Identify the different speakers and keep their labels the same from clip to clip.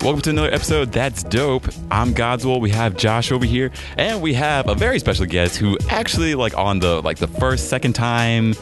Speaker 1: Welcome to another episode. That's dope. I'm Godswell. We have Josh over here, and we have a very special guest who actually, like, on the like the first, second time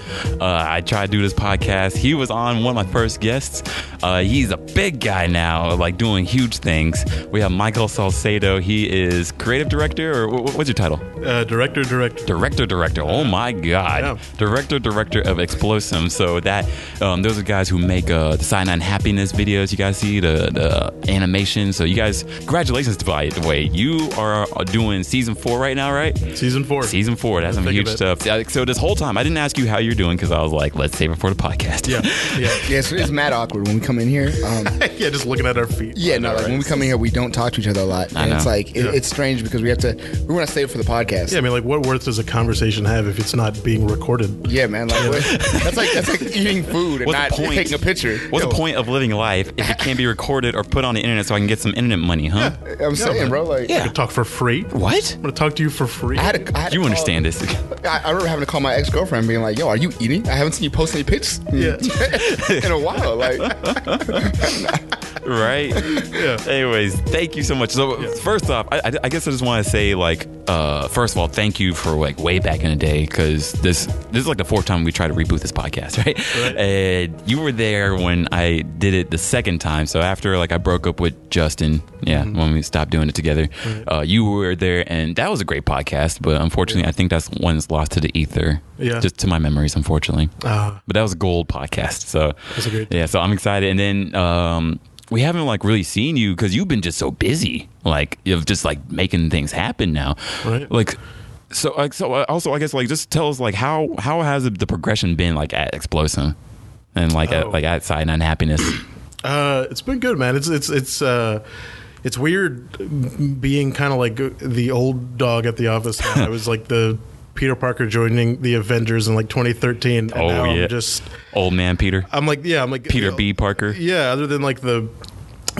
Speaker 1: uh, I tried to do this podcast, he was on one of my first guests. Uh, he's a big guy now, like doing huge things. We have Michael Salcedo. He is creative director, or wh- wh- what's your title?
Speaker 2: Uh, director, director.
Speaker 1: director director oh my god
Speaker 2: Yeah.
Speaker 1: director director of explosum so that um, those are guys who make uh, the cyanide happiness videos you guys see the, the animation so you guys congratulations to by the way you are uh, doing season four right now right
Speaker 2: Season four.
Speaker 1: season four that's some
Speaker 2: Think
Speaker 1: huge
Speaker 2: of it.
Speaker 1: stuff Yeah, so this whole time i didn't ask you how you're doing because i was like let's save it for the podcast
Speaker 2: Yeah, yeah,
Speaker 3: Yeah, so it's mad awkward when we come in here. Um,
Speaker 2: yeah. Just looking at our feet.
Speaker 3: yeah, no, like when we come in here, we don't talk to each other a lot, and it's
Speaker 1: know.
Speaker 3: like it,
Speaker 2: Yeah.
Speaker 3: it's strange because we have to. We want to save it for the podcast.
Speaker 2: Yeah, I mean, like, what worth does a conversation have if it's not being recorded?
Speaker 3: Yeah, man. Like what, that's like that's like eating food and
Speaker 1: What's the
Speaker 3: not
Speaker 1: point?
Speaker 3: taking a picture.
Speaker 1: What's the
Speaker 3: Yo,
Speaker 1: point of living life if it can't be recorded or put on the internet so I can get some internet money, huh?
Speaker 3: I'm saying,
Speaker 2: man.
Speaker 3: bro. Like,
Speaker 1: Yeah.
Speaker 2: I could talk for free. I'm
Speaker 1: What?
Speaker 2: gonna talk to you for free.
Speaker 3: I had a, I had a
Speaker 1: You
Speaker 3: call-
Speaker 1: understand this.
Speaker 3: I, I remember having to call my ex girlfriend, being like, "Yo, are you eating? I haven't seen you post any pics
Speaker 2: Yeah.
Speaker 3: in a while." Like,
Speaker 1: right?
Speaker 2: Yeah.
Speaker 1: Anyways, thank you so much. So first off, I, I- I guess I just want to say like, uh, first of all, thank you for like way back in the day because this this is like the fourth time we tried to reboot this podcast, right?
Speaker 2: Right.
Speaker 1: And you were there when I did it the second time. So after like I broke up with Justin, yeah,
Speaker 2: Mm-hmm.
Speaker 1: when we stopped doing it together, uh, you were there, and that was a great podcast. But unfortunately, I think that's one that's lost to the ether.
Speaker 2: Yeah.
Speaker 1: just to my memories, unfortunately
Speaker 2: Ah,
Speaker 1: but that was a gold podcast. So
Speaker 2: That's a great-
Speaker 1: yeah. So I'm excited, and then um, we haven't like really seen you because you've been just so busy, like of just like making things happen now,
Speaker 2: Right.
Speaker 1: Like. So, like, so uh, also, I guess, like, just tell us, like, how how has the progression been, like, at Explosum, and like,
Speaker 2: Oh.
Speaker 1: at, like, at Side Unhappiness?
Speaker 2: Uh, it's been good, man. It's it's it's uh, it's weird being kind of like the old dog at the office. I was like the Peter Parker joining the Avengers in like 2013. And
Speaker 1: Oh,
Speaker 2: now
Speaker 1: yeah.
Speaker 2: I'm just
Speaker 1: Old man Peter,
Speaker 2: I'm like yeah I'm like
Speaker 1: Peter B. Parker.
Speaker 2: Yeah, other than like the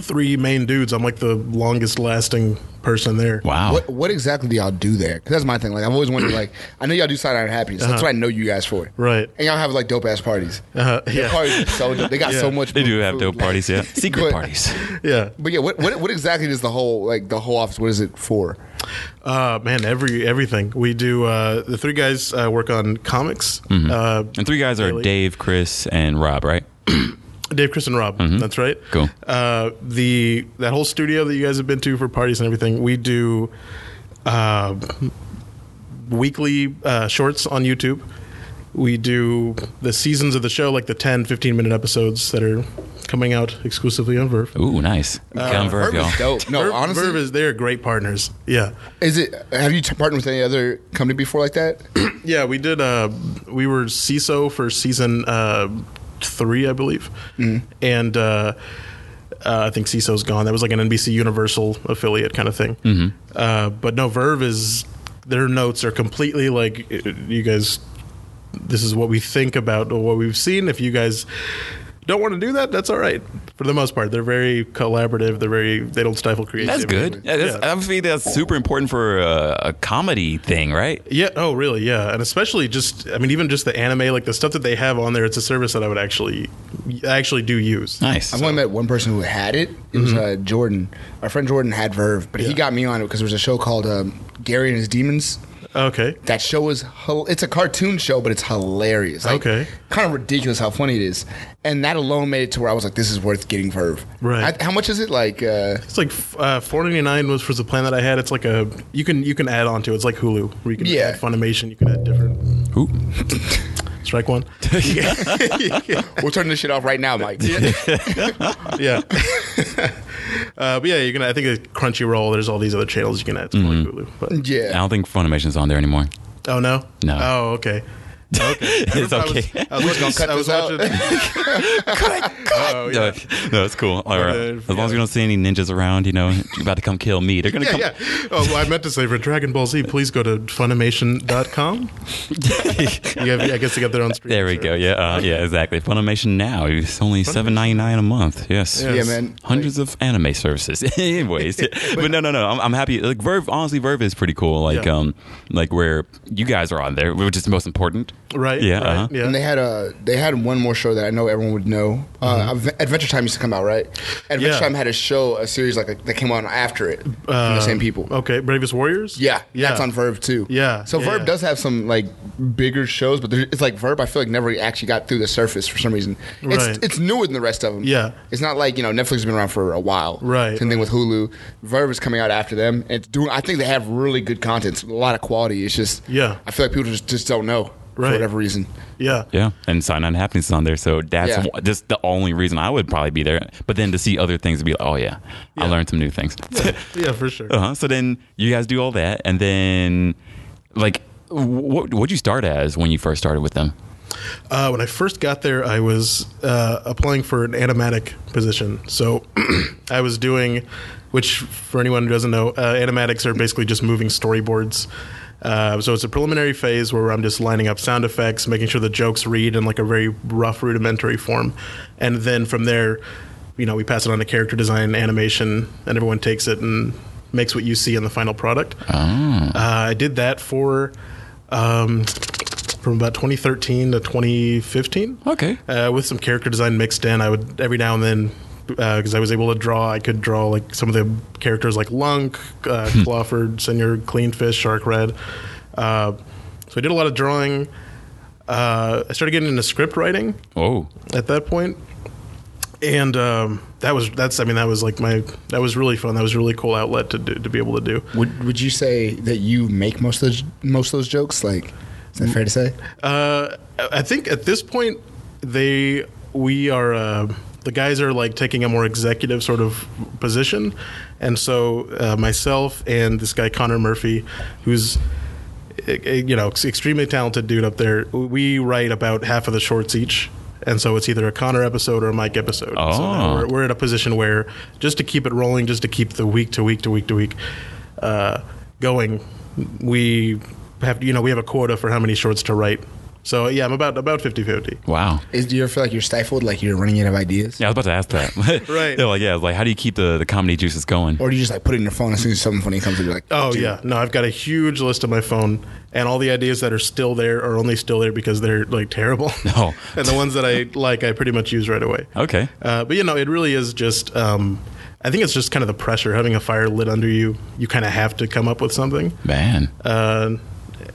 Speaker 2: three main dudes, I'm like the longest lasting person there.
Speaker 1: Wow.
Speaker 3: what what exactly do y'all do there? Because that's my thing. Like, I've always wondered. Like, I know y'all do side eye happiness.
Speaker 1: Uh-huh.
Speaker 3: That's what I know you guys for.
Speaker 2: Right.
Speaker 3: And y'all have like dope ass parties.
Speaker 2: Uh,
Speaker 3: Their
Speaker 2: yeah.
Speaker 3: parties are so dope. They got
Speaker 2: Yeah.
Speaker 3: so much.
Speaker 1: They do have
Speaker 3: food,
Speaker 1: dope
Speaker 3: like-
Speaker 1: parties, yeah. Secret
Speaker 3: But-
Speaker 1: parties.
Speaker 2: Yeah.
Speaker 3: But yeah, what, what what exactly does the whole like the whole office? What is it for?
Speaker 2: Uh, man, every everything we do. Uh, the three guys uh, work on comics.
Speaker 1: Mm-hmm.
Speaker 2: Uh,
Speaker 1: And three guys are
Speaker 2: Really?
Speaker 1: Dave, Chris, and Rob, right?
Speaker 2: Uh, Dave, Chris, and Rob. That's right.
Speaker 1: Mm-hmm. Cool.
Speaker 2: Uh, the that whole studio that you guys have been to for parties and everything. We do uh, weekly uh, shorts on YouTube. We do the seasons of the show, like the 10, 15 minute episodes that are coming out exclusively on Verve.
Speaker 1: Ooh, nice.
Speaker 3: Uh,
Speaker 1: Come Verve,
Speaker 3: Verve is
Speaker 1: y'all.
Speaker 3: dope. No,
Speaker 2: Verve,
Speaker 3: honestly,
Speaker 2: Verve is they are great partners. Yeah,
Speaker 3: is it? Have you t- partnered with any other company before like that?
Speaker 2: yeah. We did. Uh, we were CISO for season uh, three, I believe, and uh, uh, I think CISO's gone. That was like an NBC Universal affiliate kind of thing. Uh, but no, Verve is their notes are completely like uh, you guys. This is what we think about or what we've seen. If you guys don't want to do that, that's all right. For the most part, they're very collaborative. They're very they don't stifle
Speaker 1: That's
Speaker 2: creativity.
Speaker 1: good. Yeah, that's, I feel that's super important for uh, a comedy thing, right?
Speaker 2: Yeah. Oh, really? Yeah. And especially just, I mean, even just the anime, like the stuff that they have on there, it's a service that I would actually, I actually do use.
Speaker 1: Nice.
Speaker 3: I've only met one person who had it. It was uh, Jordan. Our friend Jordan had Verve, but he
Speaker 2: Mm-hmm. Yeah.
Speaker 3: got me on it because there was a show called um, Gary and His Demons.
Speaker 2: Okay.
Speaker 3: That show was hil- it's a cartoon show, but it's hilarious. Like,
Speaker 2: Okay.
Speaker 3: kind of ridiculous how funny it is, and that alone made it to where I was like, "This is worth getting Verve."
Speaker 2: Right.
Speaker 3: I, how much is it? Like, uh,
Speaker 2: It's like uh, four ninety nine was for the plan that I had. It's like a you can you can add on to it. It's like Hulu where you can
Speaker 3: Yeah.
Speaker 2: add Funimation. You can add different
Speaker 1: Ooh.
Speaker 2: strike one.
Speaker 3: we'll turn this shit off right now, Mike.
Speaker 2: yeah. uh, but yeah, you can. I think it's Crunchyroll. There's all these other channels you can add to like
Speaker 1: Mm-hmm.
Speaker 2: Hulu. But,
Speaker 1: I
Speaker 3: yeah.
Speaker 1: don't think Funimation's on there anymore.
Speaker 2: oh no.
Speaker 1: No.
Speaker 2: Oh okay. Okay.
Speaker 1: It's
Speaker 2: I was-
Speaker 1: okay.
Speaker 2: I was,
Speaker 3: just gonna cut
Speaker 2: I was
Speaker 3: this out.
Speaker 2: watching.
Speaker 1: Oh, yeah. No, it's cool. All right.
Speaker 2: then,
Speaker 1: As long as we don't see any ninjas around, you know, you're about to come kill me. They're going to
Speaker 2: Yeah,
Speaker 1: come.
Speaker 2: yeah. Oh, well, I meant to say for Dragon Ball Z, please go to Funimation.com. You have, I guess they got their own stream.
Speaker 1: there we
Speaker 2: service.
Speaker 1: go. Yeah. Uh, yeah, exactly. Funimation now. It's only seven ninety nine a month. Yes.
Speaker 2: Yeah.
Speaker 3: Yeah, man.
Speaker 1: Hundreds of anime services. Anyways, but no, no, no. I'm, I'm happy. Like Verve, honestly, Verve is pretty cool. Like,
Speaker 2: Yeah.
Speaker 1: um, like where you guys are on there, which is the most important.
Speaker 2: right?
Speaker 1: Yeah,
Speaker 2: right,
Speaker 1: uh-huh.
Speaker 2: yeah.
Speaker 3: And they had a they had one more show that I know everyone would know. Uh, Adve- Adventure Time used to come out, right?
Speaker 2: Mm-hmm.
Speaker 3: Adventure
Speaker 2: Yeah.
Speaker 3: Time had a show, a series like that came on after it from
Speaker 2: Uh,
Speaker 3: the same people.
Speaker 2: Okay, Bravest Warriors.
Speaker 3: Yeah,
Speaker 2: yeah.
Speaker 3: that's on Verb too.
Speaker 2: Yeah,
Speaker 3: so
Speaker 2: yeah,
Speaker 3: Verb
Speaker 2: yeah.
Speaker 3: does have some like bigger shows, but there- it's like Verb. I feel like never actually got through the surface for some reason. It's
Speaker 2: Right.
Speaker 3: it's newer than the rest of them.
Speaker 2: Yeah.
Speaker 3: it's not like you know Netflix has been around for a while.
Speaker 2: Right,
Speaker 3: Same thing with Hulu. Verb is coming out after them, and it's doing. I think they have really good content, It's a lot of quality. It's just
Speaker 2: Yeah.
Speaker 3: I feel like people just just don't know for
Speaker 2: Right.
Speaker 3: whatever reason.
Speaker 2: yeah,
Speaker 1: Yeah, and Sign On Happiness is on there, so that's
Speaker 3: Yeah.
Speaker 1: wh- just the only reason I would probably be there. But then to see other things, be like, oh yeah, I
Speaker 2: Yeah.
Speaker 1: learned some new things.
Speaker 2: yeah, for sure.
Speaker 1: uh-huh. So then you guys do all that, and then like, what would you start as when you first started with them?
Speaker 2: Uh, when I first got there, I was uh, applying for an animatic position. So I was doing, which for anyone who doesn't know, uh, animatics are basically just moving storyboards. Uh, so it's a preliminary phase where I'm just lining up sound effects, making sure the jokes read in like a very rough, rudimentary form, and then from there, you know, we pass it on to character design, animation, and everyone takes it and makes what you see in the final product. Uh, I did that for um, from about 2013 to 2015.
Speaker 1: Okay.
Speaker 2: Uh, with some character design mixed in, I would every now and then because I was able to draw, I could draw like some of the characters like Lunk, uh, Clawford, Senior, Cleanfish, Shark Red. Uh, so I did a lot of drawing. Uh, I started getting into script writing
Speaker 1: Oh,
Speaker 2: at that point and um, that was that's i mean that was like my that was really fun that was a really cool outlet to do, to be able to do
Speaker 3: Would would you say that you make most of those, most of those jokes? Like, is that fair to say?
Speaker 2: Uh, I I think at this point, they we are uh, the guys are like taking a more executive sort of position, and so uh, myself and this guy Connor Murphy, who's eh, eh, you know extremely talented dude up there, we write about half of the shorts each. And so it's either a Connor episode or a Mike episode. So now
Speaker 1: Oh.
Speaker 2: we're, we're at a position where just to keep it rolling, just to keep the week to week to week to week uh, going, we have you know we have a quota for how many shorts to write. So yeah, I'm about about 50-50.
Speaker 1: wow.
Speaker 3: Is, do you ever feel like you're stifled, like you're running out of ideas,
Speaker 1: Yeah, I was about to ask that.
Speaker 2: Right.
Speaker 1: They're like, yeah, it's like, how do you keep the, the comedy juices going?
Speaker 3: or do you just like put it in your phone as soon as something funny comes in? You're like,
Speaker 2: Oh
Speaker 3: dude,
Speaker 2: yeah, no, I've got a huge list on my phone, and all the ideas that are still there are only still there because they're like terrible.
Speaker 1: No.
Speaker 2: and the ones that I like, I pretty much use right away.
Speaker 1: Okay.
Speaker 2: Uh, but you know, it really is just. Um, I think it's just kind of the pressure having a fire lit under you. You kind of have to come up with something.
Speaker 1: Man.
Speaker 2: Uh,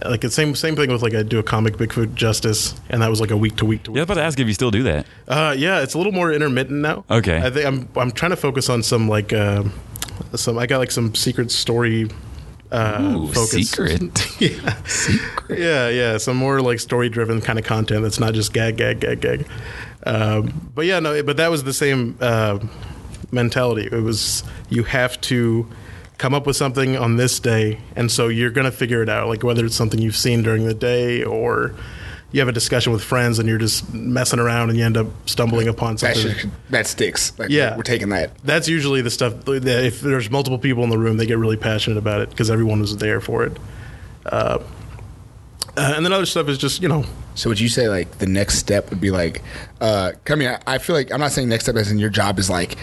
Speaker 2: like the same same thing with like I do a comic Bigfoot Justice, and that was like a week to week to week.
Speaker 1: Yeah, I was about to ask if you still do that.
Speaker 2: Uh, yeah, it's a little more intermittent now.
Speaker 1: Okay.
Speaker 2: I think I'm I'm trying to focus on some like uh, some I got like some secret story uh,
Speaker 1: Ooh,
Speaker 2: focus.
Speaker 1: secret.
Speaker 2: yeah. Yeah, yeah. Some more like story driven kind of content that's not just gag, gag, gag, gag. Um, but yeah, no. But that was the same uh, mentality. It was you have to come up with something on this day, and so you're gonna figure it out. Like whether it's something you've seen during the day or. You have a discussion with friends, and you're just messing around, and you end up stumbling upon
Speaker 3: that
Speaker 2: something.
Speaker 3: shit, that sticks. Like,
Speaker 2: Yeah.
Speaker 3: we're taking that.
Speaker 2: That's usually the stuff that if there's multiple people in the room, they get really passionate about it because everyone was there for it. Uh, uh, and then other stuff is just you know,
Speaker 3: So would you say like the next step would be like, uh, I mean, I, I feel like I'm not saying next step as in your job is like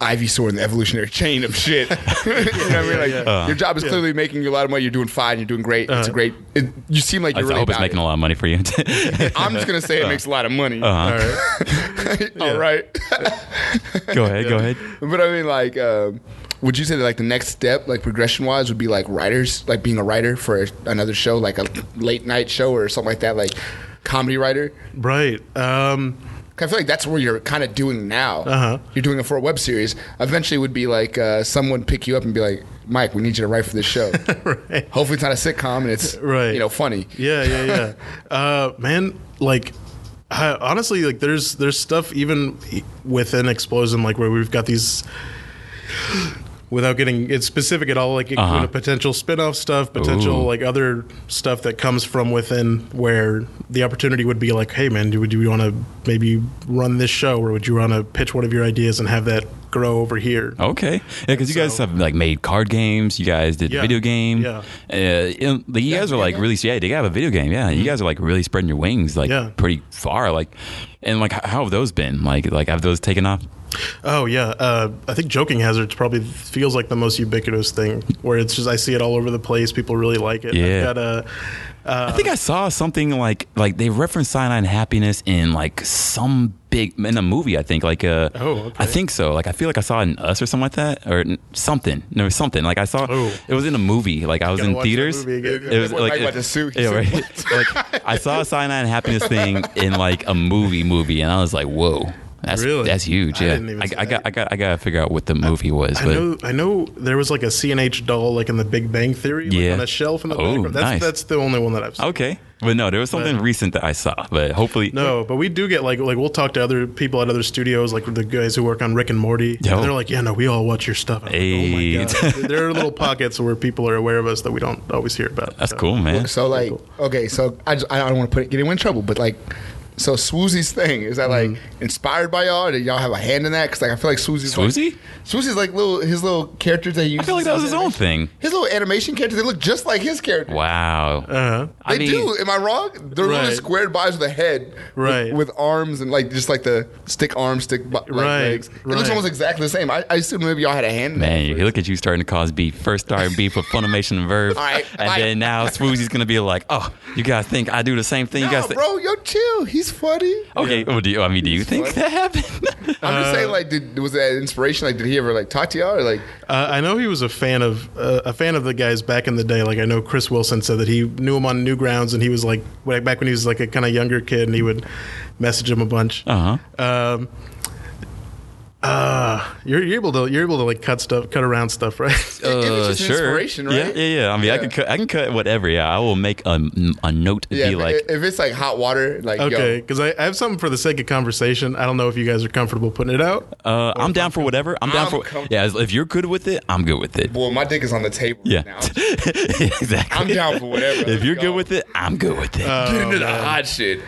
Speaker 3: Ivy sword in the evolutionary chain of shit. you know what I mean? Like your job is clearly making you a lot of money. You're doing fine. You're doing great. It's a great. It, you seem like
Speaker 1: I
Speaker 3: you're really.
Speaker 1: hope it's
Speaker 3: about
Speaker 1: making
Speaker 3: it.
Speaker 1: a lot of money for you.
Speaker 3: I'm just gonna say it makes a lot of money.
Speaker 1: Uh-huh.
Speaker 3: All right.
Speaker 1: Go ahead. Go ahead.
Speaker 3: but I mean, like, um, would you say that like the next step, like progression wise, would be like writers, like being a writer for another show, like a late night show or something like that, like comedy writer?
Speaker 2: right? Um,
Speaker 3: 'Cause I feel like that's where you're kind of doing now.
Speaker 2: Uh-huh.
Speaker 3: You're doing it for a web series. Eventually, would be like uh, someone pick you up and be like, "Mike, we need you to write for this show."
Speaker 2: right.
Speaker 3: Hopefully, it's not a sitcom and it's
Speaker 2: Right.
Speaker 3: you know funny.
Speaker 2: Yeah, yeah, yeah. uh, man, like I, honestly, like there's there's stuff even within Explosion, like where we've got these. Without getting it specific at all, like it-
Speaker 1: Uh-huh.
Speaker 2: potential spin-off stuff, potential
Speaker 1: Ooh.
Speaker 2: like other stuff that comes from within, where the opportunity would be like, hey man, do, would you want to maybe run this show, or would you want to pitch one of your ideas and have that grow over here?
Speaker 1: Okay. Yeah, because you guys
Speaker 2: So-
Speaker 1: have like made card games. You guys did
Speaker 2: Yeah.
Speaker 1: video game.
Speaker 2: Yeah.
Speaker 1: Uh, and, like, you guys are like really. Yeah, they have a video game. Yeah. You guys are like really spreading your wings like
Speaker 2: Mm-hmm. Yeah.
Speaker 1: pretty far. Like, and like, h- how have those been? Like, like have those taken off?
Speaker 2: Oh yeah, uh, I think joking hazards probably feels like the most ubiquitous thing. Where it's just I see it all over the place. People really like it.
Speaker 1: Yeah.
Speaker 2: I've got a, uh,
Speaker 1: I think I saw something like like they referenced cyanide and happiness in like some big in a movie. I think like uh,
Speaker 2: Oh, okay.
Speaker 1: I think so. Like I feel like I saw it in Us or something like that or n- something. No, something like I saw
Speaker 2: Oh.
Speaker 1: it was in a movie. Like I was
Speaker 2: Gotta
Speaker 1: in
Speaker 2: watch that
Speaker 1: theaters.
Speaker 2: movie again.
Speaker 1: It was
Speaker 3: Mike
Speaker 1: like,
Speaker 3: about to sue. He
Speaker 1: yeah,
Speaker 3: said,
Speaker 1: right. like I saw a cyanide and happiness thing in like a movie movie, and I was like, whoa. That's
Speaker 2: Really?
Speaker 1: that's huge.
Speaker 2: I
Speaker 1: Yeah,
Speaker 2: didn't even
Speaker 1: I,
Speaker 2: see
Speaker 1: I got
Speaker 2: that.
Speaker 1: I got I got to figure out what the movie was.
Speaker 2: I
Speaker 1: but
Speaker 2: know. I know there was like a CNH doll, like in The Big Bang Theory, like,
Speaker 1: Yeah.
Speaker 2: on a shelf in the
Speaker 1: Oh,
Speaker 2: background. That's
Speaker 1: nice.
Speaker 2: that's the only one that I've seen.
Speaker 1: okay, but no, there was something recent that I saw. But hopefully,
Speaker 2: No, but we do get like like we'll talk to other people at other studios, like the guys who work on Rick and Morty.
Speaker 1: Yo.
Speaker 2: And they're like, yeah, no, we all watch your stuff. I'm like,
Speaker 1: Hey.
Speaker 2: oh my god, there are little pockets where people are aware of us that we don't always hear about.
Speaker 1: that's
Speaker 2: So,
Speaker 1: cool, man.
Speaker 3: So like, okay, so I, just, I don't want to put it, get anyone in trouble, but like, so Swoozy's thing is that like
Speaker 2: Mm-hmm.
Speaker 3: inspired by y'all? Did y'all have a hand in that? Because like I feel like Swoozy's
Speaker 1: Swoozy?
Speaker 3: like, Swoozy's like little his little characters that he
Speaker 1: I feel like that was his own thing.
Speaker 3: His little animation characters they look just like his character.
Speaker 1: Wow.
Speaker 2: Uh-huh.
Speaker 1: I
Speaker 3: they
Speaker 1: mean,
Speaker 3: do. Am I wrong? They're little
Speaker 2: Right.
Speaker 3: squared bodies with a head, with-
Speaker 2: Right.
Speaker 3: With, arms and like just like the stick arms, stick bo- like,
Speaker 2: Right,
Speaker 3: legs. It looks
Speaker 2: right.
Speaker 3: almost exactly the same. I, I assume maybe y'all had a hand. in that.
Speaker 1: Man, you look at you starting to cause beef. First started beef with Funimation and Verve,
Speaker 3: All right,
Speaker 1: and
Speaker 3: bye.
Speaker 1: then now Swoozy's gonna be like, "Oh, you guys think I do the same thing? You guys Oh.
Speaker 3: Nah,
Speaker 1: think?"
Speaker 3: bro, yo, chill. He's funny.
Speaker 1: Okay, well, do you, I mean, do you think
Speaker 3: funny.
Speaker 1: that happened?
Speaker 3: I'm just saying, like, did was that inspiration? Like, did he ever like talk to y'all? Or, like,
Speaker 2: Uh, I know he was a fan of uh, a fan of the guys back in the day. Like I know Chris Wilson said that he knew him on Newgrounds, and he was like way back when he was like a kind of younger kid, and he would message him a bunch.
Speaker 1: uh huh.
Speaker 2: Um, uh, you're, you're able to you're able to like cut stuff, cut around stuff, right?
Speaker 3: it- it was just an inspiration, right?
Speaker 1: Yeah, yeah, yeah. I mean, I
Speaker 3: Yeah.
Speaker 1: can cut, I can cut whatever. Yeah, I will make a, a note and
Speaker 3: yeah,
Speaker 1: be
Speaker 3: if,
Speaker 1: like,
Speaker 3: if it's like hot water, like,
Speaker 2: Okay,
Speaker 3: yo,
Speaker 2: because I, I have something for the sake of conversation. I don't know if you guys are comfortable putting it out.
Speaker 1: uh, "I'm down for whatever. I'm down
Speaker 3: I'm
Speaker 1: for
Speaker 3: com-
Speaker 1: yeah. If you're good with it, I'm good with it.
Speaker 3: boy, my dick is on the table
Speaker 1: Yeah,
Speaker 3: right now.
Speaker 1: exactly.
Speaker 3: I'm down for whatever. Uh,
Speaker 1: If you're
Speaker 3: Yo.
Speaker 1: good with it, I'm good with it.
Speaker 3: Get into the hot shit.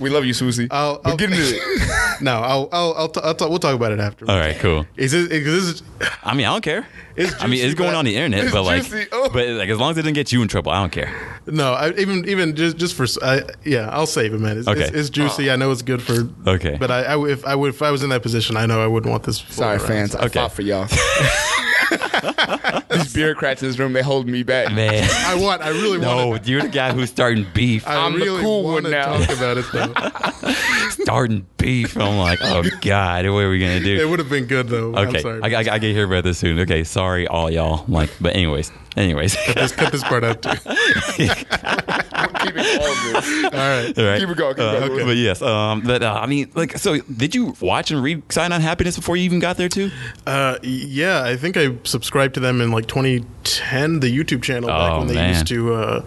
Speaker 3: We love you, Susie.
Speaker 2: I'll-
Speaker 3: We're
Speaker 2: I'll-
Speaker 3: getting into it.
Speaker 2: No, I'll I'll, I'll, t- I'll t- we'll talk about it after.
Speaker 1: All right, cool.
Speaker 2: Is this, is this
Speaker 1: I mean, I don't care.
Speaker 2: It's
Speaker 1: I mean,
Speaker 2: juicy,
Speaker 1: it's going
Speaker 2: but-
Speaker 1: on the internet,
Speaker 3: it's
Speaker 1: but like,
Speaker 3: juicy. Oh.
Speaker 1: but like, as long as it didn't get you in trouble, I don't care.
Speaker 2: no? I, even even just just for s- I- yeah, I'll save it, man. It's,
Speaker 1: Okay.
Speaker 2: it's, it's juicy. I know it's good for
Speaker 1: Okay.
Speaker 2: But I, I w- if I would if I was in that position, I know I wouldn't want this.
Speaker 3: Sorry,
Speaker 2: floating around.
Speaker 3: fans. I
Speaker 1: Okay.
Speaker 3: fought for y'all. These bureaucrats in this room, they hold me back.
Speaker 1: Man,
Speaker 2: I want. I really
Speaker 1: no,
Speaker 2: want.
Speaker 1: you're the guy who's starting beef,
Speaker 2: I
Speaker 3: I'm the
Speaker 2: really
Speaker 3: cool
Speaker 2: wanna
Speaker 3: one now.
Speaker 2: Talk about it though.
Speaker 1: starting beef. I'm like, oh god, what are we gonna
Speaker 2: it
Speaker 1: do?
Speaker 2: would have been good though.
Speaker 1: Okay,
Speaker 2: I'm sorry.
Speaker 1: I, I, I get here about this soon. Okay, sorry, all y'all. Like, but anyways, anyways, all
Speaker 2: Just cut this part out. Too.
Speaker 3: Keep it all good.
Speaker 2: All right.
Speaker 1: right.
Speaker 3: Keep it going, keep it
Speaker 1: Uh,
Speaker 3: going.
Speaker 1: But yes, um, but uh, I mean, like, so did you watch and read Sign on Happiness before you even got there too?
Speaker 2: Uh, yeah, I think I subscribed to them in like 2010, the YouTube channel
Speaker 1: Oh,
Speaker 2: back when they
Speaker 1: man.
Speaker 2: used to uh,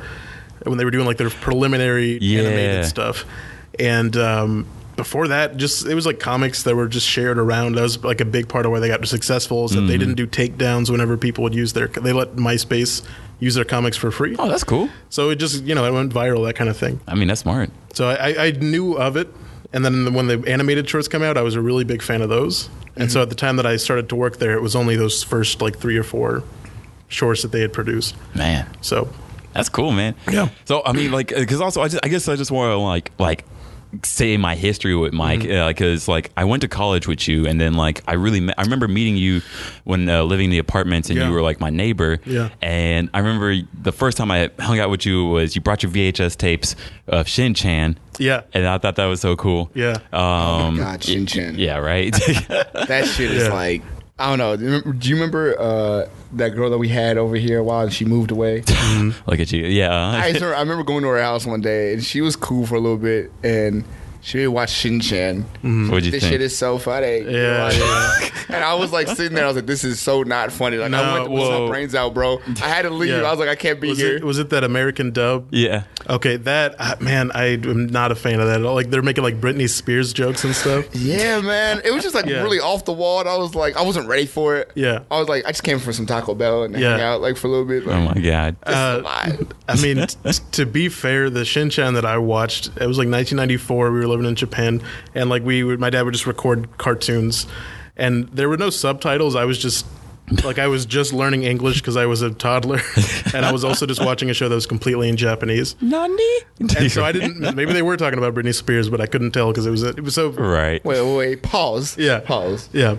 Speaker 2: when they were doing like their preliminary
Speaker 1: Yeah.
Speaker 2: animated stuff, and um, before that, just it was like comics that were just shared around. That was like a big part of why they got successful is that they
Speaker 1: Mm-hmm.
Speaker 2: didn't do takedowns whenever people would use their they let MySpace use their comics for free.
Speaker 1: Oh, that's cool.
Speaker 2: So it just you know it went viral that kind of thing.
Speaker 1: I mean, that's smart.
Speaker 2: So I, I- I knew of it, and then when the animated shorts come out, I was a really big fan of those. And
Speaker 3: Mm-hmm.
Speaker 2: so at the time that I started to work there, it was only those first like three or four shorts that they had produced.
Speaker 1: Man,
Speaker 2: So
Speaker 1: That's cool, man.
Speaker 2: Yeah.
Speaker 1: So I mean, like, because also I just I guess I just want to like like say my history with Mike
Speaker 2: Mm-hmm.
Speaker 1: because like I went to college with you and then like I really me- I remember meeting you when uh, living in the apartments and
Speaker 2: Yeah.
Speaker 1: you were like my neighbor.
Speaker 2: Yeah.
Speaker 1: And I remember the first time I hung out with you was you brought your VHS tapes of Shin Chan.
Speaker 2: yeah,
Speaker 1: And I thought that was so cool.
Speaker 2: yeah,
Speaker 1: Um.
Speaker 3: Oh God, Shin Chin.
Speaker 1: yeah. Right.
Speaker 3: That shit is
Speaker 2: Yeah.
Speaker 3: like I don't know. Do you remember, do you remember uh, that girl that we had over here a while and she moved away?
Speaker 2: Mm-hmm.
Speaker 1: Look at you. Yeah. uh,
Speaker 3: I, just remember, I remember going to her house one day and she was cool for a little bit and she would watch Shin Chan.
Speaker 1: What'd you
Speaker 3: This
Speaker 1: think?
Speaker 3: shit is so funny. You know,
Speaker 2: yeah,
Speaker 3: like-
Speaker 2: yeah.
Speaker 3: And I was like sitting there, I was like, this is so not funny. Like, I
Speaker 2: No,
Speaker 3: went to put
Speaker 1: whoa.
Speaker 3: my brains out, bro. I had to leave.
Speaker 2: Yeah.
Speaker 3: I was like, I can't be
Speaker 2: Was
Speaker 3: here.
Speaker 2: it, was it that American dub?
Speaker 1: yeah.
Speaker 2: Okay, that uh, man, I am not a fan of that at all. Like they're making like Britney Spears jokes and stuff.
Speaker 3: yeah, man. It was just like
Speaker 2: Yeah.
Speaker 3: really off the wall. And I was like, I wasn't ready for it.
Speaker 2: Yeah.
Speaker 3: I was like, I just came for some Taco Bell and
Speaker 2: Yeah.
Speaker 3: hang out like for a little bit. Like,
Speaker 1: Oh my God.
Speaker 3: it's a
Speaker 2: Uh,
Speaker 3: lot.
Speaker 2: I mean, t- to be fair, the Shin Chan that I watched, it was like 1994. We were living in Japan, and like we, would, my dad would just record cartoons, and there were no subtitles. I was just Like I was just learning English because I was a toddler, and I was also just watching a show that was completely in Japanese.
Speaker 1: Nani?
Speaker 2: And so I didn't. Maybe they were talking about Britney Spears, but I couldn't tell because it was it was so
Speaker 1: Right.
Speaker 3: Wait, wait, wait, pause.
Speaker 2: Yeah.
Speaker 3: Pause.
Speaker 2: Yeah.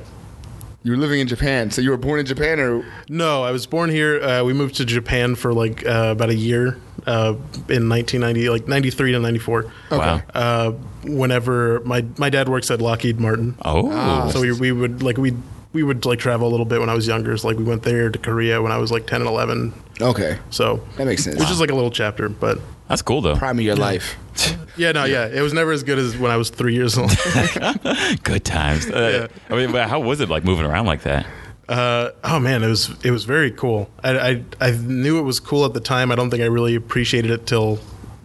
Speaker 3: You were living in Japan, so you were born in Japan or
Speaker 2: No, I was born here. Uh, we moved to Japan for like uh, about a year uh, in 1990, like 93 to 94.
Speaker 1: Wow.
Speaker 2: Uh, whenever my my dad works at Lockheed Martin,
Speaker 1: Oh.
Speaker 3: Ah.
Speaker 2: so we, we would like we we would like travel a little bit when I was younger. So like we went there to Korea when I was like 10 and 11.
Speaker 3: Okay.
Speaker 2: So
Speaker 3: That makes sense.
Speaker 2: It was just like a little chapter, but
Speaker 1: That's cool though.
Speaker 3: Prime of your life.
Speaker 2: yeah, no, yeah, it was never as good as when I was three years old.
Speaker 1: Good times. Uh, I mean, but how was it like moving around like that?
Speaker 2: uh, oh man, it was it was very cool. I, I I knew it was cool at the time. I don't think I really appreciated it till,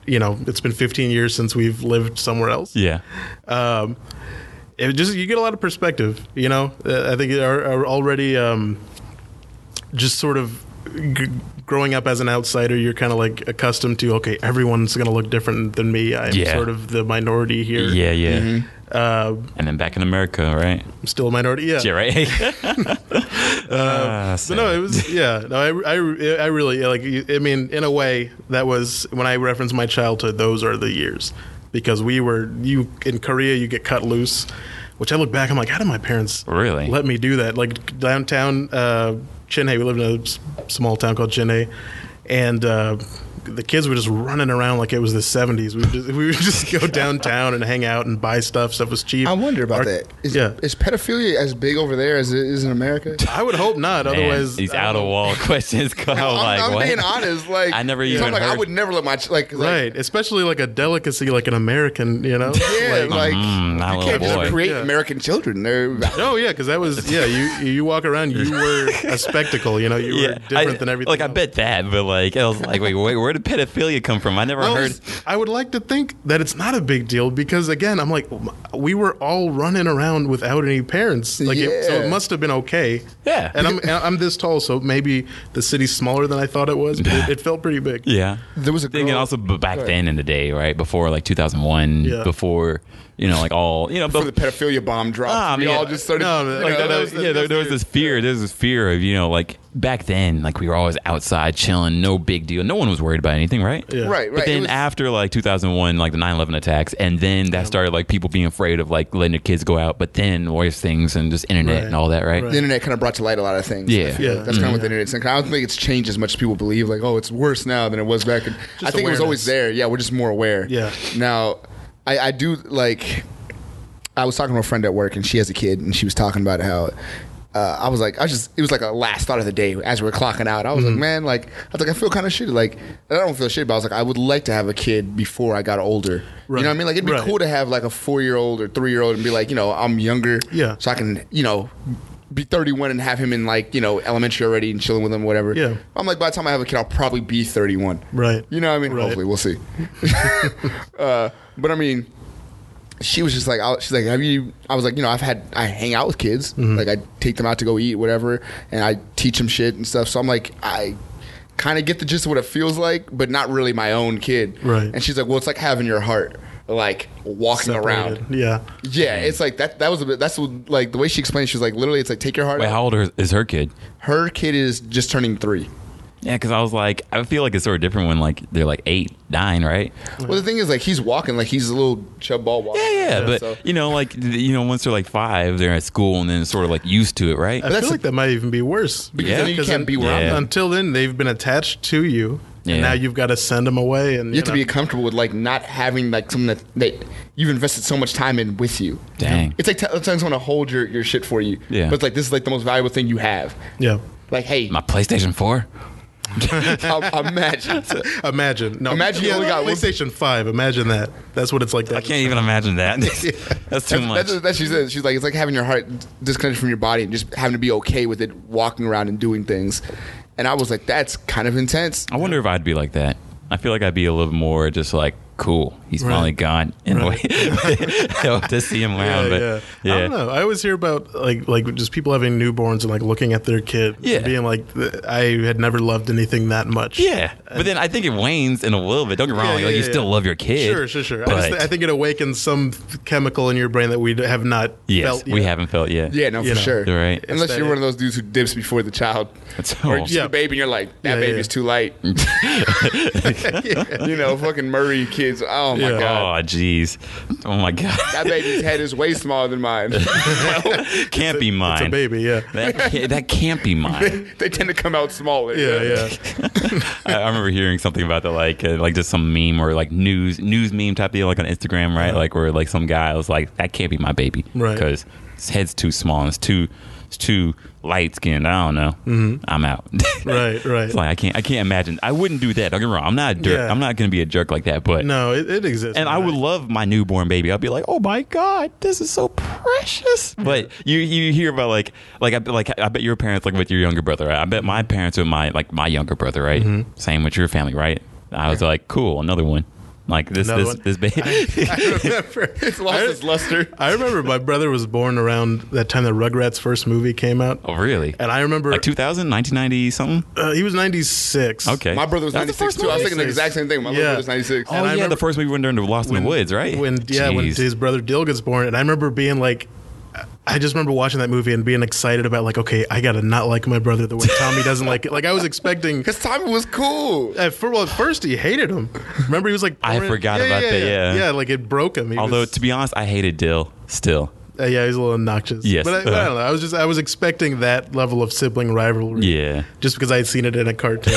Speaker 2: you know, it's been 15 years since we've lived somewhere else.
Speaker 1: Yeah.
Speaker 2: um, it just you get a lot of perspective. You know, Uh, I think are, are already um, just sort of g- growing up as an outsider, you're kind of like accustomed to okay, everyone's going to look different than me. I'm
Speaker 1: Yeah.
Speaker 2: sort of the minority here.
Speaker 1: Yeah, yeah.
Speaker 2: uh,
Speaker 1: And then back in America, right?
Speaker 2: I'm still a minority. Yeah.
Speaker 1: Yeah, right. Ah,
Speaker 2: But no,
Speaker 1: sad.
Speaker 2: it was yeah. No, I, I, I really like. you- I mean, in a way, that was when I reference my childhood. Those are the years because we were you in Korea. You get cut loose, which I look back. I'm like, how did my parents
Speaker 1: Really?
Speaker 2: let me do that? Like downtown uh, Chinhae, we lived in a s- small town called Chinhae, and. Uh, the kids were just running around like it was the 70s. We would just, we would just go downtown and hang out and buy stuff. Stuff was cheap.
Speaker 3: I wonder about
Speaker 2: Our-
Speaker 3: that. Is,
Speaker 2: yeah.
Speaker 3: is pedophilia as big over there as it is in America?
Speaker 2: I would hope not.
Speaker 1: Man,
Speaker 2: Otherwise,
Speaker 1: these
Speaker 2: I don't
Speaker 1: out of
Speaker 2: know.
Speaker 1: wall questions go
Speaker 3: I'm,
Speaker 1: like
Speaker 3: I'm
Speaker 1: what?
Speaker 3: being honest. Like
Speaker 1: I never
Speaker 3: so
Speaker 1: even
Speaker 3: I'm like I
Speaker 1: heard-
Speaker 3: would never let my ch- like, like
Speaker 2: Right, especially like a delicacy, like an American, you know.
Speaker 3: Yeah,
Speaker 2: Like,
Speaker 3: like
Speaker 1: Mm, not
Speaker 3: you
Speaker 1: little
Speaker 3: can't
Speaker 1: boy.
Speaker 3: just create
Speaker 2: Yeah.
Speaker 3: American children. They're
Speaker 2: no, oh, yeah, because that was yeah. You you walk around, you were a spectacle, you know. You were different
Speaker 1: I-
Speaker 2: than everything.
Speaker 1: Like I
Speaker 2: else.
Speaker 1: bet that, but like I was like, wait, wait, where did pedophilia come from? I never
Speaker 2: Well,
Speaker 1: heard.
Speaker 2: I would like to think that it's not a big deal because again, I'm like we were all running around without any parents, like it, so
Speaker 3: Yeah.
Speaker 2: it must have been okay.
Speaker 1: Yeah.
Speaker 2: and I'm and I'm this tall, so maybe the city's smaller than I thought it was. But it, it felt pretty big.
Speaker 1: Yeah.
Speaker 3: There was a
Speaker 1: thing, and
Speaker 3: girl-
Speaker 1: also b- back
Speaker 3: Go ahead.
Speaker 1: then in the day, right before like 2001,
Speaker 2: Yeah.
Speaker 1: before you know, like all you know,
Speaker 3: for
Speaker 1: but-
Speaker 3: the pedophilia bomb dropped.
Speaker 1: Ah,
Speaker 3: we
Speaker 1: man.
Speaker 3: all just started.
Speaker 2: No,
Speaker 3: you
Speaker 2: like,
Speaker 3: know,
Speaker 1: like that,
Speaker 2: that
Speaker 1: was,
Speaker 2: was-
Speaker 1: yeah, there, there was this fear. There was this fear of you know, like back then, like we were always outside chilling, no big deal. No one was worried about anything, right?
Speaker 2: Yeah.
Speaker 3: right, right.
Speaker 1: But
Speaker 3: it
Speaker 1: then
Speaker 3: was-
Speaker 1: after like 2001, like the 9/11 attacks, and then that started like people being afraid of like letting their kids go out. But then worse things and just internet
Speaker 2: Right.
Speaker 1: and all that, right?
Speaker 2: Right.
Speaker 3: the internet kind of brought to light a lot of things.
Speaker 1: Yeah.
Speaker 3: I feel like.
Speaker 2: Yeah.
Speaker 3: that's kind of what the internet's saying. I don't think it's changed as much as people believe. Like, oh, it's worse now than it was back. in I think it was
Speaker 2: awareness.
Speaker 3: always there. Yeah, we're just more aware.
Speaker 2: Yeah.
Speaker 3: Now, I, I do like. I was talking to a friend at work, and she has a kid, and she was talking about how. Uh, I was like, I was just, it was like a last thought of the day as we were clocking out. I was like, man, like, I was like, I feel kind of shitty. Like, I don't feel shitty, but I was like, I would like to have a kid before I got older. You
Speaker 2: Right.
Speaker 3: know what I mean? Like, it'd be
Speaker 2: Right.
Speaker 3: cool to have like a four year old or three year old and be like, you know, I'm younger.
Speaker 2: Yeah.
Speaker 3: So I can, you know, be 31 and have him in like, you know, elementary already and chilling with him, whatever.
Speaker 2: Yeah.
Speaker 3: I'm like, by the time I have a kid, I'll probably be 31.
Speaker 2: Right.
Speaker 3: You know what I mean?
Speaker 2: Right.
Speaker 3: Hopefully, we'll see. uh, but I mean, she was just like, I, she's like, have you? I was like, you know, I've had, I hang out with kids. Like, I take them out to go eat, whatever, and I teach them shit and stuff. So I'm like, I kind of get the gist of what it feels like, but not really my own kid.
Speaker 2: Right.
Speaker 3: And she's like, well, it's like having your heart, like, walking around.
Speaker 2: Yeah.
Speaker 3: Yeah, it's like that. That was a bit. That's what, like the way she explained. it, She was like, literally, it's like take your heart.
Speaker 1: Wait,
Speaker 3: out.
Speaker 1: how old is her kid?
Speaker 3: Her kid is just turning three.
Speaker 1: Yeah, because I was like, I feel like it's sort of different when like they're like eight, nine, right?
Speaker 3: Well, the thing is, like he's walking, like he's a little chub ball walking.
Speaker 1: Yeah, yeah, but
Speaker 3: So-
Speaker 1: you know, like th- you know, once they're like five, they're at school and then it's sort of like used to it, right?
Speaker 2: I
Speaker 3: that's
Speaker 2: feel
Speaker 3: the-
Speaker 2: like that might even be worse.
Speaker 3: Because
Speaker 1: Yeah.
Speaker 3: then you can't be where I'm
Speaker 1: Yeah.
Speaker 3: at.
Speaker 2: Until then, they've been attached to you,
Speaker 1: Yeah.
Speaker 2: and now you've got to send them away. And
Speaker 3: You have to
Speaker 2: know.
Speaker 3: be comfortable with like not having like something that, that you've invested so much time in with you.
Speaker 1: Dang.
Speaker 3: It's like t- telling someone to hold your, your shit for you.
Speaker 1: Yeah.
Speaker 3: But it's like this is like the most valuable thing you have.
Speaker 2: yeah.
Speaker 3: Like, hey,
Speaker 1: My PlayStation Four.
Speaker 3: I- imagine.
Speaker 2: Imagine, no,
Speaker 3: Imagine you
Speaker 2: yeah,
Speaker 3: only got one-
Speaker 2: PlayStation Five. Imagine that. That's what it's like.
Speaker 1: I can't even imagine that. That's too much.
Speaker 3: That's, that's what she said. She's like, it's like having your heart disconnected from your body and just having to be okay with it, walking around and doing things. And I was like, that's kind of intense.
Speaker 1: I wonder if I'd be like that. I feel like I'd be a little more just like cool. He's finally
Speaker 2: Right.
Speaker 1: gone. Anyway, to see him around. but
Speaker 2: yeah,
Speaker 1: yeah.
Speaker 2: I don't know. I always hear about like like just people having newborns and like looking at their kid, and
Speaker 1: Yeah.
Speaker 2: being like, th- I had never loved anything that much.
Speaker 1: Yeah, but then I think it wanes in a little bit. Don't get me wrong;
Speaker 2: Yeah,
Speaker 1: like,
Speaker 2: yeah,
Speaker 1: you
Speaker 2: yeah,
Speaker 1: still
Speaker 2: yeah.
Speaker 1: love your kid.
Speaker 2: Sure, sure, sure. I,
Speaker 1: But
Speaker 2: just, I think it awakens some chemical in your brain that we d- have not
Speaker 1: yes,
Speaker 2: felt.
Speaker 1: we
Speaker 2: yet.
Speaker 1: haven't felt yet.
Speaker 3: Yeah, no, for
Speaker 2: You know,
Speaker 3: sure.
Speaker 1: you're right.
Speaker 3: Unless
Speaker 2: It's
Speaker 3: you're
Speaker 2: that-
Speaker 3: one of those dudes who dips before the child,
Speaker 1: That's
Speaker 3: or
Speaker 1: all.
Speaker 3: you see
Speaker 2: Yeah.
Speaker 3: the baby and you're like, that
Speaker 2: Yeah, yeah,
Speaker 3: baby's
Speaker 2: yeah.
Speaker 3: too light. You know, fucking Murray kids. Oh my
Speaker 2: Yeah.
Speaker 3: god,
Speaker 1: Oh, jeez. Oh my God.
Speaker 3: that baby's head is way smaller than mine.
Speaker 1: can't be mine.
Speaker 2: It's a baby, yeah.
Speaker 1: That can't, that can't be mine.
Speaker 3: they tend to come out smaller.
Speaker 2: Yeah, yeah.
Speaker 1: I, I remember hearing something about that, like uh, like just some meme or like news news meme type deal, like on Instagram, right? Like where like some guy was like, "That can't be my baby,"
Speaker 2: Uh-huh. Right.
Speaker 1: Because his head's too small and it's too it's too light skinned. I don't know. Mm-hmm. I'm out.
Speaker 2: Right, right.
Speaker 1: It's like I can't I can't imagine. I wouldn't do that. Don't get me wrong. I'm not a jerk.
Speaker 2: Yeah.
Speaker 1: I'm not going to be a jerk like that. But
Speaker 2: No, it, it exists.
Speaker 1: and I would love my newborn baby. I'd be like, "Oh my god, this is so precious." But you you hear about like like I bet- like I bet your parents like with your younger brother. Right? I bet my parents with my like my younger brother, right?
Speaker 2: Mm-hmm.
Speaker 1: Same with your family, right? I was like, "Cool, another one." Like this
Speaker 2: Another
Speaker 1: this this
Speaker 2: one.
Speaker 1: baby.
Speaker 3: remember. It's lost
Speaker 2: I-
Speaker 3: its luster.
Speaker 2: I remember my brother was born around that time the Rugrats first movie came out,
Speaker 1: oh really?
Speaker 2: and I remember
Speaker 1: Like 2000, 1990 something.
Speaker 2: uh, he was ninety six.
Speaker 1: Okay.
Speaker 3: My brother was
Speaker 1: That's the
Speaker 3: 96
Speaker 1: first
Speaker 3: too. I was
Speaker 1: movie?
Speaker 3: thinking the exact same thing. My little
Speaker 2: Yeah.
Speaker 3: brother's 96.
Speaker 1: Oh
Speaker 2: and I
Speaker 1: yeah,
Speaker 2: remember
Speaker 1: the first movie went during the Lost in the Woods, right?
Speaker 2: When yeah, when
Speaker 1: Jeez.
Speaker 2: his brother Dill gets born, and I remember being like, I just remember watching that movie and being excited about like, okay, I gotta not like my brother the way Tommy doesn't like it. Like I was expecting.
Speaker 3: Because Tommy was cool.
Speaker 2: At, fir- well, at first he hated him. Remember, he was like,
Speaker 1: I
Speaker 2: pouring-
Speaker 1: forgot about that, yeah.
Speaker 2: yeah, like it broke him. He
Speaker 1: Although
Speaker 2: was-
Speaker 1: to be honest, I hated Dill still.
Speaker 2: uh, yeah, he's a little obnoxious.
Speaker 1: Yes,
Speaker 2: but I, I
Speaker 1: uh.
Speaker 2: don't know. I was just I was expecting that level of sibling rivalry.
Speaker 1: Yeah.
Speaker 2: just because I had seen it in a cartoon,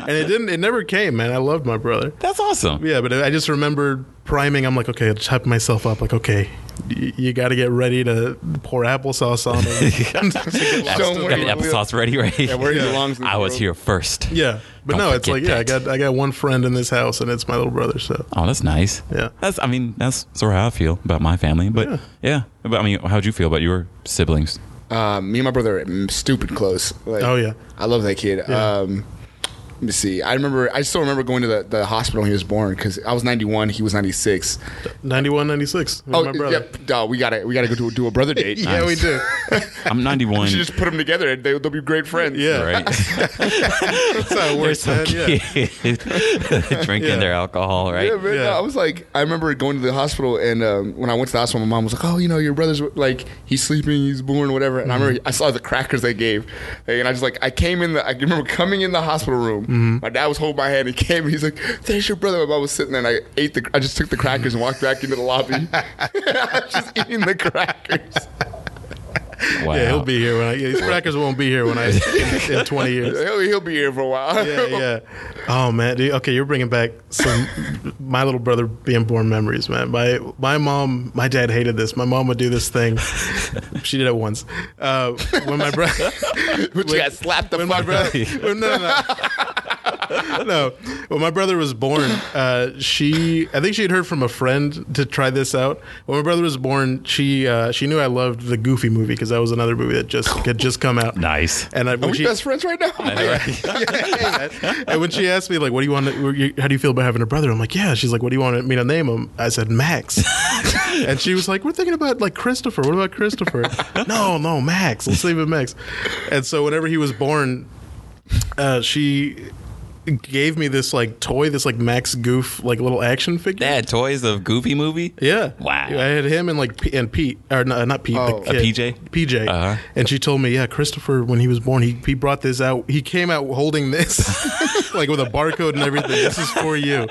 Speaker 2: and it didn't. It never came, man. I loved my brother.
Speaker 1: That's awesome.
Speaker 2: Yeah, but I just remember priming. I'm like, okay, I just hype myself up. Like, okay, y- you got to get ready to pour applesauce on him.
Speaker 3: Show him where
Speaker 1: Got
Speaker 3: he
Speaker 1: the
Speaker 3: lives.
Speaker 1: applesauce ready, right?
Speaker 3: Yeah, where he belongs in the
Speaker 1: I was
Speaker 3: world.
Speaker 1: here first.
Speaker 2: yeah, but
Speaker 1: Don't
Speaker 2: no, it's like
Speaker 1: forget
Speaker 2: yeah, I
Speaker 1: that.
Speaker 2: got I got one friend in this house, and it's my little brother. So
Speaker 1: Oh, that's nice.
Speaker 2: Yeah.
Speaker 1: That's. I mean, that's sort of how I feel about my family. But yeah.
Speaker 2: Yeah.
Speaker 1: But I mean, how'd you feel about your siblings?
Speaker 3: Um, me and my brother are mm, stupid close. Like,
Speaker 2: Oh, yeah.
Speaker 3: I love that kid. Um, let me see. I remember. I still remember going to the, the hospital when he was born because I was 91. He was 96.
Speaker 2: 91, 96. with
Speaker 3: Oh,
Speaker 2: my brother.
Speaker 3: yep. Duh, we gotta we gotta go do a, do a brother date.
Speaker 2: Yeah, we
Speaker 1: Nice.
Speaker 2: do.
Speaker 1: I'm 91.
Speaker 3: You should just put them together. and They, they'll be great friends.
Speaker 2: Yeah,
Speaker 1: right.
Speaker 2: that's how it
Speaker 1: They're
Speaker 2: works,
Speaker 1: some
Speaker 2: man. Yeah.
Speaker 1: kids drinking
Speaker 2: Yeah.
Speaker 1: their alcohol, right?
Speaker 3: Yeah, man,
Speaker 2: Yeah.
Speaker 3: no, I was like, I remember going to the hospital, and um, when I went to the hospital, my mom was like, "Oh, you know, your brother's like he's sleeping, he's born, whatever."
Speaker 2: Mm-hmm.
Speaker 3: And I remember I saw the crackers they gave, and I just like, I came in the, I remember coming in the hospital room.
Speaker 2: Mm-hmm.
Speaker 3: My dad was holding my hand. He came, and he's like, "There's your brother." My mom was sitting there, and I ate the, I just took the crackers and walked back into the lobby. I was just eating the crackers.
Speaker 1: Wow.
Speaker 2: Yeah, he'll be here when I. Yeah, these crackers won't be here when I in 20 years.
Speaker 3: He'll, he'll be here for a while.
Speaker 2: yeah, yeah. Oh man, dude, okay, you're bringing back some my little brother being born memories, man. My my mom, my dad hated this. My mom would do this thing. she did it once. Uh, when my brother,
Speaker 3: Which got slapped the
Speaker 2: when my
Speaker 3: fuck
Speaker 2: brother,
Speaker 3: up.
Speaker 2: no, no, no. No. When my brother was born, uh, she I think she had heard from a friend to try this out. When my brother was born, she uh, she knew I loved the Goofy movie because that was another movie that just had just come out.
Speaker 1: Nice.
Speaker 2: And I,
Speaker 3: Are
Speaker 2: when
Speaker 3: we
Speaker 2: she,
Speaker 3: best friends right now?
Speaker 2: and when she asked me like, "What do you want? To, were you- how do you feel about having a brother?" I'm like, "Yeah." She's like, "What do you want me to name him?" I said, "Max." and she was like, "We're thinking about like Christopher. What about Christopher?" no, no, Max. Let's leave it Max. And so whenever he was born, uh, she gave me this like toy, this like Max Goof like little action figure.
Speaker 1: Dad, toys of Goofy movie.
Speaker 2: Yeah.
Speaker 1: Wow.
Speaker 2: I had him and like P- and Pete or no, not Pete.
Speaker 3: Oh.
Speaker 2: The
Speaker 1: A
Speaker 2: kid.
Speaker 1: PJ?
Speaker 2: PJ.
Speaker 1: Uh-huh.
Speaker 2: And she told me, yeah, Christopher when he was born, he he brought this out. He came out holding this, like with a barcode and everything. This is for you.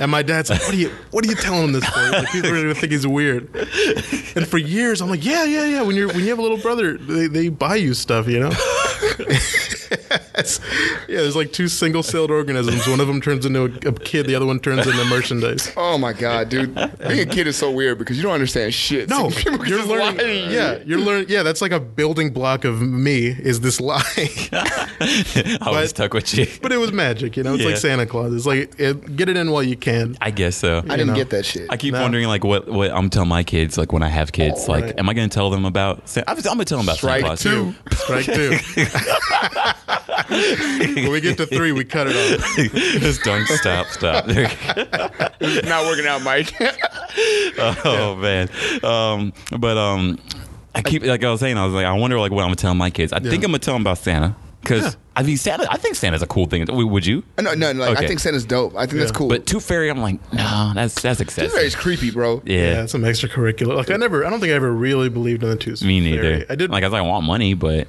Speaker 2: And my dad's like, what are you what are you telling him this for? Like, people are gonna think he's weird. And for years, I'm like, yeah, yeah, yeah. When you're when you have a little brother, they, they buy you stuff, you know. It's- yeah, there's like two single-celled organisms. One of them turns into a, a kid, the other one turns into merchandise.
Speaker 3: Oh my god, dude! Being a kid is so weird because you don't understand shit.
Speaker 2: No,
Speaker 3: So people
Speaker 2: you're
Speaker 3: just
Speaker 2: learning. uh,
Speaker 3: lie to you.
Speaker 2: Yeah, you're learning. Yeah, that's like a building block of me is this lie.
Speaker 1: I was stuck with you.
Speaker 2: but it was magic, you know. It's
Speaker 1: Yeah.
Speaker 2: like Santa Claus. It's like it, get it in while you can.
Speaker 1: I guess so.
Speaker 3: I didn't
Speaker 2: know.
Speaker 3: get that shit.
Speaker 1: I keep
Speaker 2: No.
Speaker 1: wondering, like, what, what I'm telling my kids, like, when I have kids, like, am I going to tell them about? Sa- I'm, I'm going to tell them about Santa
Speaker 3: Strike
Speaker 1: Claus.
Speaker 3: two.
Speaker 2: Strike two. when we get to three, we cut it off.
Speaker 1: Just don't stop, stop. There you go.
Speaker 3: It's not working out, Mike.
Speaker 1: oh man. Um, but um, I keep like I was saying, I was like, I wonder like what I'm gonna tell my kids. I think I'm gonna tell them about Santa because I mean Santa. I think Santa's a cool thing. W- Would you?
Speaker 3: no, no, like,
Speaker 1: Okay.
Speaker 3: I think Santa's dope. I think that's
Speaker 2: Yeah.
Speaker 3: cool.
Speaker 1: But Tooth Fairy, I'm like, no, that's that's excessive.
Speaker 3: Toothfairy's creepy, bro.
Speaker 1: yeah.
Speaker 2: Yeah, some extracurricular. Like I never, I don't think I ever really believed in the two.
Speaker 1: me neither.
Speaker 2: I did.
Speaker 1: Like I was like, I want money, but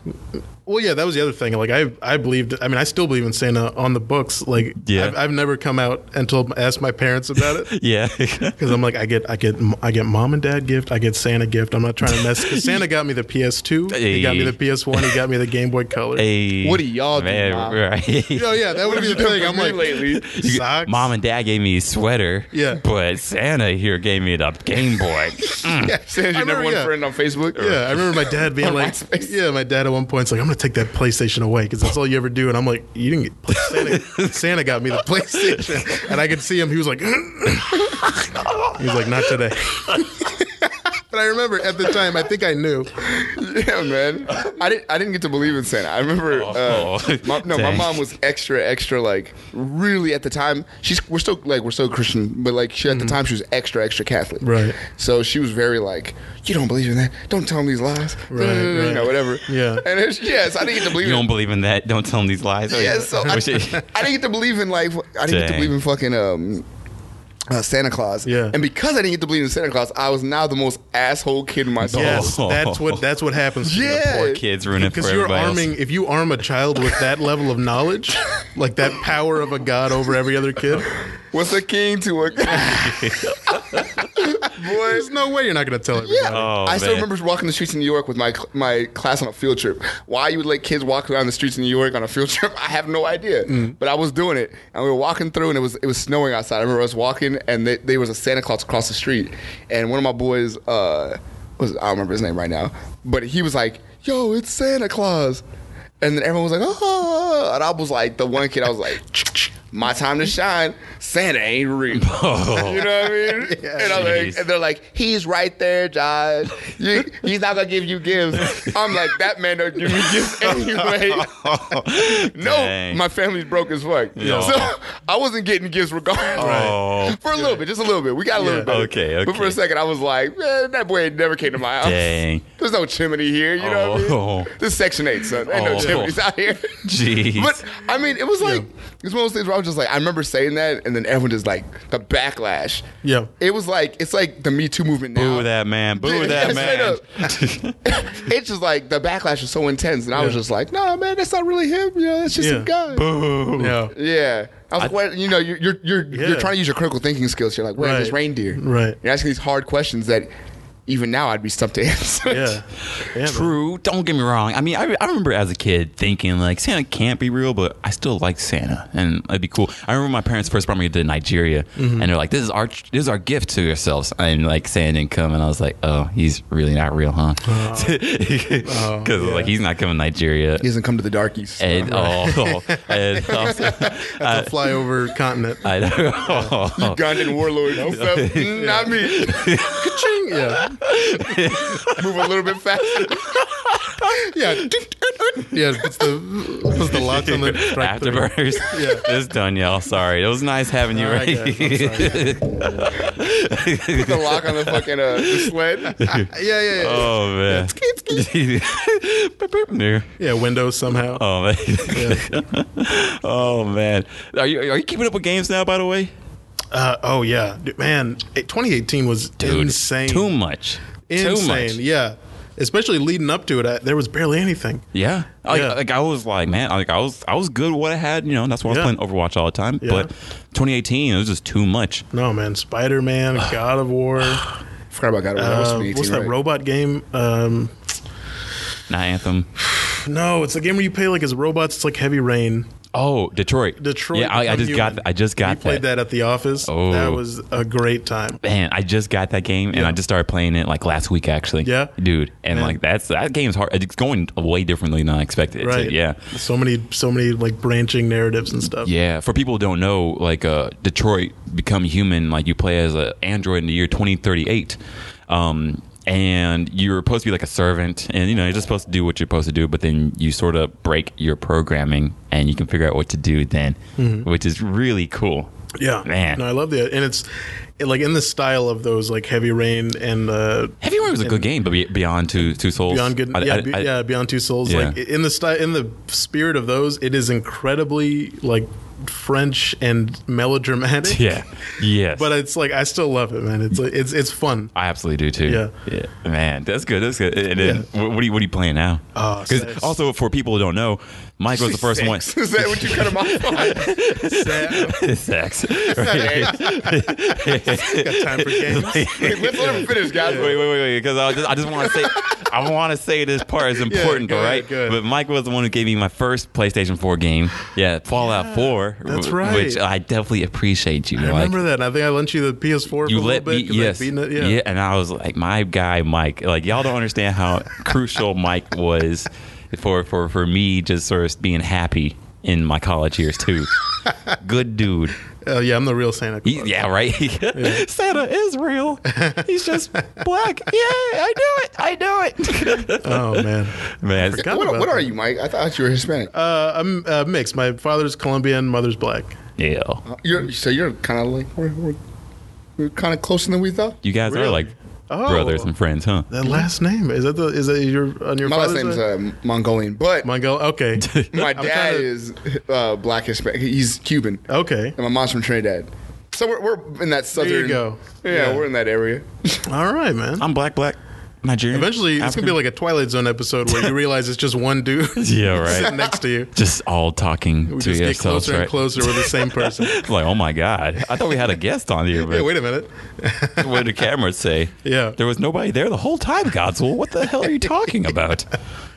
Speaker 2: well, yeah, that was the other thing. Like I, I believed. I mean, I still believe in Santa on the books. Like,
Speaker 1: Yeah.
Speaker 2: I've, I've never come out and told, asked my parents about it.
Speaker 1: yeah.
Speaker 2: Because I'm like, I get, I get, I get mom and dad gift. I get Santa gift. I'm not trying to mess. Cause Santa got me the PS2. He got me the PS1. He got me the Game Boy Color.
Speaker 1: hey,
Speaker 3: What do y'all do,
Speaker 1: man,
Speaker 3: Mom?
Speaker 1: Right.
Speaker 2: No, yeah, that would be the thing. I'm like,
Speaker 3: lately.
Speaker 1: You-
Speaker 2: socks.
Speaker 1: Mom and Dad gave me a sweater.
Speaker 2: Yeah.
Speaker 1: But Santa here gave me the Game Boy.
Speaker 3: Yeah, Santa's
Speaker 2: I
Speaker 3: your number
Speaker 2: remember,
Speaker 3: one
Speaker 2: yeah.
Speaker 3: friend on Facebook.
Speaker 2: Yeah, I remember my dad being
Speaker 3: On
Speaker 2: like,
Speaker 3: MySpace.
Speaker 2: "Yeah, my dad at one point's like, I'm gonna take that PlayStation away because that's all you ever do." And I'm like, "You didn't get play- Santa, Santa got me the PlayStation," and I could see him. He was like, "He was like, not today." but I remember at the time, I think I knew.
Speaker 3: Yeah, man. I didn't. I didn't get to believe in Santa. I remember. Uh,
Speaker 1: Oh.
Speaker 3: my, no, my
Speaker 1: Dang.
Speaker 3: mom was extra, extra. Like really, at the time, she's we're still like we're still Christian, but like she at the time she was extra, extra Catholic.
Speaker 2: Mm-hmm. Right.
Speaker 3: So she was very like, you don't believe in that. Don't tell them these lies.
Speaker 2: Right,
Speaker 3: You
Speaker 2: right.
Speaker 3: know, whatever.
Speaker 2: Yeah.
Speaker 3: And it's, yes, I didn't get to believe
Speaker 1: You
Speaker 3: in.
Speaker 1: don't believe in that? Don't tell them these lies.
Speaker 3: Yeah, so I, I
Speaker 1: Which is-
Speaker 3: didn't get to believe in like I didn't get to
Speaker 1: Dang.
Speaker 3: believe in fucking um, uh, Santa Claus.
Speaker 2: Yeah.
Speaker 3: And because I didn't get to believe in Santa Claus, I was now the most asshole kid in my soul.
Speaker 2: Yes,
Speaker 1: Oh.
Speaker 2: that's what that's what happens.
Speaker 3: Yeah.
Speaker 1: poor kids ruin it for
Speaker 2: Because you're
Speaker 1: everybody
Speaker 2: arming,
Speaker 1: else.
Speaker 2: if you arm a child with that level of knowledge, like that power of a god over every other kid,
Speaker 3: What's a king to a boy?
Speaker 2: there's no way you're not going to tell everybody.
Speaker 3: Yeah,
Speaker 1: Oh,
Speaker 3: I still
Speaker 1: man.
Speaker 3: remember walking the streets in New York with my cl- my class on a field trip. Why you would let kids walk around the streets in New York on a field trip? I have no idea,
Speaker 1: Mm.
Speaker 3: but I was doing it, and we were walking through, and it was it was snowing outside. I remember I was walking, and they, there was a Santa Claus across the street, and one of my boys uh, was I don't remember his name right now, but he was like, "Yo, it's Santa Claus," and then everyone was like, "Oh," and I was like, the one kid, I was like. My time to shine. Santa ain't real. You know what I mean? and, I'm like,
Speaker 1: Jeez.
Speaker 3: and they're like, he's right there, Josh. You, he's not gonna give you gifts. I'm like, that man don't give me gifts anyway. no,
Speaker 1: Dang.
Speaker 3: my family's broke as fuck.
Speaker 1: Yeah.
Speaker 3: So I wasn't getting gifts regardless.
Speaker 1: Oh.
Speaker 3: For a little bit, just a little bit. We got a little
Speaker 2: Yeah.
Speaker 3: bit.
Speaker 1: Okay,
Speaker 3: But for
Speaker 1: okay.
Speaker 3: a second, I was like, man, that boy never came to my house.
Speaker 1: Dang.
Speaker 3: There's no chimney here. You know what I
Speaker 1: Oh.
Speaker 3: mean? This is Section 8, son. Ain't
Speaker 1: Oh.
Speaker 3: no chimneys out here.
Speaker 1: Jeez.
Speaker 3: But I mean, it was like it's one of those things where I was just like, I remember saying that, and then everyone just like the backlash.
Speaker 2: Yeah.
Speaker 3: it was like it's like the Me Too movement now.
Speaker 1: Boo that man. Boo
Speaker 3: Yeah,
Speaker 1: that
Speaker 3: straight
Speaker 1: man.
Speaker 3: it's just like the backlash was so intense, and I was
Speaker 2: Yeah.
Speaker 3: just like, no, man, that's not really him. You know, that's just
Speaker 2: Yeah.
Speaker 3: a guy.
Speaker 1: Boo.
Speaker 2: Yeah.
Speaker 3: Yeah. I was like, well, you know, you're you're you're,
Speaker 2: Yeah.
Speaker 3: you're trying to use your critical thinking skills. You're like, where's
Speaker 2: Right.
Speaker 3: this reindeer?
Speaker 2: Right.
Speaker 3: You're asking these hard questions that even now I'd be stumped to answer.
Speaker 2: Yeah. Yeah, man.
Speaker 1: True. Don't get me wrong. I mean, I, I remember as a kid thinking like Santa can't be real, but I still like Santa, and it'd be cool. I remember my parents first brought me to Nigeria, and they're like, "This is our this is our gift to yourselves." And like Santa didn't come, and I was like, "Oh, he's really not real, huh?" Because
Speaker 2: yeah.
Speaker 1: like he's not coming to Nigeria.
Speaker 3: He doesn't come to the darkies.
Speaker 1: And, oh, and also,
Speaker 2: That's a flyover continent.
Speaker 1: I know.
Speaker 3: Ugandan warlord and stuff. Mm, Not me.
Speaker 2: Ka-ching! Yeah.
Speaker 3: Move a little bit faster.
Speaker 2: Yeah. Yeah, puts the puts the locks on the strike three.
Speaker 1: Afterburners.
Speaker 2: Yeah.
Speaker 1: It's done, y'all. Sorry. It was nice having you.
Speaker 2: All right,
Speaker 1: right?
Speaker 2: guys, I'm sorry.
Speaker 3: Put the lock on the fucking uh, the sled.
Speaker 2: Yeah, yeah, yeah.
Speaker 1: oh man. Boop, boop. No.
Speaker 2: yeah, Windows somehow.
Speaker 1: oh man. oh man. Are you are you keeping up with games now? By the way,
Speaker 2: Uh, oh yeah, Dude, man. eh, 2018 was insane.
Speaker 1: Too much. Too
Speaker 2: Insane.
Speaker 1: much.
Speaker 2: Yeah. Especially leading up to it, I, there was barely anything.
Speaker 1: Yeah. Like,
Speaker 2: Yeah.
Speaker 1: like I was like, man, like I was I was good with what I had, you know, that's why I was
Speaker 2: Yeah.
Speaker 1: playing Overwatch all the time.
Speaker 2: Yeah.
Speaker 1: But 2018, it was just too much.
Speaker 2: No man, Spider Man, God of War.
Speaker 3: Forgot about God. That was
Speaker 2: uh,
Speaker 1: E
Speaker 3: 2018,
Speaker 2: what's that
Speaker 3: right?
Speaker 2: robot game? Um,
Speaker 1: Not Anthem.
Speaker 2: no, it's the game where you play like as robots. It's like Heavy Rain.
Speaker 1: Oh, Detroit.
Speaker 2: Detroit.
Speaker 1: Yeah, I, I
Speaker 2: Become
Speaker 1: just got
Speaker 2: Human.
Speaker 1: I just got
Speaker 2: we played that at the office.
Speaker 1: Oh.
Speaker 2: That was a great time.
Speaker 1: man, I just got that game and I just started playing it like last week actually.
Speaker 2: Yeah?
Speaker 1: dude, and
Speaker 2: Man.
Speaker 1: like that's that game's hard. It's going way differently than I expected. it to.
Speaker 2: Right.
Speaker 1: Yeah.
Speaker 2: So many, so many like branching narratives and stuff.
Speaker 1: Yeah, for people who don't know, like uh, Detroit Become Human, like you play as an android in the year 2038. Um, and you're supposed to be like a servant and you know you're just supposed to do what you're supposed to do but then you sort of break your programming and you can figure out what to do then
Speaker 2: Mm-hmm.
Speaker 1: which is really cool
Speaker 2: Yeah,
Speaker 1: Man.
Speaker 2: No, I love that, and it's it, like in the style of those like Heavy Rain and uh,
Speaker 1: heavy rain was a good game but be- beyond two two souls
Speaker 2: Beyond Good,
Speaker 1: I-
Speaker 2: yeah,
Speaker 1: I-
Speaker 2: Be-
Speaker 1: I-
Speaker 2: yeah, Beyond Two Souls. Like
Speaker 1: Yeah.
Speaker 2: in the style, in the spirit of those, it is incredibly like French and melodramatic.
Speaker 1: yeah yes
Speaker 2: but it's like I still love it, man. It's like, it's it's fun.
Speaker 1: I absolutely do too.
Speaker 2: Yeah.
Speaker 1: yeah, man, that's good. That's good. And then, wh- what, are you what are you playing now?
Speaker 2: Oh,
Speaker 1: Because
Speaker 2: sex.
Speaker 1: also for people who don't know, Mike was the first one.
Speaker 3: Sex. Is that what you cut him off on? Sex.
Speaker 1: sex.
Speaker 3: Hey,
Speaker 2: Got time for games.
Speaker 3: Let's let him finish, guys.
Speaker 1: Wait, wait, wait, wait, because I just, I just want to say, I want to say this part is important,
Speaker 2: go
Speaker 1: all right?
Speaker 2: ahead, go ahead.
Speaker 1: But Mike was the one who gave me my first PlayStation 4 game. Yeah, Fallout 4.
Speaker 2: that's
Speaker 1: w-
Speaker 2: right.
Speaker 1: Which I definitely appreciate you.
Speaker 2: I remember that. and I think I lent you the PS4 for
Speaker 1: You
Speaker 2: a little
Speaker 1: let me,
Speaker 2: bit. 'cause I'd
Speaker 1: yes,
Speaker 2: beaten it,
Speaker 1: yeah.
Speaker 2: yeah.
Speaker 1: and I was like, my guy Mike, like y'all don't understand how crucial Mike was for for for me, just sort of being happy in my college years too. Good dude.
Speaker 2: Uh, yeah, I'm the real Santa Claus.
Speaker 1: He- yeah, right. Santa is real. He's just black. Yeah, I knew it. I knew it.
Speaker 2: Oh man,
Speaker 1: Man,
Speaker 2: forgot
Speaker 3: What,
Speaker 2: about
Speaker 3: what are
Speaker 2: that.
Speaker 3: you, Mike? I thought you were Hispanic.
Speaker 2: Uh, I'm uh, mixed. My father's Colombian, mother's black.
Speaker 1: yeah.
Speaker 3: Uh, You're, so you're kind of like we're, we're, we're kind of closer than we thought.
Speaker 1: You guys are
Speaker 2: Really?
Speaker 1: like
Speaker 2: Oh.
Speaker 1: brothers and friends, huh?
Speaker 2: That last name is that the is that your on your
Speaker 3: My last
Speaker 2: father's
Speaker 3: name's
Speaker 2: side?
Speaker 3: uh, Mongolian, but
Speaker 2: Mongol. Okay,
Speaker 3: my
Speaker 2: I'm
Speaker 3: dad
Speaker 2: trying to-
Speaker 3: is uh, black Hispanic. He's Cuban,
Speaker 2: okay.
Speaker 3: and my mom's from Trinidad. So we're, we're in that southern.
Speaker 2: you go.
Speaker 3: Yeah,
Speaker 2: Yeah.
Speaker 3: we're in that area.
Speaker 2: All right, man.
Speaker 1: I'm black, black, Nigerian.
Speaker 2: Eventually, it's gonna be
Speaker 1: African.
Speaker 2: like a Twilight Zone episode where you realize it's just one dude
Speaker 1: yeah, right.
Speaker 2: sitting next to you.
Speaker 1: just all talking
Speaker 2: We
Speaker 1: to
Speaker 2: just get
Speaker 1: yourselves,
Speaker 2: closer
Speaker 1: right?
Speaker 2: and closer with the same person.
Speaker 1: like, oh my god! I thought we had a guest on here, but
Speaker 2: Hey, wait a minute.
Speaker 1: what did the cameras say?
Speaker 2: Yeah.
Speaker 1: there was nobody there the whole time. Godswill, what the hell are you talking about?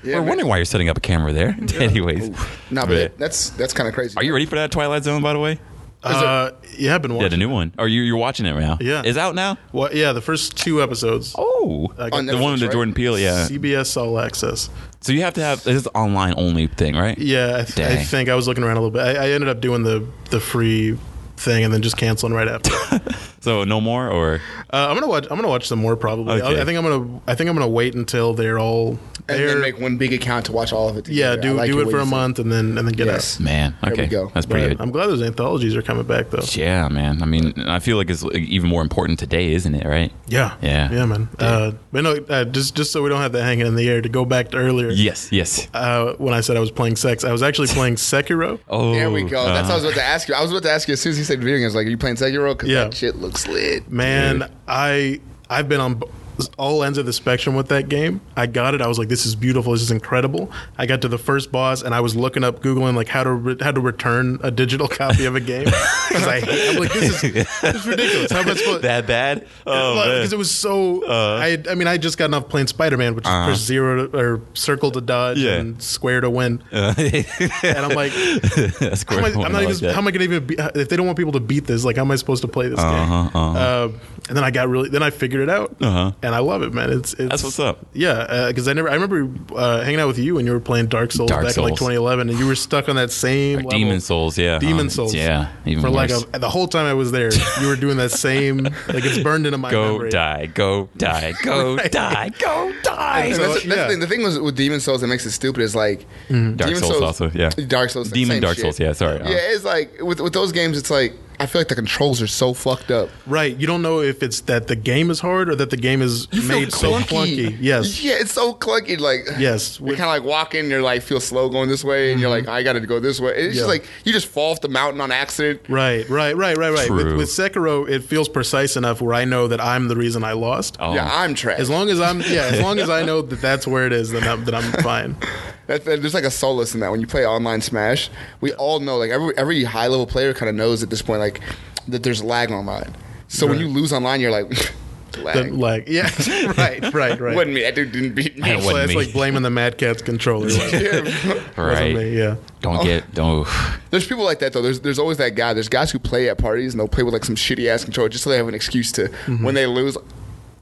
Speaker 1: We're
Speaker 3: man.
Speaker 1: wondering why you're setting up a camera there. Anyways,
Speaker 3: No, but
Speaker 1: But-
Speaker 3: that's that's kind of crazy.
Speaker 1: are you ready for that Twilight Zone? By the way,
Speaker 2: Uh, yeah, I've been
Speaker 1: yeah, the
Speaker 2: watching.
Speaker 1: new one. Are you you're watching it now?
Speaker 2: Yeah.
Speaker 1: is out now.
Speaker 2: What? Yeah, the first two episodes.
Speaker 1: Oh,
Speaker 2: I got
Speaker 1: the
Speaker 3: On
Speaker 1: one
Speaker 3: Uh, Netflix,
Speaker 1: with the
Speaker 3: right?
Speaker 1: Jordan Peele. Yeah,
Speaker 2: CBS All Access.
Speaker 1: so you have to have this is online only thing, right?
Speaker 2: Yeah, I, th- I
Speaker 1: Dang.
Speaker 2: think I was looking around a little bit. I, I ended up doing the the free thing and then just canceling right after. uh,
Speaker 1: So no more, or
Speaker 2: I'm gonna watch. I'm gonna watch some more probably. I-
Speaker 1: Okay.
Speaker 2: I, think I'm gonna. I think I'm gonna wait until they're all.
Speaker 3: And
Speaker 2: they're-
Speaker 3: then make one big account to watch all of it.
Speaker 2: yeah,
Speaker 3: together. I
Speaker 2: do
Speaker 3: like
Speaker 2: do
Speaker 3: the
Speaker 2: it
Speaker 3: way
Speaker 2: for
Speaker 3: you
Speaker 2: a
Speaker 3: said
Speaker 2: month and then and then get
Speaker 3: Yes.
Speaker 2: out.
Speaker 1: man, okay,
Speaker 3: we go.
Speaker 1: that's pretty
Speaker 2: But
Speaker 1: good.
Speaker 2: I'm glad those anthologies are coming back though.
Speaker 1: yeah, man. I mean, I feel like it's like, even more important today, isn't it? Right?
Speaker 2: Yeah,
Speaker 1: Yeah.
Speaker 2: yeah, man. Uh, but no, uh, just just so we don't have that hanging in the air. To go back to earlier,
Speaker 1: Yes, yes.
Speaker 2: uh, when I said I was playing sex, I was actually playing Sekiro.
Speaker 1: Oh,
Speaker 3: There we go. That's what I was
Speaker 1: uh-huh.
Speaker 3: about to ask you. I was about to ask you as soon as he said video games. Like, are you playing Sekiro? Because
Speaker 2: Yeah.
Speaker 3: that shit looks lit.
Speaker 2: Man, I I've been on b- all ends of the spectrum with that game. I got it. I was like, this is beautiful. This is incredible. I got to the first boss, and I was looking up, googling like how to re- how to return a digital copy of a game 'Cause I hate. I'm like, this is, this is ridiculous. How am I supposed?
Speaker 1: that bad. Oh, man. Uh-huh.
Speaker 2: because it was so. I I mean, I just got off playing Spider Man, which is press zero to, or circle to dodge
Speaker 1: Yeah.
Speaker 2: and square to win.
Speaker 1: That's
Speaker 2: And I'm like, how
Speaker 1: great.
Speaker 2: am I, am not even. how am I gonna even? Be, if they don't want people to beat this, like, how am I supposed to play this game?
Speaker 1: Uh-huh, uh-huh.
Speaker 2: Uh, and then I got really. Then I figured it out,
Speaker 1: Uh-huh.
Speaker 2: and I love it, man. It's, it's
Speaker 1: That's what's up.
Speaker 2: Yeah, because I never. I remember uh, hanging out with you when you were playing Dark Souls
Speaker 1: Dark
Speaker 2: back in like
Speaker 1: Souls.
Speaker 2: 2011, and you were stuck on that same level.
Speaker 1: Demon Souls, yeah.
Speaker 2: Demon
Speaker 1: Uh,
Speaker 2: Souls.
Speaker 1: Yeah. Even
Speaker 2: for
Speaker 1: worse.
Speaker 2: like a, the whole time I was there, you were doing that same. Like it's burned into my
Speaker 1: go
Speaker 2: memory.
Speaker 1: die, go die, go die, go die.
Speaker 3: And
Speaker 2: So,
Speaker 3: that's, that's
Speaker 2: yeah.
Speaker 3: the thing. The thing was with Demon Souls that makes it stupid is like Dark
Speaker 1: Mm-hmm. Souls also, yeah.
Speaker 3: Dark Souls,
Speaker 1: Demon
Speaker 3: same
Speaker 1: Dark
Speaker 3: shit.
Speaker 1: Souls, yeah, sorry. Uh.
Speaker 3: yeah, it's like with with those games, it's like I feel like the controls are so fucked up.
Speaker 2: Right. You don't know if it's that the game is hard or that the game is made so clunky. Yes.
Speaker 3: yeah, it's so clunky. Like
Speaker 2: Yes.
Speaker 3: you're kind of like walking, you're like feel slow going this way, and you're
Speaker 1: Mm-hmm.
Speaker 3: like I got to go this way. It's just
Speaker 2: Yeah.
Speaker 3: like you just fall off the mountain on accident.
Speaker 2: Right, right, right, right, right. With,
Speaker 1: True.
Speaker 2: with Sekiro, it feels precise enough where I know that I'm the reason I lost.
Speaker 1: Oh.
Speaker 3: Yeah, I'm trash.
Speaker 2: As long as I'm, yeah, as long as I know that that's where it is, then I'm, then I'm fine.
Speaker 3: That, that- there's like a solace in that when you play online Smash. We all know, like every every high level player kind of knows at this point, like that there's lag online. So when
Speaker 2: Right.
Speaker 3: you lose online, you're like, lag.
Speaker 2: But like, yeah, right, right, right.
Speaker 3: Wasn't me. That dude didn't beat me.
Speaker 1: It
Speaker 2: so
Speaker 1: wasn't
Speaker 2: that's
Speaker 1: me.
Speaker 2: like blaming the Mad Cat's controller. Like, it
Speaker 3: Yeah.
Speaker 2: wasn't
Speaker 1: right.
Speaker 2: me, yeah.
Speaker 1: Don't
Speaker 2: Oh.
Speaker 1: get, don't.
Speaker 3: There's people like that though. There's there's always that guy. There's guys who play at parties and they'll play with like some shitty ass controller just so they have an excuse to
Speaker 2: Mm-hmm.
Speaker 3: when they lose.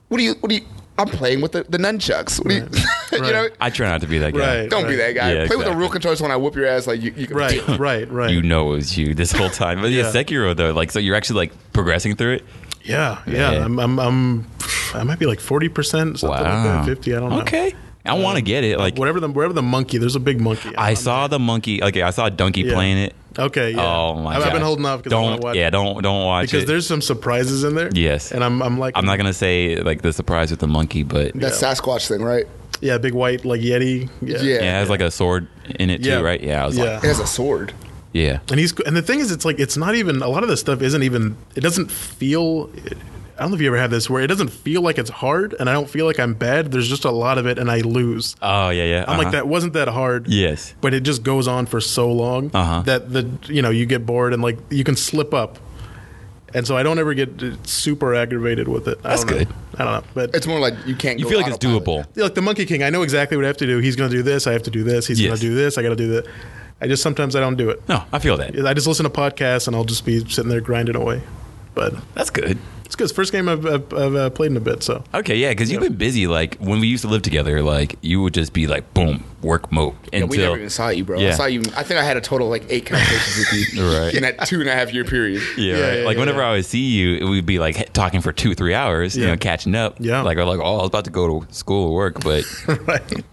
Speaker 3: What do you? What do you? I'm playing with the, the nunchucks. What do you, you know,
Speaker 2: Right.
Speaker 1: I try not to be that guy.
Speaker 2: Right.
Speaker 3: don't be that guy.
Speaker 1: Yeah,
Speaker 3: play with a
Speaker 1: exactly.
Speaker 3: real controller. So when I whoop your ass, like you, you can
Speaker 2: Right, right, right.
Speaker 1: You know it was you this whole time. But yeah,
Speaker 2: Yeah.
Speaker 1: Sekiro though, like so you're actually like progressing through it.
Speaker 2: Yeah, yeah.
Speaker 1: Yeah.
Speaker 2: I'm, I'm, I'm, I might be like forty percent, something like that, fifty. I don't know. Uh,
Speaker 1: Okay. I want to get it. Like
Speaker 2: Whatever the whatever the monkey, there's a big monkey.
Speaker 1: I saw the monkey. Okay, I saw Donkey
Speaker 2: Yeah.
Speaker 1: playing it.
Speaker 2: Okay. Yeah.
Speaker 1: Oh my
Speaker 2: I've,
Speaker 1: god!
Speaker 2: I've been holding off because I want
Speaker 1: don't.
Speaker 2: to watch.
Speaker 1: yeah, don't don't watch
Speaker 2: Because
Speaker 1: it.
Speaker 2: there's some surprises in there.
Speaker 1: Yes.
Speaker 2: And I'm I'm like
Speaker 1: I'm not gonna say like the surprise with the monkey, but yeah,
Speaker 3: That Sasquatch thing, right?
Speaker 2: yeah, big white like yeti. Yeah.
Speaker 3: Yeah.
Speaker 1: it has like a sword in it too,
Speaker 2: Yeah.
Speaker 1: right? Yeah, I was
Speaker 2: Yeah.
Speaker 1: like,
Speaker 3: It has a sword.
Speaker 1: yeah,
Speaker 2: And he's and the thing is, it's like it's not even a lot of this stuff isn't even. It doesn't feel. I don't know if you ever had this where it doesn't feel like it's hard, and I don't feel like I'm bad. There's just a lot of it, and I lose.
Speaker 1: oh yeah, yeah.
Speaker 2: I'm
Speaker 1: uh-huh.
Speaker 2: like that wasn't that hard.
Speaker 1: Yes.
Speaker 2: But it just goes on for so long
Speaker 1: Uh-huh.
Speaker 2: that the you know you get bored and like you can slip up, and so I don't ever get uh, super aggravated with it. I
Speaker 1: That's
Speaker 2: don't know.
Speaker 1: good.
Speaker 2: I don't know, but
Speaker 3: It's more like you can't.
Speaker 1: You
Speaker 3: go
Speaker 1: feel like it's
Speaker 3: autopilot.
Speaker 1: doable.
Speaker 2: Yeah, like the Monkey King, I know exactly what I have to do. He's going to do this. I have to do this. He's going
Speaker 1: Yes.
Speaker 2: to do this. I got to do that. I just sometimes I don't do it.
Speaker 1: No, I feel that.
Speaker 2: I just listen to podcasts and I'll just be sitting there grinding away. But
Speaker 1: That's good.
Speaker 2: it's good. It's the first game I've, I've, I've uh, played in a bit. So
Speaker 1: Okay, yeah, because you've been busy. Like when we used to live together, like you would just be like, boom, work mode
Speaker 3: Yeah,
Speaker 1: until
Speaker 3: we never even saw you, bro. I
Speaker 1: Yeah.
Speaker 3: saw you. I think I had a total of like eight conversations with you
Speaker 1: Right.
Speaker 3: in that two and a half year period.
Speaker 1: Yeah,
Speaker 2: Yeah,
Speaker 1: right.
Speaker 2: yeah,
Speaker 1: like
Speaker 2: yeah,
Speaker 1: whenever
Speaker 2: yeah.
Speaker 1: I would see you, it would be like he- talking for two, three hours, you
Speaker 2: Yeah.
Speaker 1: know, catching up.
Speaker 2: Yeah.
Speaker 1: Like I'm like, oh, I was about to go to school or work, but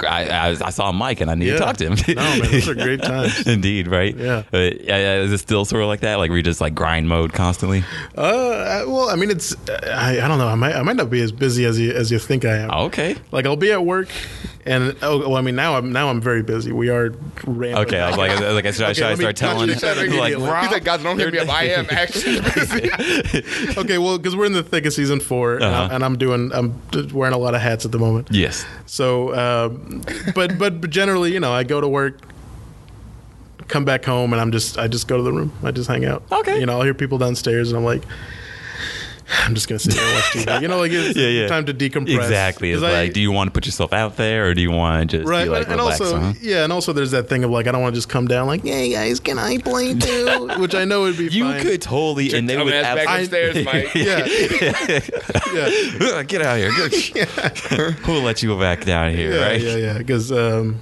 Speaker 1: I, I, was- I saw Mike and I need
Speaker 2: Yeah.
Speaker 1: to talk to him.
Speaker 2: no, man, those are great times.
Speaker 1: Indeed, right?
Speaker 2: Yeah.
Speaker 1: Uh, yeah, yeah, Is it still sort of like that? Like we're just like grind mode constantly?
Speaker 2: Uh, I- well, I mean, it's I, I don't know. I might I might not be as busy as you as you think I am.
Speaker 1: Okay.
Speaker 2: Like I'll be at work, and oh, well, I mean now I'm now I'm very busy. We are rambling.
Speaker 1: Okay. I was like, I was like, should, I- should I
Speaker 2: let me
Speaker 1: start
Speaker 2: touch
Speaker 1: telling?
Speaker 2: each other
Speaker 1: like,
Speaker 2: immediately.
Speaker 1: Rob,
Speaker 3: He's like, guys, don't hit me up. I am actually busy.
Speaker 2: okay, well, because we're in the thick of season 4 and,
Speaker 1: Uh-huh.
Speaker 2: I, and I'm doing I'm d- wearing a lot of hats at the moment.
Speaker 1: Yes.
Speaker 2: So, um, but but generally, you know, I go to work, come back home, and I'm just I just go to the room. I just hang out.
Speaker 1: Okay.
Speaker 2: You know, I'll hear people downstairs, and I'm like. I'm just gonna sit here and watch TV. You know, like it's
Speaker 1: Yeah, yeah.
Speaker 2: time to decompress.
Speaker 1: Exactly. It's
Speaker 2: 'Cause I-
Speaker 1: like, do you want to put yourself out there, or do you want to just
Speaker 2: right?
Speaker 1: be like
Speaker 2: and
Speaker 1: relax? uh-huh.
Speaker 2: also,
Speaker 1: huh?
Speaker 2: yeah, and also, there's that thing of like, I don't want to just come down like, hey guys, can I play too? Which I know would be
Speaker 1: You
Speaker 2: fine.
Speaker 1: could totally, and they
Speaker 3: I'm
Speaker 1: would
Speaker 3: ass back
Speaker 1: absolutely.
Speaker 3: upstairs, Mike.
Speaker 2: yeah, yeah.
Speaker 1: Get out of here. we'll let you back down here,
Speaker 2: yeah,
Speaker 1: right?
Speaker 2: Yeah, yeah, because um,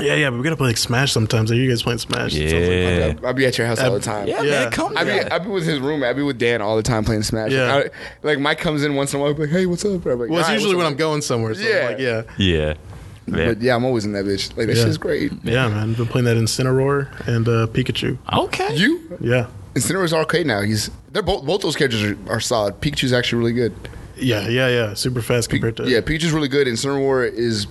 Speaker 2: yeah, yeah, but we gotta play like Smash sometimes. Are you guys playing Smash? It sounds like-
Speaker 1: Yeah.
Speaker 3: I'll be at your house all the time.
Speaker 1: Yeah,
Speaker 2: Yeah.
Speaker 1: man, come
Speaker 3: I be
Speaker 1: down.
Speaker 3: I be with his roommate. I be with Dan all the time playing Smash.
Speaker 2: Yeah.
Speaker 3: I- like Mike comes in once in a while. Like, hey, what's up? Bro? I'm like,
Speaker 2: well, it's
Speaker 3: "Alright,
Speaker 2: usually when
Speaker 3: what's
Speaker 2: I'm going somewhere. So yeah,
Speaker 3: Yeah.
Speaker 2: like, yeah,
Speaker 1: yeah.
Speaker 3: up?"
Speaker 1: Man.
Speaker 3: But yeah, I'm always in that bitch. Like that
Speaker 2: Yeah.
Speaker 3: shit's great.
Speaker 2: yeah, man. I've been playing that Incineroar and uh, Pikachu.
Speaker 1: Okay.
Speaker 3: You
Speaker 2: Yeah,
Speaker 3: Incineroar's arcade now. He's they're both both those characters are, are solid. Pikachu's actually really good.
Speaker 2: yeah, yeah, yeah. Super fast compared to
Speaker 3: Yeah, Pikachu's really good. and Incineroar is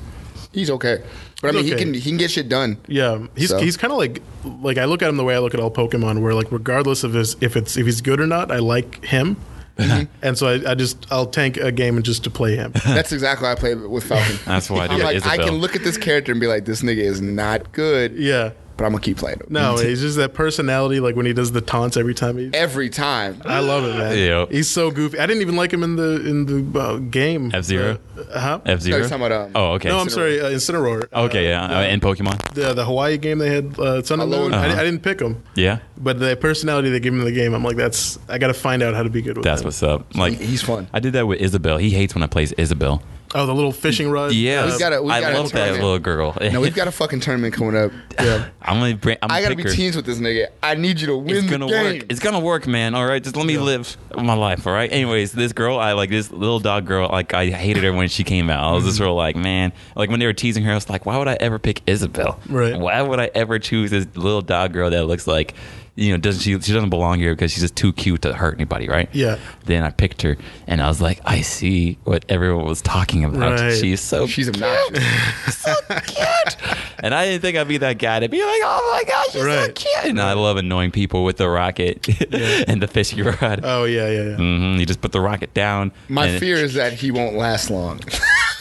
Speaker 3: he's okay. But I mean,
Speaker 2: okay.
Speaker 3: he can he can get shit done.
Speaker 2: Yeah, he's
Speaker 3: So-
Speaker 2: he's kind of like like I look at him the way I look at all Pokemon, where like regardless of his if it's if he's good or not, I like him,
Speaker 1: Mm-hmm.
Speaker 2: and so I, I just I'll tank a game and just to play him.
Speaker 3: That's exactly how I play with Falcon.
Speaker 1: That's why I do
Speaker 3: I'm
Speaker 1: it,
Speaker 3: like, I
Speaker 1: Isabel.
Speaker 3: can look at this character and be like, this nigga is not good,
Speaker 2: Yeah,
Speaker 3: but I'm gonna keep playing him.
Speaker 2: no,
Speaker 1: Mm-hmm.
Speaker 2: he's just that personality. Like when he does the taunts every time he.
Speaker 3: Every time.
Speaker 2: I love it, man.
Speaker 1: Yeah.
Speaker 2: He's so goofy. I didn't even like him in the in the uh, game.
Speaker 1: F-Zero?
Speaker 2: Uh, huh?
Speaker 1: F
Speaker 3: No,
Speaker 1: Zero.
Speaker 3: he's talking about, um,
Speaker 1: oh, okay.
Speaker 2: No, I'm sorry, uh, Incineroar. Uh,
Speaker 1: okay, yeah. Uh, and Pokemon.
Speaker 2: the, the Hawaii game they had uh, Sun and
Speaker 3: I love
Speaker 2: Moon.
Speaker 3: it.
Speaker 2: I, di-
Speaker 1: Uh-huh.
Speaker 2: I didn't pick him,
Speaker 1: Yeah.
Speaker 2: but the personality they give him in the game, I'm like, that's I got to find out how to be good with.
Speaker 1: That's
Speaker 2: him.
Speaker 1: what's up. Like
Speaker 3: He- he's fun.
Speaker 1: I did that with Isabel. He hates when I play Isabel.
Speaker 2: Oh, the little fishing rod.
Speaker 1: Yeah.
Speaker 3: We've gotta- we've
Speaker 1: I
Speaker 3: gotta
Speaker 1: love
Speaker 3: turn
Speaker 1: that
Speaker 3: it.
Speaker 1: little girl.
Speaker 3: No, we've got a fucking tournament coming up. Yeah.
Speaker 1: I'm gonna bring. I'm
Speaker 3: I
Speaker 1: gonna
Speaker 3: gotta be
Speaker 1: pick her.
Speaker 3: teams with this nigga. I need you to win
Speaker 1: It's gonna
Speaker 3: the game.
Speaker 1: work. It's gonna work, man. All right, just let me live my life. All right. Anyways, this girl, I like this little dog girl. Like I hated her when she came out. I was
Speaker 3: Mm-hmm.
Speaker 1: just sort of like, man. Like when they were teasing her, I was like, why would I ever pick Isabel?
Speaker 2: Right.
Speaker 1: Why would I ever choose this little dog girl that looks like, you know, doesn't she? She doesn't belong here because she's just too cute to hurt anybody, right?
Speaker 2: Yeah.
Speaker 1: Then I picked her, and I was like, I see what everyone was talking about.
Speaker 2: Right.
Speaker 1: She's so
Speaker 3: She's obnoxious.
Speaker 1: so cute. And I didn't think I'd be that guy to be like, oh my gosh, she's so
Speaker 2: Right.
Speaker 1: cute. And I love annoying people with the rocket and the fishing rod.
Speaker 2: Oh yeah, yeah, yeah.
Speaker 1: hmm You just put the rocket down.
Speaker 3: My
Speaker 1: and-
Speaker 3: fear is that he won't last long.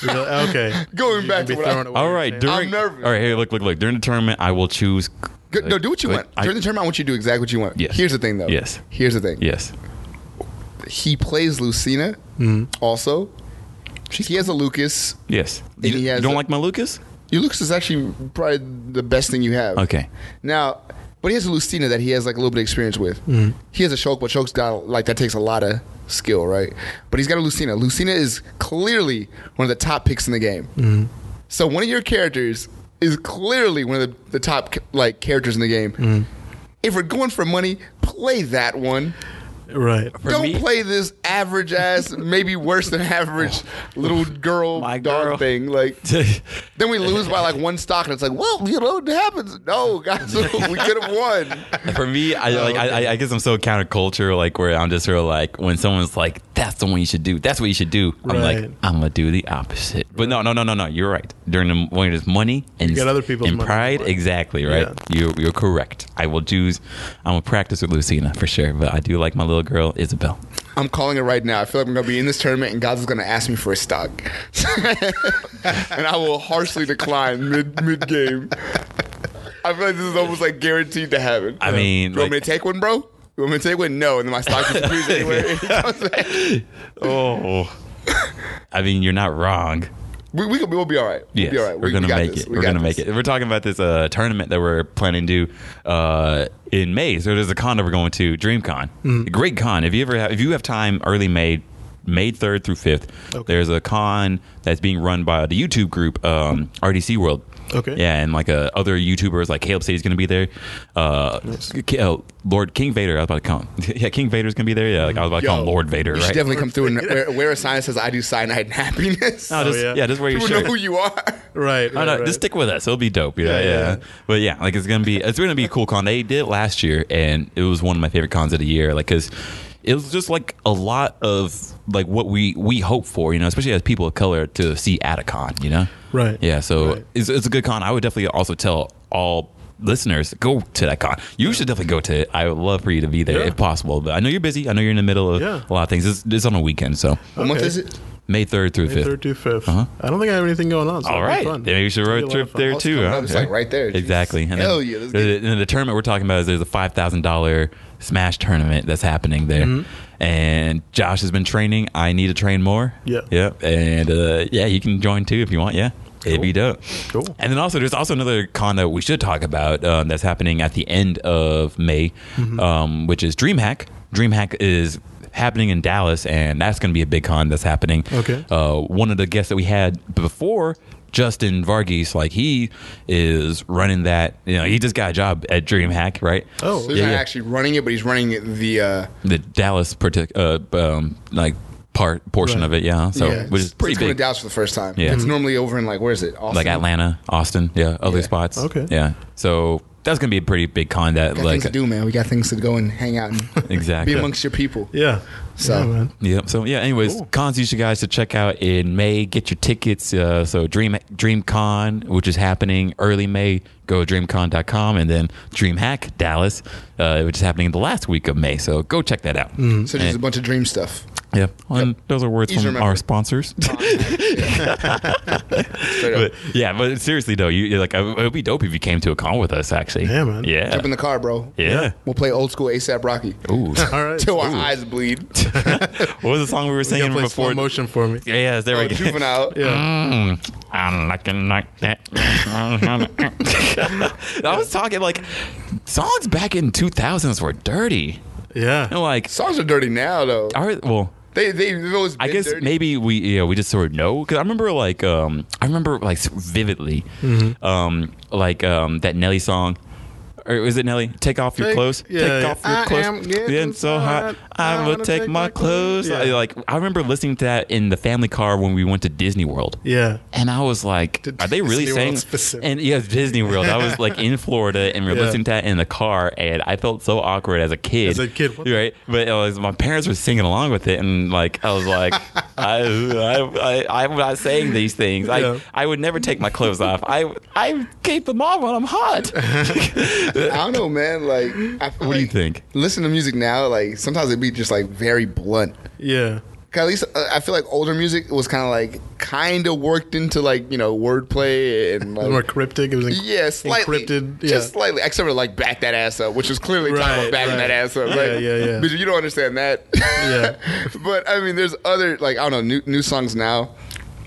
Speaker 2: Really? Okay.
Speaker 3: Going back
Speaker 2: Be
Speaker 3: to what I-
Speaker 2: throwing away
Speaker 1: All
Speaker 2: your
Speaker 1: right,
Speaker 2: name.
Speaker 1: during.
Speaker 3: I'm nervous.
Speaker 1: All right, here, look, look, look. During the tournament, I will choose.
Speaker 3: Go- no, do what you
Speaker 1: Like,
Speaker 3: want.
Speaker 1: I-
Speaker 3: During the tournament, I want you to do exactly what you want.
Speaker 1: Yes.
Speaker 3: Here's the thing, though.
Speaker 1: Yes.
Speaker 3: Here's the thing.
Speaker 1: Yes.
Speaker 3: He plays Lucina. Also, he has a Lucas.
Speaker 1: Yes.
Speaker 3: And
Speaker 1: You,
Speaker 3: he
Speaker 1: you
Speaker 3: has
Speaker 1: don't
Speaker 3: a-
Speaker 1: like my Lucas?
Speaker 3: Your Lucas is actually probably the best thing you have.
Speaker 1: Okay.
Speaker 3: Now, but he has a Lucina that he has like a little bit of experience with. He has a Shulk, but Shulk's got like that takes a lot of skill, right? But he's got a Lucina. Lucina is clearly one of the top picks in the game. So one of your characters is clearly one of the, the top like characters in the game. If we're going for money, play that one.
Speaker 2: Right.
Speaker 1: For
Speaker 3: Don't
Speaker 1: me-
Speaker 3: play this average ass, maybe worse than average little girl
Speaker 1: My
Speaker 3: dog
Speaker 1: girl.
Speaker 3: thing. Like then we lose by like one stock, and it's like, well, you know, it happens. No, guys, we could have won.
Speaker 1: For me, I
Speaker 2: Oh,
Speaker 1: like I, I, I guess I'm so counterculture, like where I'm just sort of like when someone's like, "That's the one you should do. That's what you should do." I'm like,
Speaker 2: Right.
Speaker 1: "I'm gonna do the opposite." But no, no, no, no, no. You're right. During the when there's money and
Speaker 2: got other people's
Speaker 1: and
Speaker 2: money.
Speaker 1: pride, exactly right. You you're correct. I will choose. I'm gonna practice with Lucina for sure, but I do like my little girl Isabel.
Speaker 3: I'm calling it right now. I feel like I'm gonna be in this tournament, and God's gonna ask me for a stock, and I will harshly decline mid mid game. I feel like this is almost like guaranteed to happen.
Speaker 1: I mean,
Speaker 3: you want me
Speaker 1: like-
Speaker 3: to take one, bro? You want me to take one? No, and then my stock disappears anyway.
Speaker 1: Oh, I mean, you're not wrong.
Speaker 3: we, we could, we'll be all right. We'll
Speaker 1: Yes,
Speaker 3: be all right.
Speaker 1: we're
Speaker 3: We-
Speaker 1: gonna
Speaker 3: we got
Speaker 1: make
Speaker 3: this.
Speaker 1: it.
Speaker 3: We
Speaker 1: We are
Speaker 3: got
Speaker 1: gonna
Speaker 3: this.
Speaker 1: make it. We're talking about this uh, tournament that we're planning to do uh, in May. So there's a con that we're going to, DreamCon,
Speaker 3: Mm-hmm.
Speaker 1: A great con. If you ever have, if you have time, early May, May third through fifth, there's a con that's being run by the YouTube group um, RDC World.
Speaker 2: Okay.
Speaker 1: Yeah, and like uh, other YouTubers, like Caleb City's gonna be there. Uh, K- oh, Lord King Vader, I was about to call him. yeah, King Vader's gonna be there. Yeah, like I was about to call him
Speaker 3: Yo,
Speaker 1: Lord Vader.
Speaker 3: You
Speaker 1: right?
Speaker 3: should definitely come through and wear, wear a sign that says "I do cyanide and happiness."
Speaker 1: No, just, yeah.
Speaker 2: yeah.
Speaker 1: just wear your
Speaker 3: People
Speaker 1: shirt.
Speaker 3: know Oh, who you are.
Speaker 2: Right.
Speaker 1: Oh,
Speaker 2: right,
Speaker 1: no,
Speaker 2: right.
Speaker 1: just stick with us. It'll be dope. Yeah, yeah,
Speaker 2: Yeah, yeah, yeah.
Speaker 1: But yeah, like it's gonna be it's gonna be a cool con. They did it last year, and it was one of my favorite cons of the year. Like, cause it was just like a lot of like what we we hope for, you know, especially as people of color to see at a con, you know.
Speaker 2: Right.
Speaker 1: Yeah. So
Speaker 2: Right.
Speaker 1: it's, it's a good con. I would definitely also tell all listeners go to that con. You should definitely go to it. I would love for you to be there
Speaker 2: Yeah.
Speaker 1: if possible. But I know you're busy. I know you're in the middle of
Speaker 2: Yeah.
Speaker 1: a lot of things. It's, it's on a weekend, so
Speaker 3: What month
Speaker 2: Okay.
Speaker 3: is it?
Speaker 1: May third through fifth. Uh-huh.
Speaker 2: Third to 5th I don't think I have anything going on. So
Speaker 1: All
Speaker 2: it'll be
Speaker 1: right,
Speaker 2: fun.
Speaker 1: maybe we should road
Speaker 2: It'll be a lot
Speaker 1: trip
Speaker 2: of fun.
Speaker 1: there
Speaker 3: It's
Speaker 1: too.
Speaker 3: coming
Speaker 1: huh?
Speaker 3: up. It's like right there. Jesus.
Speaker 1: Exactly. And
Speaker 3: Hell
Speaker 1: then,
Speaker 3: yeah, let's get
Speaker 1: the, and the tournament we're talking about is there's a five thousand dollar Smash tournament that's happening there. And Josh has been training. I need to train more.
Speaker 2: Mm-hmm. Yeah.
Speaker 1: Yep. And uh, yeah, you can join too if you want. Yeah. It'd be dope.
Speaker 2: Cool.
Speaker 1: And then also, there's also another con that we should talk about um, that's happening at the end of May,
Speaker 2: Mm-hmm.
Speaker 1: um, which is DreamHack. DreamHack is happening in Dallas, and that's going to be a big con that's happening.
Speaker 2: Okay.
Speaker 1: Uh, one of the guests that we had before, Justin Varghese, like he is running that. You know, he just got a job at DreamHack, right?
Speaker 2: Oh,
Speaker 3: So he's
Speaker 1: Yeah,
Speaker 3: not
Speaker 1: yeah.
Speaker 3: actually running it, but he's running the. Uh,
Speaker 1: The Dallas partic- uh, um, like part portion
Speaker 2: Right.
Speaker 1: of it, yeah. So
Speaker 3: yeah,
Speaker 1: which is pretty
Speaker 3: it's coming
Speaker 1: big.
Speaker 3: to Dallas for the first time.
Speaker 1: Yeah.
Speaker 3: It's normally over in like where is it? Austin?
Speaker 1: like Atlanta, Austin, yeah, other
Speaker 3: Yeah.
Speaker 1: spots.
Speaker 2: Okay.
Speaker 1: yeah. So that's gonna be a pretty big con that
Speaker 3: Got
Speaker 1: like
Speaker 3: things to do, man. We got things to go and hang out and
Speaker 1: exactly.
Speaker 3: be amongst your people.
Speaker 2: Yeah.
Speaker 3: So-
Speaker 2: Yeah, man.
Speaker 1: Yep. So yeah. Anyways,
Speaker 2: Cool.
Speaker 1: cons you should guys to check out in May. Get your tickets. Uh, so Dream Dream Con, which is happening early May, go to dreamcon.com, and then DreamHack Dallas, uh, which is happening the last week of May. So go check that out.
Speaker 2: Mm-hmm.
Speaker 3: So just a bunch of dream stuff.
Speaker 1: Yeah. And those are words
Speaker 3: Easy to
Speaker 1: from
Speaker 3: remember.
Speaker 1: our sponsors.
Speaker 3: Straight up.
Speaker 1: but yeah. But seriously though, you you're like it would be dope if you came to a con with us. Actually.
Speaker 2: Yeah, man.
Speaker 1: Yeah.
Speaker 3: Jump in the car, bro.
Speaker 1: yeah.
Speaker 3: We'll play old school ASAP Rocky
Speaker 1: Ooh.
Speaker 2: All right.
Speaker 3: till our eyes bleed.
Speaker 1: what was the song we were
Speaker 2: You
Speaker 1: singing
Speaker 2: gotta play
Speaker 1: before?
Speaker 2: slow motion for me.
Speaker 1: Yeah, yeah, there
Speaker 3: Oh,
Speaker 1: we go.
Speaker 3: juvenile.
Speaker 2: Yeah.
Speaker 1: Mm, I'm looking like that. I was talking like songs back in 2000s were dirty.
Speaker 2: Yeah.
Speaker 1: And like,
Speaker 3: Songs are dirty now, though.
Speaker 1: are, well,
Speaker 3: They they they've always. Been
Speaker 1: I guess
Speaker 3: dirty.
Speaker 1: maybe we yeah we just sort of know because I remember like um I remember like vividly
Speaker 2: Mm-hmm.
Speaker 1: um like um that Nelly song. Or is it Nelly? Take off your
Speaker 2: Take-
Speaker 1: clothes.
Speaker 2: yeah,
Speaker 1: take
Speaker 2: yeah.
Speaker 1: off your
Speaker 3: I
Speaker 1: clothes.
Speaker 3: am getting
Speaker 1: Getting so hot.
Speaker 2: hot.
Speaker 1: I
Speaker 2: I
Speaker 1: will
Speaker 2: wanna
Speaker 1: take,
Speaker 2: take
Speaker 1: my
Speaker 2: my
Speaker 1: clothes.
Speaker 2: clothes. Yeah.
Speaker 1: Like I remember listening to that in the family car when we went to Disney World.
Speaker 2: Yeah.
Speaker 1: And I was like,
Speaker 2: To
Speaker 1: are they really
Speaker 2: Disney
Speaker 1: saying?
Speaker 2: World specifically.
Speaker 1: And yes, Disney World. I was like in Florida, and we were
Speaker 2: Yeah.
Speaker 1: listening to that in the car, and I felt so awkward as a kid.
Speaker 2: As a kid, what the-
Speaker 1: right? But it was, my parents were singing along with it, and like I was like, I, I, I, I'm not saying these things. I,
Speaker 2: Yeah.
Speaker 1: I would never take my clothes off. I, I keep them on when I'm hot.
Speaker 3: I don't know, man. Like, I feel
Speaker 1: what do you
Speaker 3: like-
Speaker 1: think?
Speaker 3: Listen to music now. Like sometimes it'd be just like very blunt.
Speaker 2: Yeah.
Speaker 3: 'Cause at least uh, I feel like older music was kind of like kind of worked into like you know wordplay
Speaker 2: It
Speaker 3: and
Speaker 2: was more
Speaker 3: like
Speaker 2: cryptic. It was in-
Speaker 3: yeah, slightly
Speaker 2: encrypted. Yeah.
Speaker 3: just slightly. Except for like back that ass up, which was clearly talking about
Speaker 2: Right,
Speaker 3: backing
Speaker 2: right.
Speaker 3: that ass up.
Speaker 2: Yeah,
Speaker 3: like,
Speaker 2: yeah, yeah.
Speaker 3: But you don't understand that.
Speaker 2: Yeah.
Speaker 3: but I mean, there's other like I don't know new new songs now.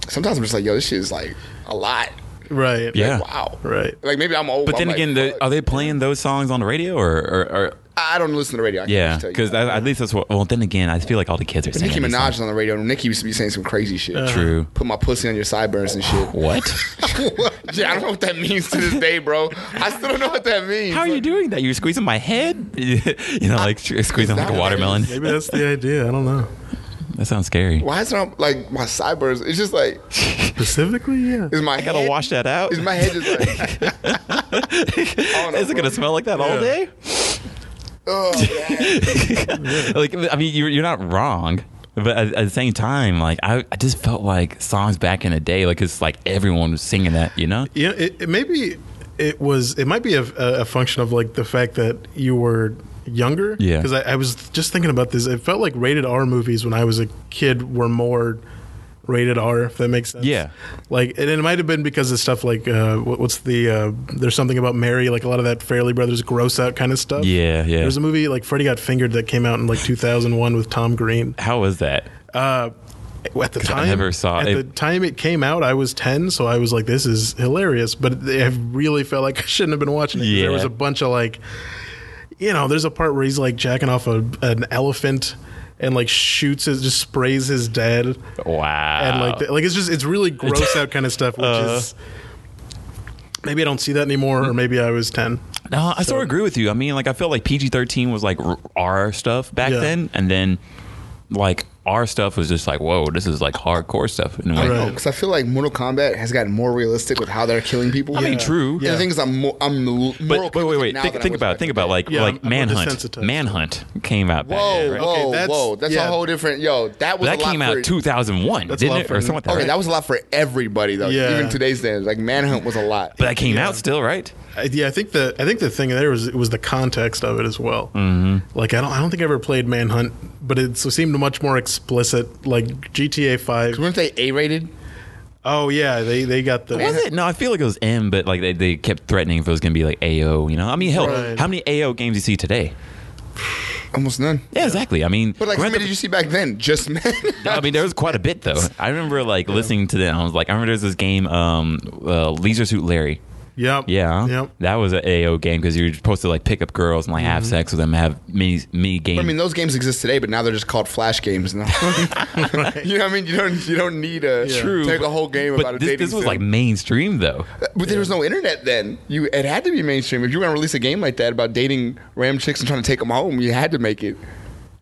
Speaker 3: Sometimes I'm just like, yo, this shit is like a lot.
Speaker 2: Right.
Speaker 1: Yeah.
Speaker 3: Wow.
Speaker 2: Right.
Speaker 3: Like maybe I'm old.
Speaker 1: But
Speaker 3: I'm
Speaker 1: then
Speaker 3: like,
Speaker 1: again, the,
Speaker 3: fuck.
Speaker 1: are they playing those songs on the radio, or, or, or
Speaker 3: I don't listen to the radio. I can
Speaker 1: Yeah,
Speaker 3: just tell you
Speaker 1: because
Speaker 3: that.
Speaker 1: at least that's what. Well, then again, I feel like all the kids are saying
Speaker 3: Nicki
Speaker 1: these
Speaker 3: Minaj
Speaker 1: songs.
Speaker 3: is on the radio. Nicki used to be saying some crazy shit.
Speaker 2: Uh-huh.
Speaker 1: True.
Speaker 3: Put my pussy on your sideburns and shit.
Speaker 1: What?
Speaker 3: yeah, I don't know what that means to this day, bro. I still don't know what that means.
Speaker 1: How are you doing that? You're squeezing my head? you know, like squeezing like
Speaker 3: that
Speaker 1: a
Speaker 3: what
Speaker 1: watermelon.
Speaker 2: Maybe that's the idea. I don't know.
Speaker 1: That sounds scary.
Speaker 3: Why is it on, like my sideburns? It's just like
Speaker 2: Specifically, yeah.
Speaker 3: is my
Speaker 1: I gotta
Speaker 3: head,
Speaker 1: wash that out.
Speaker 3: Is my head just like? don't know,
Speaker 1: Is it
Speaker 3: bro.
Speaker 1: gonna smell like that all
Speaker 2: Yeah.
Speaker 1: day?
Speaker 3: oh, man.
Speaker 1: like, I mean, you're, you're not wrong. But at, at the same time, like I, I just felt like songs back in the day, like it's like everyone was singing that, you know?
Speaker 2: Yeah, it, it maybe it was. It might be a, a a function of like the fact that you were younger.
Speaker 1: Yeah.
Speaker 2: Because I, I was just thinking about this. It felt like rated R movies when I was a kid were more rated R. If that makes sense.
Speaker 1: Yeah.
Speaker 2: Like, and it might have been because of stuff like uh, what, what's the uh, there's something about Mary, like a lot of that Fairley Brothers gross out kind of stuff.
Speaker 1: Yeah, yeah.
Speaker 2: There's a movie like Freddy Got Fingered that came out in like 2001 with Tom Green.
Speaker 1: How was that?
Speaker 2: Uh, at the time,
Speaker 1: never saw
Speaker 2: at
Speaker 1: it.
Speaker 2: the time it came out, I was ten, so I was like, "This is hilarious." But I really felt like I shouldn't have been watching it. 'cause
Speaker 1: Yeah.
Speaker 2: There was a bunch of like, you know, there's a part where he's like jacking off a, an elephant and like shoots his, just sprays his dad,
Speaker 1: Wow. Uh-huh.
Speaker 2: and like, the, like it's just it's really gross out kind of stuff, which is. Maybe I don't see that anymore,
Speaker 1: Hmm.
Speaker 2: or maybe I was ten.
Speaker 1: No, I sort of agree with you. I mean, like I feel like PG thirteen was like r- R stuff back
Speaker 2: Yeah.
Speaker 1: then, and then like R stuff was just like, whoa, this is like hardcore stuff. In a way.
Speaker 2: Right.
Speaker 3: Because I feel like Mortal Kombat has gotten more realistic with how they're killing people.
Speaker 1: I mean, true.
Speaker 3: And the thing is, I'm mo- I'm l- moral
Speaker 1: But wait, wait,
Speaker 3: compass
Speaker 1: wait.
Speaker 3: now than
Speaker 1: Think,
Speaker 3: I
Speaker 1: think
Speaker 3: was
Speaker 1: about
Speaker 3: back
Speaker 1: it. Think
Speaker 3: then.
Speaker 1: about like
Speaker 2: Yeah,
Speaker 1: like
Speaker 2: I'm- I'm
Speaker 1: Manhunt.
Speaker 2: desensitized.
Speaker 1: Manhunt came out. Back
Speaker 3: Whoa,
Speaker 1: then, right?
Speaker 3: whoa,
Speaker 2: Okay, that's-
Speaker 3: whoa! That's a
Speaker 2: yeah.
Speaker 3: whole different. Yo, that was
Speaker 1: But
Speaker 3: a
Speaker 1: that
Speaker 3: lot
Speaker 1: came
Speaker 3: for,
Speaker 1: out 2001,
Speaker 2: That's a
Speaker 1: didn't
Speaker 2: lot
Speaker 1: it,
Speaker 2: for-
Speaker 1: or something like that?
Speaker 3: Okay,
Speaker 1: right?
Speaker 3: that was a lot for everybody though.
Speaker 2: Yeah.
Speaker 3: Even today's standards, like Manhunt was a lot.
Speaker 1: but that came
Speaker 2: Yeah.
Speaker 1: out still, right?
Speaker 2: I, yeah, I think the I think the thing there was it was the context of it as well. Mm-hmm. Like I don't I don't think I ever played Manhunt, but it seemed much more explicit. Like GTA Five.
Speaker 3: Weren't they A rated?
Speaker 2: Oh yeah, they they got the
Speaker 1: Was it? No, I feel like it was M, but like they, they kept threatening if it was going to be like AO. You know, I mean, hell,
Speaker 2: Right.
Speaker 1: how many AO games do you see today?
Speaker 3: Almost none.
Speaker 1: Yeah, exactly. I mean,
Speaker 3: But like, how
Speaker 1: Grand
Speaker 3: many did you see back then? Just men.
Speaker 1: No, I mean, there was quite a bit though. I remember like listening to them. I was like, I remember there's this game, um, uh, Leisure Suit Larry.
Speaker 2: Yep.
Speaker 1: Yeah,
Speaker 2: Yep. Mm-hmm.
Speaker 1: that was an AO game because you were supposed to like pick up girls and like have sex with them, have mini mini game.
Speaker 3: I mean, those games exist today, but now they're just called flash games now. You know what I mean? You don't you don't need a
Speaker 1: True,
Speaker 3: take a
Speaker 1: but-
Speaker 3: whole game
Speaker 1: but
Speaker 3: about a
Speaker 1: this,
Speaker 3: dating
Speaker 1: this was
Speaker 3: sim.
Speaker 1: like mainstream though.
Speaker 3: But there was no internet then. You it had to be mainstream. If you were gonna release a game like that about dating ram chicks and trying to take them home, you had to make it.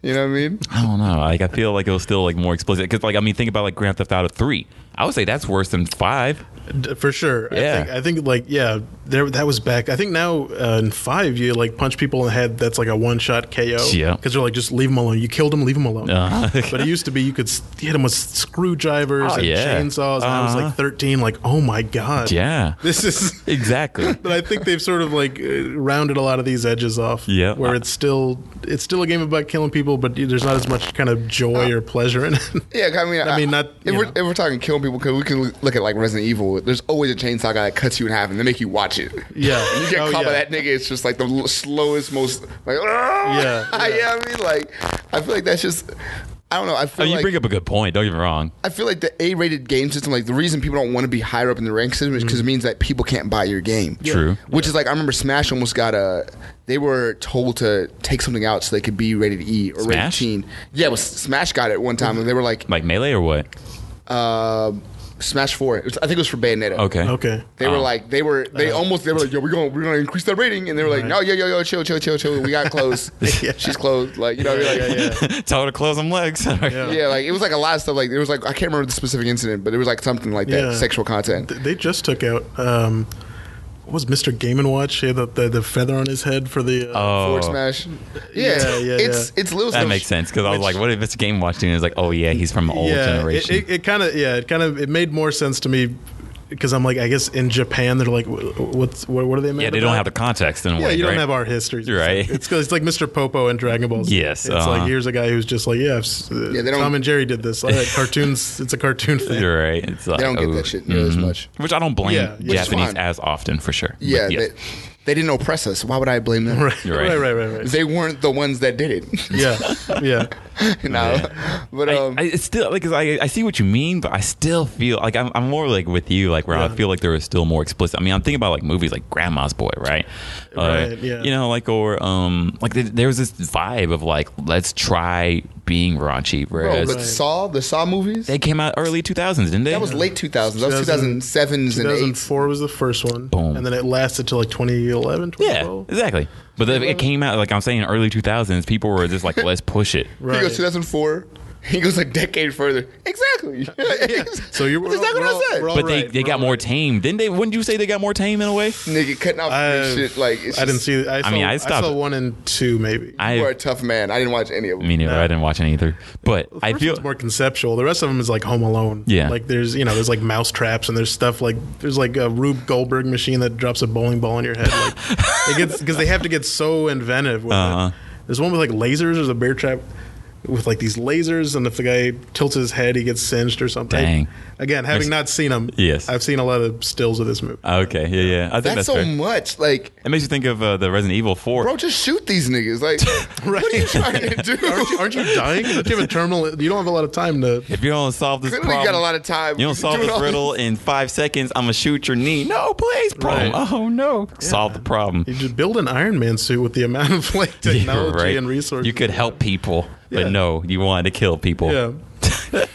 Speaker 3: You know what I mean?
Speaker 1: I don't know. Like I feel like it was still like more explicit because like I mean, think about like Grand Theft Auto Three. I would say that's worse than five.
Speaker 2: D- for sure.
Speaker 1: Yeah.
Speaker 2: I think, I think like yeah, there that was back. I think now uh, in five you like punch people in the head. That's like a one shot KO.
Speaker 1: Yeah.
Speaker 2: because they're like just leave them alone. You killed them, leave them alone.
Speaker 1: Uh,
Speaker 2: But it used to be you could s- hit them with screwdrivers
Speaker 1: Oh,
Speaker 2: and
Speaker 1: yeah.
Speaker 2: chainsaws. And I was
Speaker 1: Uh-huh.
Speaker 2: like thirteen. Like oh my god.
Speaker 1: yeah,
Speaker 2: This is
Speaker 1: exactly.
Speaker 2: but I think they've sort of like uh, rounded a lot of these edges off.
Speaker 1: Yeah.
Speaker 2: where it's still it's still a game about killing people, but there's not as much kind of joy
Speaker 3: Oh.
Speaker 2: or pleasure in it.
Speaker 3: Yeah, I mean,
Speaker 2: I mean, not-
Speaker 3: If
Speaker 2: you
Speaker 3: we're,
Speaker 2: know.
Speaker 3: if we're talking killing people, because we can look at like Resident Evil. There's always a chainsaw guy that cuts you in half and they make you watch it.
Speaker 2: Yeah.
Speaker 3: and you get
Speaker 2: Oh,
Speaker 3: caught by
Speaker 2: yeah.
Speaker 3: that nigga. It's just like the l- slowest, most like. "Ah!" Yeah,
Speaker 2: Yeah,
Speaker 3: yeah.
Speaker 2: yeah.
Speaker 3: I mean, like, I feel like that's just. I don't know. I
Speaker 1: Oh,
Speaker 3: feel
Speaker 1: you
Speaker 3: like
Speaker 1: bring up a good point. Don't get me wrong.
Speaker 3: I feel like the A-rated game system, like the reason people don't want to be higher up in the rank system is because
Speaker 2: Mm-hmm.
Speaker 3: it means that people can't buy your game.
Speaker 1: True.
Speaker 3: Which is like I remember Smash almost got a. They were told to take something out so they could be rated E or rated
Speaker 1: Smash?
Speaker 3: teen. Yeah, well, Smash got it one
Speaker 2: Mm-hmm.
Speaker 3: time, and they were like,
Speaker 1: Like melee or what?
Speaker 3: uh, Smash Four. It was- I think it was for Bayonetta.
Speaker 1: Okay.
Speaker 2: Okay,
Speaker 3: They were
Speaker 1: Oh.
Speaker 3: like they were they almost they were like yo we're gonna we're gonna increase that rating and they were like
Speaker 2: Uh-huh. Right.
Speaker 3: no yo yo yo chill chill chill chill we got close she's closed like you know what I mean? like yeah,
Speaker 1: Tell her to close them legs.
Speaker 2: Yeah.
Speaker 3: like it was like a lot of stuff like it was like I can't remember the specific incident but it was like something like that
Speaker 2: Yeah.
Speaker 3: sexual content
Speaker 2: Th- they just took out. Um, what was Mr. Game and Watch? He had the, the, the feather on his head for the. Uh,
Speaker 1: Oh,
Speaker 3: forward smash yeah,
Speaker 2: Yeah, yeah,
Speaker 3: it's
Speaker 2: yeah.
Speaker 3: it's little
Speaker 1: that
Speaker 3: stuff.
Speaker 1: makes sense because I was like, what if Mr. Game Watch doing? It's like, oh yeah, he's from an old
Speaker 2: yeah, it,
Speaker 1: generation.
Speaker 2: it, it kind of yeah, it kind of it made more sense to me because I'm like I guess in Japan they're like wh- what's what, what are they? Mad
Speaker 1: yeah, they don't
Speaker 2: about?
Speaker 1: have the context in a
Speaker 2: Yeah,
Speaker 1: way.
Speaker 2: you
Speaker 1: right?
Speaker 2: don't have our history.
Speaker 1: You're right.
Speaker 2: It's, it's like Mr. Popo and Dragon Ball. Z.
Speaker 1: Yes,
Speaker 2: It's
Speaker 1: uh-huh.
Speaker 2: like here's a guy who's just like, yeah, I've s- uh,
Speaker 3: Yeah, they don't-
Speaker 2: Tom and Jerry did this. All right, cartoons. It's a cartoon thing.
Speaker 1: You're right. It's like,
Speaker 3: they don't get
Speaker 1: oh,
Speaker 3: that shit near as
Speaker 1: mhm.
Speaker 3: much
Speaker 1: Which I don't blame
Speaker 2: Yeah, which
Speaker 3: is
Speaker 1: Japanese
Speaker 3: fine.
Speaker 1: as often for sure. But
Speaker 3: yeah
Speaker 1: yes.
Speaker 3: that- They didn't oppress us. Why would I blame them?
Speaker 2: Right.
Speaker 1: You're right.
Speaker 2: right, right, right, right.
Speaker 3: They weren't the ones that did it.
Speaker 2: yeah, yeah,
Speaker 3: you know? But
Speaker 1: I,
Speaker 3: um,
Speaker 1: I it's still like 'cause I, I see what you mean, but I still feel like I'm, I'm more like with you, like where I
Speaker 2: Yeah.
Speaker 1: feel like there is still more explicit. I mean, I'm thinking about like movies like Grandma's Boy, right? Uh,
Speaker 2: Right, yeah.
Speaker 1: You know, like or um, like th- there was this vibe of like let's try being raunchy,
Speaker 3: bro,
Speaker 1: whereas
Speaker 3: the Saw, the Saw movies,
Speaker 1: they came out early 2000s, didn't they?
Speaker 3: that was late 2000s. That was
Speaker 2: 2000
Speaker 3: 2007s and 8s.
Speaker 2: 2004 was the first one,
Speaker 1: Boom.
Speaker 2: and then it lasted till like 2011,
Speaker 1: Yeah,
Speaker 2: 2012.
Speaker 1: exactly. But the, it came out like I'm saying, early 2000s. People were just like, let's push it.
Speaker 3: He
Speaker 2: Right.
Speaker 3: goes 2004. He goes a decade further. Exactly.
Speaker 2: So you're-
Speaker 3: That's
Speaker 2: we're all-
Speaker 3: exactly
Speaker 2: we're all-
Speaker 3: what I said.
Speaker 2: we're all-
Speaker 1: But they,
Speaker 2: right,
Speaker 1: they got
Speaker 2: right.
Speaker 1: more tame. Didn't they? Wouldn't you say they got more tame in a way?
Speaker 3: Nigga cutting off this
Speaker 2: I-
Speaker 3: shit like it's
Speaker 2: I didn't
Speaker 3: just-
Speaker 2: see. I, saw,
Speaker 1: mean, I
Speaker 2: I,
Speaker 1: stopped
Speaker 2: saw
Speaker 1: it.
Speaker 2: one and two maybe.
Speaker 1: I
Speaker 3: You are a tough man. I didn't watch any of them.
Speaker 1: Me neither. I didn't watch any either. But I
Speaker 2: First
Speaker 1: feel
Speaker 2: one's more conceptual. The rest of them is like Home Alone.
Speaker 1: Yeah.
Speaker 2: like there's you know there's like mouse traps and there's stuff like there's like a Rube Goldberg machine that drops a bowling ball in your head. Like it gets because they have to get so inventive. With it.
Speaker 1: Uh-huh.
Speaker 2: There's one with like lasers. There's a bear trap with like these lasers, and if the guy tilts his head, he gets singed or something.
Speaker 1: Dang.
Speaker 2: Again, having
Speaker 1: Makes-
Speaker 2: not seen them,
Speaker 1: Yes. Uh,
Speaker 2: I've seen a lot of stills of this movie.
Speaker 1: okay. Yeah, yeah. I think
Speaker 3: That's,
Speaker 1: that's,
Speaker 3: so
Speaker 1: fair.
Speaker 3: much. Like,
Speaker 1: It makes you think of uh, the Resident Evil 4.
Speaker 3: bro, just shoot these niggas. Like, what are you trying to do?
Speaker 2: Aren't you, aren't you dying? Don't you have a terminal? You don't have a lot of time to.
Speaker 1: if you don't solve this
Speaker 3: Clearly,
Speaker 1: problem,
Speaker 3: you got a lot of time.
Speaker 1: you don't solve
Speaker 3: Doing
Speaker 1: this
Speaker 3: all
Speaker 1: riddle in five seconds, I'm gonna shoot your knee. No, please, problem.
Speaker 2: Right.
Speaker 1: Oh no, solve the problem.
Speaker 2: You just build an Iron Man suit with the amount of like
Speaker 1: Yeah,
Speaker 2: technology
Speaker 1: right.
Speaker 2: and resources.
Speaker 1: You could help people, but
Speaker 2: Yeah.
Speaker 1: no, you wanted to kill people.
Speaker 2: Yeah.
Speaker 3: What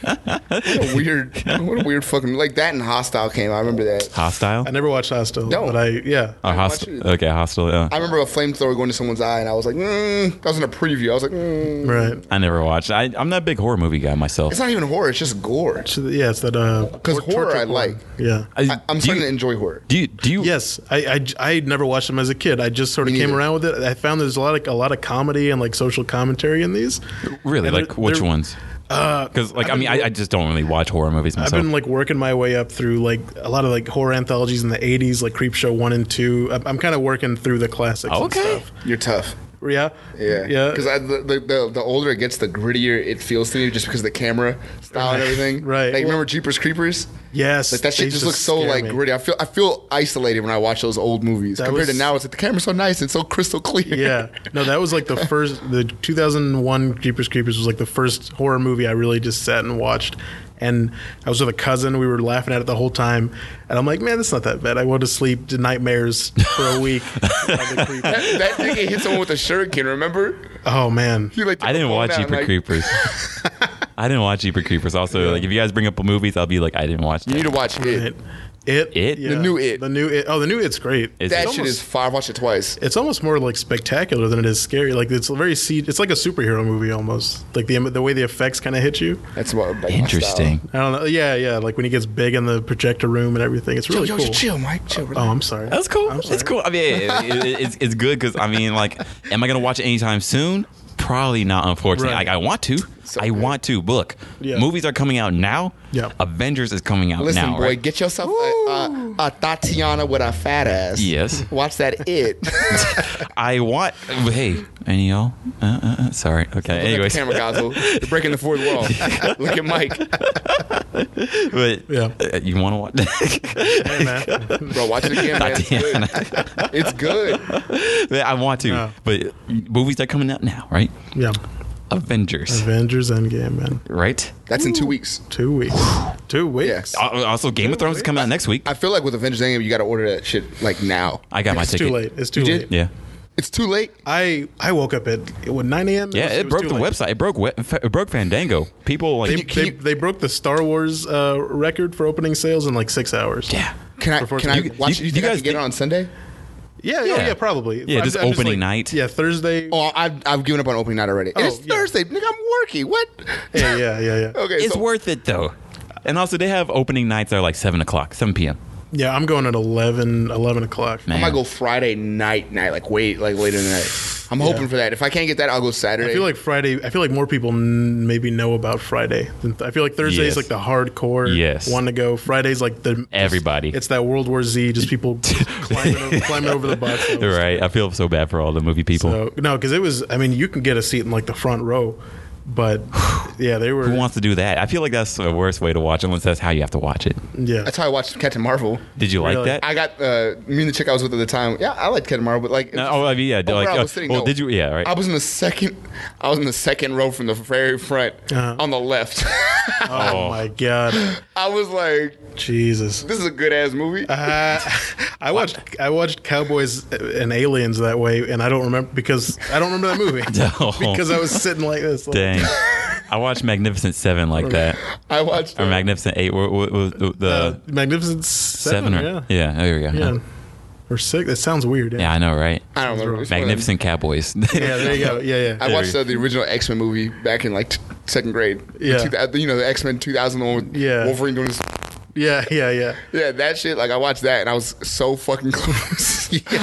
Speaker 3: a weird, what a weird fucking like that. And Hostile came. I remember that.
Speaker 1: Hostile.
Speaker 2: I never watched Hostel,
Speaker 3: No.
Speaker 2: but I yeah.
Speaker 1: Oh,
Speaker 3: watch
Speaker 1: hosti-
Speaker 3: it.
Speaker 1: Okay, hostile. Yeah.
Speaker 3: I remember a flamethrower going to someone's eye, and I was like, mm. that was in a preview. I was like, mm.
Speaker 2: right.
Speaker 1: I never watched. I, I'm not a big horror movie guy myself.
Speaker 3: it's not even horror. It's just gore.
Speaker 2: So, yeah, it's that uh
Speaker 3: Because
Speaker 2: tor-
Speaker 3: horror,
Speaker 2: torture
Speaker 3: I
Speaker 2: porn.
Speaker 3: like.
Speaker 2: Yeah.
Speaker 3: I, I'm
Speaker 1: do
Speaker 3: starting
Speaker 1: you,
Speaker 3: to enjoy horror.
Speaker 1: do you, do you,
Speaker 2: Yes, I, I, I never watched them as a kid. I just sort of
Speaker 3: Me
Speaker 2: came
Speaker 3: neither.
Speaker 2: around with it. I found there's a lot of a lot of comedy and like social commentary in these.
Speaker 1: Really?
Speaker 2: And uh,
Speaker 1: Like
Speaker 2: they're-
Speaker 1: which
Speaker 2: they're-
Speaker 1: ones? Because like I mean, I, I just don't really watch horror movies
Speaker 2: I've
Speaker 1: myself.
Speaker 2: been like working my way up through like a lot of like horror anthologies in the '80s, like Creepshow one and two. I'm, I'm kind of working through the classics.
Speaker 1: Okay.
Speaker 2: And stuff.
Speaker 3: You're tough.
Speaker 2: Yeah.
Speaker 3: Yeah,
Speaker 2: Yeah.
Speaker 3: Because the, the, the the older it gets, the grittier it feels to me, just because of the camera style and everything.
Speaker 2: Right.
Speaker 3: Like remember Jeepers Creepers?
Speaker 2: yes.
Speaker 3: Like that
Speaker 2: they
Speaker 3: shit just looks so
Speaker 2: scare
Speaker 3: like
Speaker 2: me.
Speaker 3: gritty. I feel I feel isolated when I watch those old movies
Speaker 2: That
Speaker 3: compared to
Speaker 2: was-
Speaker 3: now. It's like the camera's so nice and so crystal clear.
Speaker 2: yeah. No, that was like the first. The 2001 Jeepers Creepers was like the first horror movie I really just sat and watched. And I was with a cousin. We were laughing at it the whole time. And I'm like, man, that's not that bad. I went to sleep to nightmares for a week. of the creep.
Speaker 3: that nigga hit someone with a shuriken. Remember?
Speaker 2: oh man.
Speaker 3: He like took
Speaker 1: I
Speaker 3: the
Speaker 1: didn't
Speaker 3: phone
Speaker 1: watch
Speaker 3: out and,
Speaker 1: Jeepers
Speaker 3: like,
Speaker 1: Creepers. I didn't watch Jeepers Creepers. Also, like if you guys bring up movies, I'll be like, I didn't watch
Speaker 3: You need
Speaker 1: that.
Speaker 3: to watch it.
Speaker 2: It. It.
Speaker 1: It?
Speaker 2: yeah.
Speaker 1: The
Speaker 3: new It.
Speaker 2: The new it. Oh, the new it's great.
Speaker 1: Is
Speaker 3: That
Speaker 1: it-
Speaker 3: shit is fire. I've watched it twice.
Speaker 2: it's almost more like spectacular than it is scary. Like it's very C- it's like a superhero movie almost. Like the the way the effects kind of hit you.
Speaker 3: That's what like, my
Speaker 1: interesting.
Speaker 2: I don't know. Yeah, yeah. Like when he gets big in the projector room and everything. It's
Speaker 3: style.
Speaker 2: really
Speaker 3: Yo, yo,
Speaker 2: cool.
Speaker 3: chill, Mike. Chill. relax.
Speaker 2: Oh, I'm sorry.
Speaker 1: That's cool.
Speaker 2: I'm sorry.
Speaker 1: It's cool. I mean, it, it, it- it's it's good because I mean, like, am I gonna watch it anytime soon? Probably not. Unfortunately,
Speaker 2: Right.
Speaker 1: like I want to.
Speaker 3: So
Speaker 1: I
Speaker 3: good.
Speaker 1: want to. But Look,
Speaker 2: Yeah.
Speaker 1: movies are coming out now.
Speaker 2: Yeah.
Speaker 1: Avengers is coming out
Speaker 3: Listen,
Speaker 1: now.
Speaker 3: boy,
Speaker 1: right?
Speaker 3: get yourself a, a, a Tatiana with a fat ass.
Speaker 1: Yes.
Speaker 3: Watch that it.
Speaker 1: I want. Hey, any y'all? Uh, uh, uh, sorry. Okay.
Speaker 3: Anyways.
Speaker 1: Anyways,
Speaker 3: Camera goggles. You're breaking the fourth wall. Look at Mike.
Speaker 1: but
Speaker 2: Yeah.
Speaker 1: uh, you want to watch?
Speaker 2: Hey, man.
Speaker 3: Bro, watch it again, man. It's good. It's good.
Speaker 1: Man, I want to,
Speaker 2: Yeah.
Speaker 1: but movies are coming out now, right?
Speaker 2: yeah.
Speaker 1: Avengers,
Speaker 2: Avengers Endgame, man.
Speaker 1: right?
Speaker 3: That's in two weeks.
Speaker 2: Two weeks. Two weeks.
Speaker 3: Yeah.
Speaker 1: Al- Also, Game of Thrones is coming out next week.
Speaker 3: I feel like with Avengers Endgame, you got to order that shit like now.
Speaker 1: I got my
Speaker 2: It's
Speaker 1: ticket.
Speaker 2: too late. It's too
Speaker 3: did?
Speaker 2: late.
Speaker 1: Yeah,
Speaker 3: It's too late.
Speaker 2: I I woke up at it was 9 a.m.
Speaker 1: yeah.
Speaker 2: was-
Speaker 1: It,
Speaker 2: was
Speaker 1: broke
Speaker 2: too
Speaker 1: the
Speaker 2: late.
Speaker 1: website. It broke we- it broke Fandango. People like,
Speaker 2: They,
Speaker 3: Can
Speaker 2: they,
Speaker 3: you-
Speaker 2: they broke the Star Wars uh, record for opening sales in like six hours.
Speaker 1: yeah.
Speaker 3: Can I?
Speaker 2: Before-
Speaker 3: Can I
Speaker 2: You-
Speaker 3: watch?
Speaker 1: you-
Speaker 3: You,
Speaker 1: you
Speaker 3: think I
Speaker 1: guys
Speaker 3: can get
Speaker 1: think-
Speaker 3: it on Sunday?
Speaker 2: Yeah,
Speaker 1: Yeah.
Speaker 2: yeah, yeah, probably.
Speaker 1: Yeah, just opening night.
Speaker 2: Yeah, Thursday.
Speaker 3: Oh, I've I've given up on opening night already. it's
Speaker 2: yeah.
Speaker 3: Thursday, nigga. I'm working. What?
Speaker 2: Yeah, yeah, yeah, yeah.
Speaker 3: Okay,
Speaker 1: It's
Speaker 3: so
Speaker 1: worth it though. And also, they have opening nights that are like seven o'clock, seven p.m.
Speaker 2: Yeah, I'm going at 11, 11 o'clock.
Speaker 1: Man.
Speaker 3: I might go Friday night, night like wait, like later in the night. I'm hoping for that. If I can't get that, I'll go Saturday.
Speaker 2: I feel like Friday. I feel like more people n- maybe know about Friday. Than th- I feel like Thursday
Speaker 1: Yes.
Speaker 2: is like the hardcore
Speaker 1: Yes.
Speaker 2: one to go. Friday's like the
Speaker 1: Everybody.
Speaker 2: It's that World War Z, just people climbing, over, climbing over the box. office.
Speaker 1: Right. I feel so bad for all the movie people.
Speaker 2: So, no, because it was. I mean, you can get a seat in like the front row, but Yeah, they were.
Speaker 1: Who wants to do that? I feel like that's the worst way to watch, unless that's how you have to watch it.
Speaker 2: yeah,
Speaker 3: That's how I watched Captain Marvel.
Speaker 1: Did you like
Speaker 2: Really?
Speaker 1: that?
Speaker 3: I got uh, me and the chick I was with at the time. Yeah, I liked Captain Marvel, but like,
Speaker 1: No, oh, I mean, yeah.
Speaker 3: Oh,
Speaker 1: like,
Speaker 3: where I
Speaker 1: uh,
Speaker 3: was sitting,
Speaker 1: well,
Speaker 3: no.
Speaker 1: did you? Yeah, right.
Speaker 3: I was in the second. I was in the second row from the very front
Speaker 2: Uh-huh.
Speaker 3: on the left.
Speaker 1: Oh.
Speaker 2: Oh my god,
Speaker 3: I was like,
Speaker 2: Jesus.
Speaker 3: this is a good ass movie.
Speaker 2: Uh, I watched I watched Cowboys and Aliens that way, and I don't remember because I don't remember that movie
Speaker 1: No.
Speaker 2: because I was sitting like this. like-
Speaker 1: Dang. I watched Magnificent Seven like that,
Speaker 3: I watched.
Speaker 1: or
Speaker 3: uh,
Speaker 1: Magnificent Eight, or, or, or, or the
Speaker 2: Uh, Magnificent
Speaker 1: Seven,
Speaker 2: Seven,
Speaker 1: or
Speaker 2: yeah.
Speaker 1: yeah. there we go.
Speaker 2: yeah, or six. That sounds weird.
Speaker 1: Yeah, I know, right?
Speaker 3: I don't remember. It's one of them.
Speaker 1: Magnificent Cowboys.
Speaker 2: yeah. There you go. Yeah, yeah.
Speaker 3: I watched uh, the original X Men movie back in like t- second grade. The
Speaker 2: Yeah.
Speaker 3: two thou- you know the X Men 2000 one with
Speaker 2: Yeah.
Speaker 3: Wolverine doing this.
Speaker 2: yeah, yeah, yeah.
Speaker 3: Yeah, that shit. Like I watched that and I was so fucking close.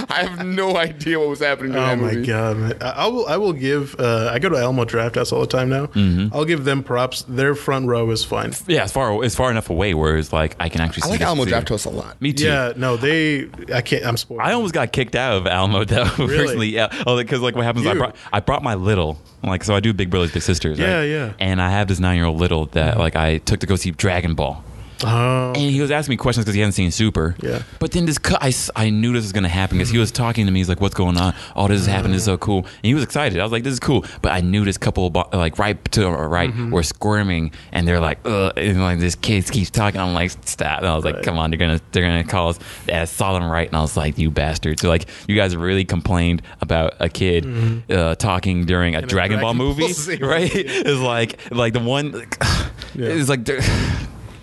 Speaker 3: I have no idea what was happening. in
Speaker 2: Oh
Speaker 3: that
Speaker 2: my
Speaker 3: movie.
Speaker 2: god, man. I, I will. I will give. Uh, I go to Elmo Draft House all the time now. I'll give them props. Their front row is fine.
Speaker 1: yeah, Mm-hmm. it's far, it's far enough away where it's like I can actually.
Speaker 3: I
Speaker 1: see
Speaker 3: like
Speaker 1: this
Speaker 3: Alamo
Speaker 1: too.
Speaker 3: Draft House a lot.
Speaker 1: Me too.
Speaker 2: Yeah, no, they. I can't. I'm spoiled.
Speaker 1: I almost got kicked out of Alamo though
Speaker 2: Really?
Speaker 1: personally. Yeah. Oh, because like what happens? I
Speaker 2: You.
Speaker 1: brought, I brought my little. Like so, I do Big Brothers Big Sisters.
Speaker 2: Yeah,
Speaker 1: right?
Speaker 2: yeah. Mm-hmm.
Speaker 1: And I have this nine-year-old little that like I took to go see Dragon Ball.
Speaker 2: Oh,
Speaker 1: And he was asking me questions because he hadn't seen Super.
Speaker 2: Yeah.
Speaker 1: But then this, cu- I, s- I knew this was going to happen because he was talking to me. He's like, "What's going on? Oh, this is happening. This is so cool." And he was excited. I was like, "This is cool." But I knew this couple, bo- like right to our right,
Speaker 2: Mm-hmm.
Speaker 1: were squirming, and they're like, "Ugh!" And like this kid keeps talking. I'm like, "Stop!" And I was like,
Speaker 2: Right.
Speaker 1: "Come on, they're gonna they're gonna call us." And I saw them right, and I was like, "You bastards!" So like, you guys really complained about a kid uh, talking during a Dragon,
Speaker 2: Mm-hmm. Dragon
Speaker 1: Ball
Speaker 2: Ball
Speaker 1: movie,
Speaker 2: Z.
Speaker 1: right? It's like like the one. It's like. they're-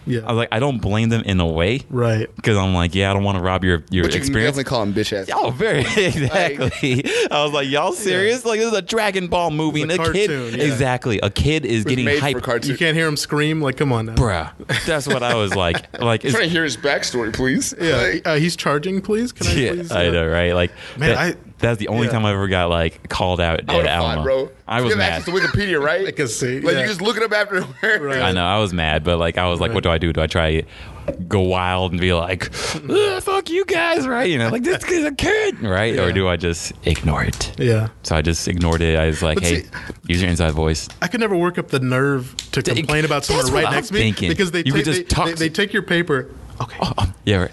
Speaker 2: yeah.
Speaker 1: I was like, I don't blame them in a way
Speaker 2: right.
Speaker 1: because I'm like, yeah, I don't want to rob your your
Speaker 3: But you can
Speaker 1: experience.
Speaker 3: definitely call him bitch ass.
Speaker 1: Y'all very exactly. I was like, y'all serious? Like this is a Dragon Ball movie,
Speaker 2: It's a
Speaker 1: and a kid
Speaker 2: cartoon, yeah.
Speaker 1: exactly. A kid is getting
Speaker 3: made
Speaker 1: hyped.
Speaker 3: for cartoon.
Speaker 2: You can't hear them scream. Like, come on now.
Speaker 1: Bruh, that's what I was like. Like, it's,
Speaker 3: trying to hear his backstory, please.
Speaker 2: Yeah,
Speaker 3: Like,
Speaker 2: uh, he's charging. Please, can I?
Speaker 1: yeah,
Speaker 2: Please? uh,
Speaker 1: I know, right? Like,
Speaker 2: Man,
Speaker 1: that-
Speaker 2: I-
Speaker 1: that's the only
Speaker 2: yeah.
Speaker 1: time I ever got like called out
Speaker 3: I would
Speaker 1: at
Speaker 3: have
Speaker 1: Alamo.
Speaker 3: thought, bro.
Speaker 1: I
Speaker 3: You
Speaker 1: was
Speaker 3: have
Speaker 1: mad.
Speaker 3: access to Wikipedia, right? I
Speaker 2: can see,
Speaker 3: Like
Speaker 2: yeah.
Speaker 3: you just look it up afterward.
Speaker 2: Right.
Speaker 1: I know, I was mad, but like, I was like, what do I do? Do I try go wild and be like, "Ugh, fuck you guys, right? You know, like this is a kid, right? Or
Speaker 2: Yeah.
Speaker 1: do I just ignore it?
Speaker 2: Yeah,
Speaker 1: So I just ignored it. I was like,
Speaker 2: But
Speaker 1: "Hey,
Speaker 2: see-
Speaker 1: use your inside voice."
Speaker 2: I could never work up the nerve to complain about someone
Speaker 1: That's
Speaker 2: right
Speaker 1: what
Speaker 2: next
Speaker 1: I'm
Speaker 2: to me
Speaker 1: thinking.
Speaker 2: because they,
Speaker 1: You could
Speaker 2: take,
Speaker 1: just
Speaker 2: they,
Speaker 1: talk
Speaker 2: they,
Speaker 1: to-
Speaker 2: they take your paper. Okay,
Speaker 1: Yeah, right.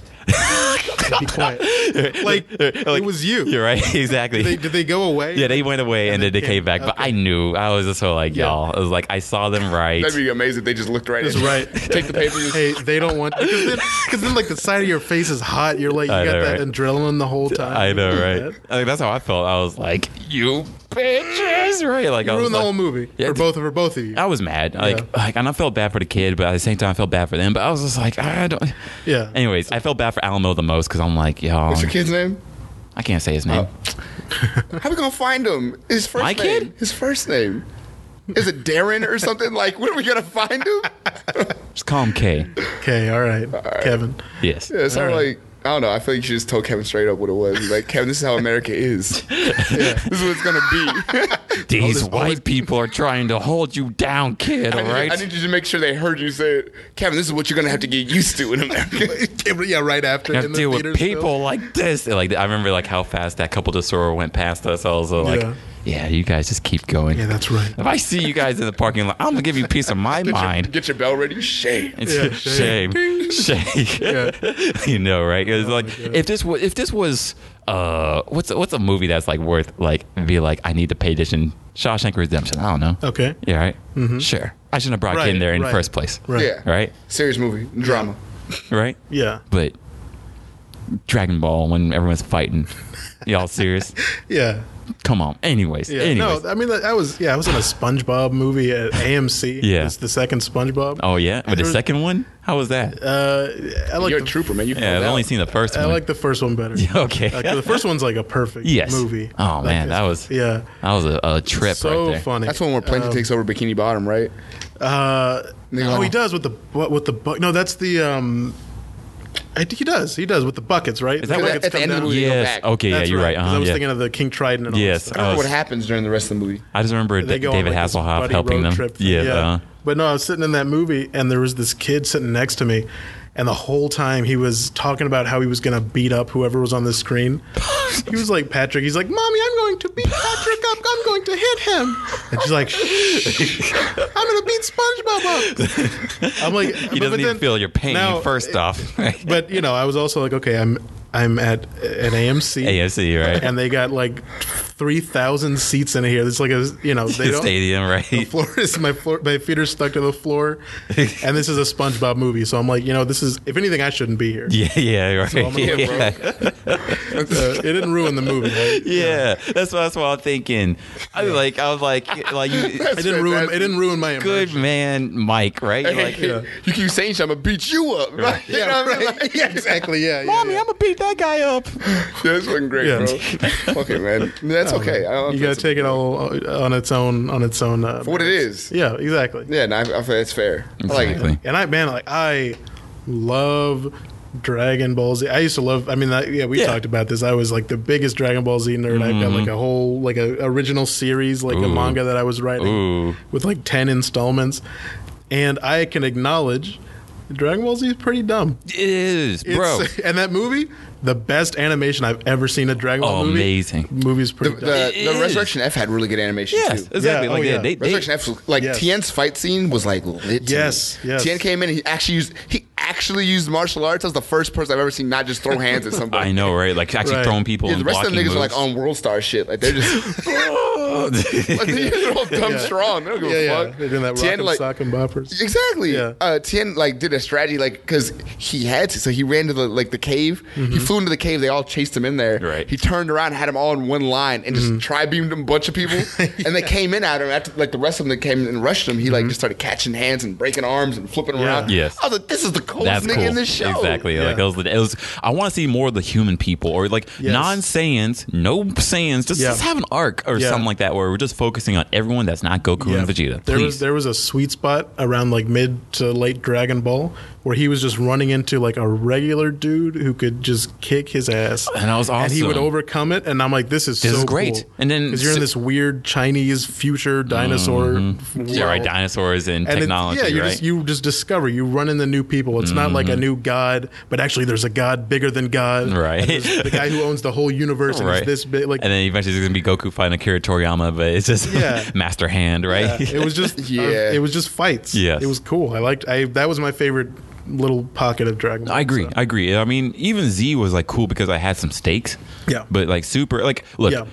Speaker 2: be quiet. Uh-uh. like, it was you.
Speaker 1: You're right. Exactly.
Speaker 2: Did they, did they go away?
Speaker 1: yeah, they went away and, then they came back. But I knew. I was just so like,
Speaker 2: Yeah.
Speaker 1: y'all. I was like, I saw them right.
Speaker 3: That'd be amazing if they just looked right
Speaker 2: That's
Speaker 3: at you.
Speaker 2: right.
Speaker 3: Take the paper. just-
Speaker 2: Hey, they don't want because then, cause then like the side of your face is hot. You're like you
Speaker 1: I
Speaker 2: got
Speaker 1: know,
Speaker 2: that
Speaker 1: right?
Speaker 2: adrenaline the whole time.
Speaker 1: I know,
Speaker 2: You
Speaker 1: right?
Speaker 2: do that.
Speaker 1: I think that's how I felt. I was like, you bitches, right? Like, I
Speaker 2: You
Speaker 1: was
Speaker 2: ruined the
Speaker 1: like-
Speaker 2: whole movie
Speaker 1: Yeah,
Speaker 2: for
Speaker 1: d-
Speaker 2: both for both of you.
Speaker 1: I was mad, like,
Speaker 2: Yeah.
Speaker 1: like, and I felt bad for the kid, but at the same time, I felt bad for them. But I was just like, I don't.
Speaker 2: Yeah.
Speaker 1: Anyways, I felt bad for Alamo the most because I'm like, y'all,
Speaker 3: What's your kid's name?
Speaker 1: I can't say his name.
Speaker 3: How we gonna find him? His first
Speaker 1: My
Speaker 3: name.
Speaker 1: kid?
Speaker 3: His first name. Is it Darren or something? Like, where are we gonna find him?
Speaker 1: Just call him K.
Speaker 2: Okay, all right, Kevin.
Speaker 1: Yes.
Speaker 3: Yeah, it sounded
Speaker 2: All right.
Speaker 3: like I don't know. I feel like you should just tell Kevin straight up what it was. Like, Kevin, this is how America is. This is what it's gonna be.
Speaker 1: These
Speaker 2: this- all
Speaker 1: white people are trying to hold you down, kid. All
Speaker 3: I need-
Speaker 1: right.
Speaker 3: I need you to make sure they heard you say it. Kevin, this is what you're gonna have to get used to in America.
Speaker 2: yeah, right after.
Speaker 1: You have
Speaker 2: in
Speaker 1: to
Speaker 2: the
Speaker 1: deal with
Speaker 2: theater still.
Speaker 1: people like this. And, Like I remember, like how fast that couple disorder went past us. I was uh, like,
Speaker 2: Yeah.
Speaker 1: yeah. you guys just keep going."
Speaker 2: Yeah, that's right.
Speaker 1: if I see you guys in the parking lot, I'm gonna give you peace of my mind.
Speaker 3: Get your bell ready. Shame.
Speaker 1: It's
Speaker 2: Yeah,
Speaker 1: shame,
Speaker 2: shame.
Speaker 1: shame. you know, right? It's like if this was if this was uh, what's what's a movie that's like worth like be like I need to pay attention. Shawshank Redemption. I don't know.
Speaker 2: Okay.
Speaker 1: Yeah, right. Sure. I shouldn't have brought
Speaker 2: Oh. Mm-hmm. Right,
Speaker 1: Ken there in the
Speaker 2: right,
Speaker 1: first place.
Speaker 2: Right.
Speaker 3: Yeah.
Speaker 1: Right.
Speaker 3: Serious movie. Drama.
Speaker 1: Right.
Speaker 2: Yeah.
Speaker 1: but Dragon Ball when everyone's fighting. Y'all serious?
Speaker 2: Yeah.
Speaker 1: Come on. Anyways,
Speaker 2: Yeah.
Speaker 1: anyways.
Speaker 2: No, I mean, like, I was yeah, I was in a SpongeBob movie at AMC.
Speaker 1: Yeah.
Speaker 2: It's the second SpongeBob.
Speaker 1: oh yeah, but the
Speaker 2: There was-
Speaker 1: second one? How was that?
Speaker 2: Uh, I like
Speaker 3: You're a
Speaker 2: the,
Speaker 3: trooper, man. You
Speaker 1: yeah, I've
Speaker 3: called
Speaker 1: only
Speaker 3: out.
Speaker 1: seen the first
Speaker 2: I
Speaker 1: one.
Speaker 2: like the first one better.
Speaker 1: okay.
Speaker 2: Like, the first one's like a perfect
Speaker 1: Yes.
Speaker 2: movie.
Speaker 1: Oh,
Speaker 2: Like,
Speaker 1: man, that
Speaker 2: it's-
Speaker 1: was-
Speaker 2: yeah.
Speaker 1: that was a, a trip
Speaker 2: So
Speaker 1: right there.
Speaker 2: funny.
Speaker 3: That's when where Plankton
Speaker 2: Um,
Speaker 3: takes over Bikini Bottom, right?
Speaker 2: Uh,
Speaker 3: They go-
Speaker 2: oh, he does with the bu- with the bu- no, that's the um. I think he does. He does with the buckets, right?
Speaker 1: Is that what-
Speaker 2: buckets
Speaker 3: At the
Speaker 2: come
Speaker 3: end of the
Speaker 2: down.
Speaker 3: movie, go
Speaker 1: Yes.
Speaker 3: back.
Speaker 1: Okay.
Speaker 2: That's
Speaker 1: yeah, you're right.
Speaker 2: 'cause
Speaker 1: Uh-huh,
Speaker 2: I was
Speaker 1: yeah.
Speaker 2: thinking of the King Trident. And all that
Speaker 1: yes.
Speaker 2: stuff.
Speaker 1: I,
Speaker 3: I don't know
Speaker 1: was-
Speaker 3: what happens during the rest of the movie.
Speaker 1: I just remember
Speaker 2: They
Speaker 1: Da-
Speaker 2: go on,
Speaker 1: David
Speaker 2: like, this
Speaker 1: Hasselhoff
Speaker 2: buddy
Speaker 1: helping
Speaker 2: road
Speaker 1: them.
Speaker 2: trip.
Speaker 1: Yeah. uh-huh.
Speaker 2: But no, I was sitting in that movie, and there was this kid sitting next to me, and the whole time he was talking about how he was going to beat up whoever was on the screen. he was like Patrick. He's like, "Mommy, I'm going going to beat Patrick up. I'm going to hit him. And she's like, "Shh. I'm going to beat SpongeBob up. I'm like,
Speaker 1: He doesn't even feel your pain, first off.
Speaker 2: eh, But you know, I was also like, okay, I'm I'm at an AMC.
Speaker 1: AFC, right?
Speaker 2: And they got like three thousand seats in here. It's like a you know they
Speaker 1: the
Speaker 2: don't.
Speaker 1: stadium,
Speaker 2: The
Speaker 1: right?
Speaker 2: floor is my floor. My feet are stuck to the floor, and this is a SpongeBob movie. So I'm like, you know, this is if anything, I shouldn't be here.
Speaker 1: Yeah, yeah, right.
Speaker 2: I'm gonna
Speaker 1: yeah.
Speaker 2: Uh, it didn't ruin the movie. Right?
Speaker 1: Yeah, that's what, that's what I'm thinking. I was like, I was like, like you,
Speaker 2: It didn't ruin. It didn't ruin my
Speaker 1: good
Speaker 2: immersion.
Speaker 1: man, Mike, right? You're like,
Speaker 3: You keep saying shit, I'm gonna beat you up. Right? You know what I mean? Like,
Speaker 2: yeah, exactly. Yeah, yeah,
Speaker 1: mommy,
Speaker 2: yeah.
Speaker 1: I'm gonna beat that guy up.
Speaker 3: Yeah, this wasn't great,
Speaker 2: Yeah. Oh,
Speaker 3: bro. Fuck it, man. That's okay. I don't
Speaker 2: You gotta take it all on its own. On its own. Uh,
Speaker 3: for what it is.
Speaker 2: Yeah, exactly.
Speaker 3: Yeah, no, I, I feel that's fair. I like it.
Speaker 1: Exactly.
Speaker 2: And I, man, like I love Dragon Ball Z. I used to love. I mean, I, yeah, we
Speaker 1: Yeah. Mm-hmm.
Speaker 2: talked about this. I was like the biggest Dragon Ball Z nerd. I've got like a whole like a original series, like a
Speaker 1: Ooh.
Speaker 2: manga that I was writing
Speaker 1: Ooh.
Speaker 2: with like ten installments, and I can acknowledge. Dragon Ball Z is pretty dumb,
Speaker 1: It is,
Speaker 2: It's-
Speaker 1: bro.
Speaker 2: And that movie, the best animation I've ever seen. A Dragon Ball movie,
Speaker 1: Oh, Amazing.
Speaker 2: Movie's
Speaker 3: The,
Speaker 2: pretty dumb.
Speaker 3: the,
Speaker 1: It
Speaker 3: the
Speaker 1: is.
Speaker 3: Resurrection F had really good animation
Speaker 1: Yes,
Speaker 3: too.
Speaker 1: exactly.
Speaker 2: Yeah,
Speaker 1: like
Speaker 2: oh,
Speaker 1: they,
Speaker 2: yeah.
Speaker 1: they, they,
Speaker 3: Resurrection F, was- like
Speaker 2: Yes.
Speaker 3: Tien's fight scene was like lit. to
Speaker 2: Yes,
Speaker 3: me.
Speaker 2: yes.
Speaker 3: Tien came in and he actually used he actually used martial arts. I was the first person I've ever seen not just throw hands at somebody.
Speaker 1: I know, right? Like actually
Speaker 2: Right.
Speaker 1: throwing people
Speaker 3: Yeah,
Speaker 1: and
Speaker 3: the rest of
Speaker 1: blocking
Speaker 3: them niggas
Speaker 1: moves.
Speaker 3: are like on World Star shit. Like they're just like, they're all dumb
Speaker 2: Yeah.
Speaker 3: strong. They don't give
Speaker 2: yeah,
Speaker 3: a
Speaker 2: yeah,
Speaker 3: fuck.
Speaker 2: they're doing that rock
Speaker 3: Tien,
Speaker 2: and
Speaker 3: like-
Speaker 2: sock and boppers.
Speaker 3: Exactly.
Speaker 2: Yeah.
Speaker 3: Uh, Tien like did a strategy like because he had to, so he ran to the like the cave.
Speaker 2: Mm-hmm.
Speaker 3: He flew into the cave. They all chased him in there.
Speaker 1: Right.
Speaker 3: He turned around, had them all in one line, and
Speaker 2: Mm-hmm.
Speaker 3: just tri beamed a bunch of people. And they came in at him after like the rest of them that came and rushed him. He like just started catching hands and breaking arms and flipping
Speaker 2: Mm-hmm. Yeah.
Speaker 3: around.
Speaker 1: Yes.
Speaker 3: I was like, this is the coolest
Speaker 1: That's
Speaker 3: nigga
Speaker 1: cool.
Speaker 3: in this show.
Speaker 1: Exactly. Like it
Speaker 2: Yeah.
Speaker 1: was, it was. I want to see more of the human people, or like
Speaker 2: Yes.
Speaker 1: non-Saiyans, no Saiyans. Just,
Speaker 2: Yeah.
Speaker 1: just have an arc or
Speaker 2: Yeah.
Speaker 1: something like that, where we're just focusing on everyone that's not Goku and Vegeta.
Speaker 2: There
Speaker 1: Please.
Speaker 2: was there was a sweet spot around like mid to late Dragon Ball where he was just running into like a regular dude who could just kick his ass,
Speaker 1: And that was
Speaker 2: And he would
Speaker 1: awesome.
Speaker 2: overcome it, and I'm like, this is
Speaker 1: This
Speaker 2: so
Speaker 1: is great.
Speaker 2: cool.
Speaker 1: And then-
Speaker 2: because you're in this weird Chinese future dinosaur,
Speaker 1: yeah, right.
Speaker 2: world.
Speaker 1: Dinosaurs and,
Speaker 2: And it-
Speaker 1: technology,
Speaker 2: yeah, you
Speaker 1: right? Mm-hmm.
Speaker 2: just you just discover you run into new people. It's not like a new god, but actually there's a god bigger than God.
Speaker 1: Right.
Speaker 2: And there's the guy who owns the whole universe and
Speaker 1: right.
Speaker 2: is this big. Like
Speaker 1: and then eventually it's gonna be Goku fighting Akira Toriyama, but it's just
Speaker 2: Yeah.
Speaker 1: Master Hand, right?
Speaker 2: it was just
Speaker 3: Yeah.
Speaker 2: uh, it was just fights.
Speaker 1: Yes.
Speaker 2: it was cool. I liked. I that was my favorite little pocket of Dragon. Ball,
Speaker 1: I agree.
Speaker 2: so.
Speaker 1: I agree. I mean, even Z was like cool because I had some stakes.
Speaker 2: Yeah.
Speaker 1: But like super, like look,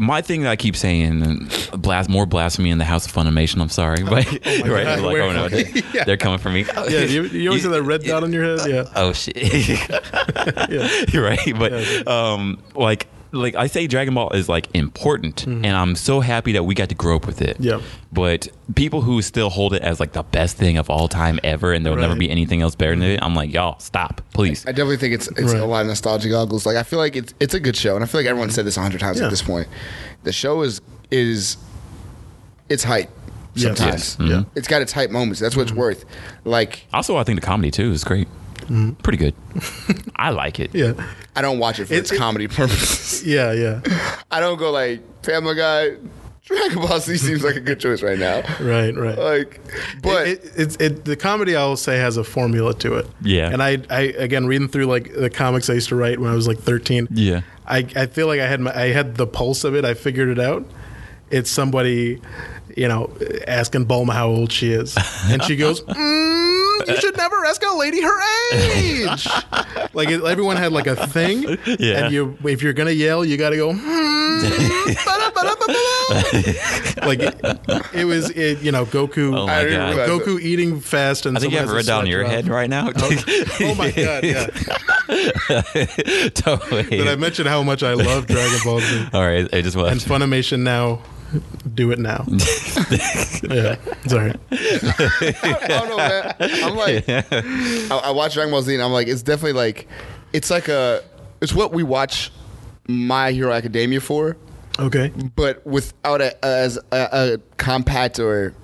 Speaker 1: my thing that I keep saying, and blast more blasphemy in the house of Funimation. I'm sorry, but right,
Speaker 2: God.
Speaker 1: like, oh, no,
Speaker 2: Where-
Speaker 1: they-
Speaker 2: Yeah.
Speaker 1: they're coming for me.
Speaker 2: Yeah, you, you always have that red dot on your head. Yeah,
Speaker 1: Oh shit.
Speaker 2: yeah,
Speaker 1: You're right. But um, like like I say, Dragon Ball is like important, and I'm so happy that we got to grow up with it.
Speaker 2: Mm-hmm. Yeah.
Speaker 1: But people who still hold it as like the best thing of all time ever, and there'll never
Speaker 2: Right. Mm-hmm.
Speaker 1: be anything else better than it. I'm like, y'all, stop, please.
Speaker 3: I definitely think it's it's
Speaker 2: Right.
Speaker 3: a lot of nostalgic goggles. Like I feel like it's it's a good show, and I feel like everyone said this a hundred times
Speaker 2: Yeah.
Speaker 3: at this point. The show is is it's hype
Speaker 2: Yes.
Speaker 3: sometimes.
Speaker 2: Yes. Yeah.
Speaker 3: It's got its hype moments. That's what
Speaker 2: Mm-hmm.
Speaker 3: it's worth. Like
Speaker 1: Also, I think the comedy too is great.
Speaker 3: Mm-hmm.
Speaker 1: Pretty good. I like it.
Speaker 2: yeah,
Speaker 3: I don't watch it for
Speaker 2: It-
Speaker 3: its
Speaker 2: it-
Speaker 3: comedy purposes.
Speaker 2: yeah, yeah.
Speaker 3: I don't go like Family Guy. Dragon Ball Z seems like a good choice right now.
Speaker 2: Right, right.
Speaker 3: Like, Uh, but
Speaker 2: it, it, it's- it, the comedy I'll say has a formula to it.
Speaker 1: Yeah.
Speaker 2: and I, I again reading through like the comics I used to write when I was like thirteen.
Speaker 1: Yeah.
Speaker 2: I, I feel like I had my, I had the pulse of it. I figured it out. It's somebody, you know, asking Bulma how old she is, and she goes, mm, "You should never ask a lady her age." like it, everyone had like a thing,
Speaker 1: Yeah.
Speaker 2: and you if you're gonna yell, you got to go. "Hmm, ba-da-ba-da-ba-ba." like it, it was, it, you know, Goku.
Speaker 1: Oh my
Speaker 3: I didn't
Speaker 1: god.
Speaker 3: realize-
Speaker 2: Goku eating fast and
Speaker 1: I think you have it right down your head right now.
Speaker 2: Oh my god! Yeah.
Speaker 1: totally.
Speaker 2: Did I mention how much I love Dragon Ball Z?
Speaker 1: All right. I just
Speaker 2: and
Speaker 1: want.
Speaker 2: Funimation now do it now. yeah, sorry.
Speaker 3: I don't know, man. I'm like, I, I watch Dragon Ball Z, and I'm like, it's definitely like, it's like a, it's what we watch My Hero Academia for,
Speaker 2: Okay.
Speaker 3: but without a as a, a compact or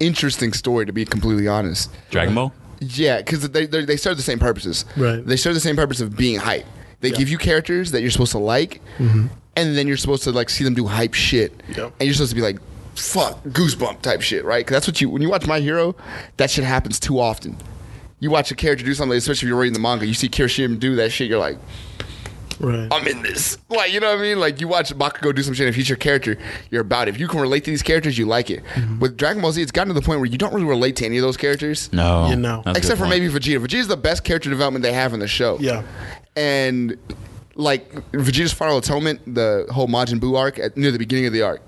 Speaker 3: interesting story. To be completely honest,
Speaker 1: Dragon Ball.
Speaker 3: Yeah, because they, they they serve the same purposes.
Speaker 2: Right.
Speaker 3: They serve the same purpose of being hype. They give you characters that you're supposed to like, and then you're supposed to like see them do hype shit,
Speaker 2: Mm-hmm. Yep.
Speaker 3: and you're supposed to be like, "Fuck, goosebump" type shit, right? Because that's what you when you watch My Hero, that shit happens too often. You watch a character do something, especially if you're reading the manga. You see Kirishima do that shit, you're like,
Speaker 2: Right.
Speaker 3: I'm in this. Like, you know what I mean? Like, you watch Bakugo do some shit, and if he's your character, you're about it. If you can relate to these characters, you like it.
Speaker 2: Mm-hmm.
Speaker 3: With Dragon Ball Z, it's gotten to the point where you don't really relate to any of those characters.
Speaker 1: No.
Speaker 2: You know.
Speaker 1: That's a
Speaker 3: Except
Speaker 1: good
Speaker 3: for
Speaker 1: point.
Speaker 3: maybe Vegeta. Vegeta's the best character development they have in the show.
Speaker 2: Yeah.
Speaker 3: And like Vegeta's final atonement, the whole Majin Buu arc at near the beginning of the arc.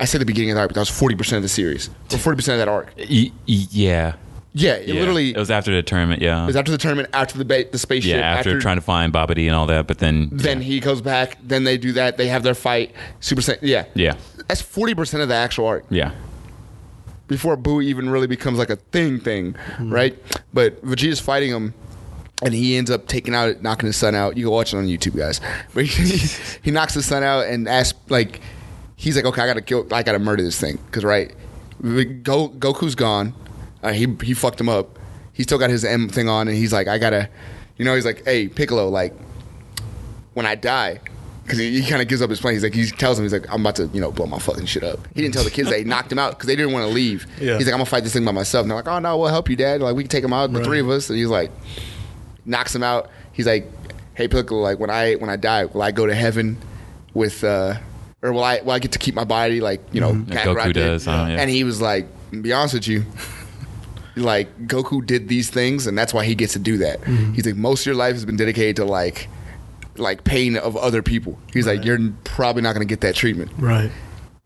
Speaker 3: I said the beginning of the arc, but that was forty percent of the series. Or forty percent of that arc.
Speaker 1: Y- y- yeah.
Speaker 3: Yeah, it
Speaker 1: Yeah.
Speaker 3: literally
Speaker 1: It was after the tournament, yeah.
Speaker 3: it was after the tournament, after the ba- the spaceship,
Speaker 1: yeah, after, trying to find Babidi and all that, but then.
Speaker 3: then he goes back, then they do that, they have their fight, Super Saiyan yeah.
Speaker 1: Yeah.
Speaker 3: That's forty percent of the actual arc.
Speaker 1: Yeah.
Speaker 3: before Boo even really becomes like a thing thing, right? But Vegeta's fighting him. And he ends up taking out, knocking his son out. You can watch it on YouTube, guys. But he, he knocks his son out and asks, like, he's like, okay, I gotta kill, I gotta murder this thing, because right, Go, Goku's gone. Uh, he he fucked him up. He still got his M thing on, and he's like, I gotta, you know, he's like, hey, Piccolo, like, when I die, because he, he kind of gives up his plan. He's like, he tells him, he's like, I'm about to, you know, blow my fucking shit up. He didn't tell the kids that he knocked him out because they didn't want to leave.
Speaker 2: Yeah.
Speaker 3: He's like, I'm gonna fight this thing by myself. And they're like, oh no, we'll help you, dad. Like we can take him out, the
Speaker 2: Right.
Speaker 3: three of us. And he's like, knocks him out. He's like, hey Piccolo, like when I when I die, will I go to heaven with, uh or will I will I get to keep my body like you know
Speaker 1: Mm-hmm. Like
Speaker 3: Kakarot
Speaker 1: Goku
Speaker 3: did?
Speaker 1: does, uh, yeah.
Speaker 3: And he was like, be honest with you. Like Goku did these things, and that's why he gets to do that. He's like, most of your life has been dedicated to like like pain of other people. He's like, you're probably not gonna get that treatment.
Speaker 2: Right.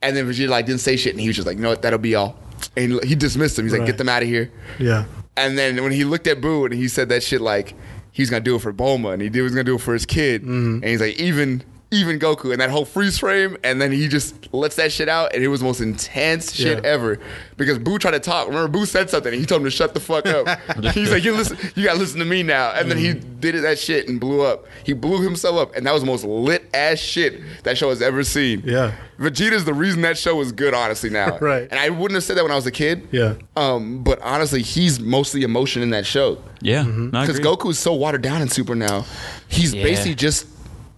Speaker 3: And then Vegeta like didn't say shit, and he was just like, you know what, that'll be all. And he dismissed him. He's like,
Speaker 2: Right.
Speaker 3: get them out of here.
Speaker 2: Yeah.
Speaker 3: And then when he looked at Boo and he said that shit like he's gonna do it for Bulma and he did, he was gonna do it for his kid.
Speaker 2: Mm-hmm.
Speaker 3: And he's like, even even Goku and that whole freeze frame, and then he just lets that shit out, and it was the most intense shit
Speaker 2: Yeah.
Speaker 3: ever. Because Boo tried to talk. Remember, Boo said something, and he told him to shut the fuck up. he's like, you listen, you gotta listen to me now. And then he
Speaker 2: Mm-hmm.
Speaker 3: did it, that shit and blew up. He blew himself up, and that was the most lit ass shit that show has ever seen.
Speaker 2: Yeah.
Speaker 3: Vegeta's the reason that show was good, honestly. Now,
Speaker 2: Right.
Speaker 3: And I wouldn't have said that when I was a kid.
Speaker 2: Yeah.
Speaker 3: Um, but honestly, he's mostly emotion in that show
Speaker 1: Yeah. No, I
Speaker 3: Mm-hmm. because
Speaker 1: agree.
Speaker 3: Goku is so watered down in Super now. He's
Speaker 1: Yeah.
Speaker 3: basically just,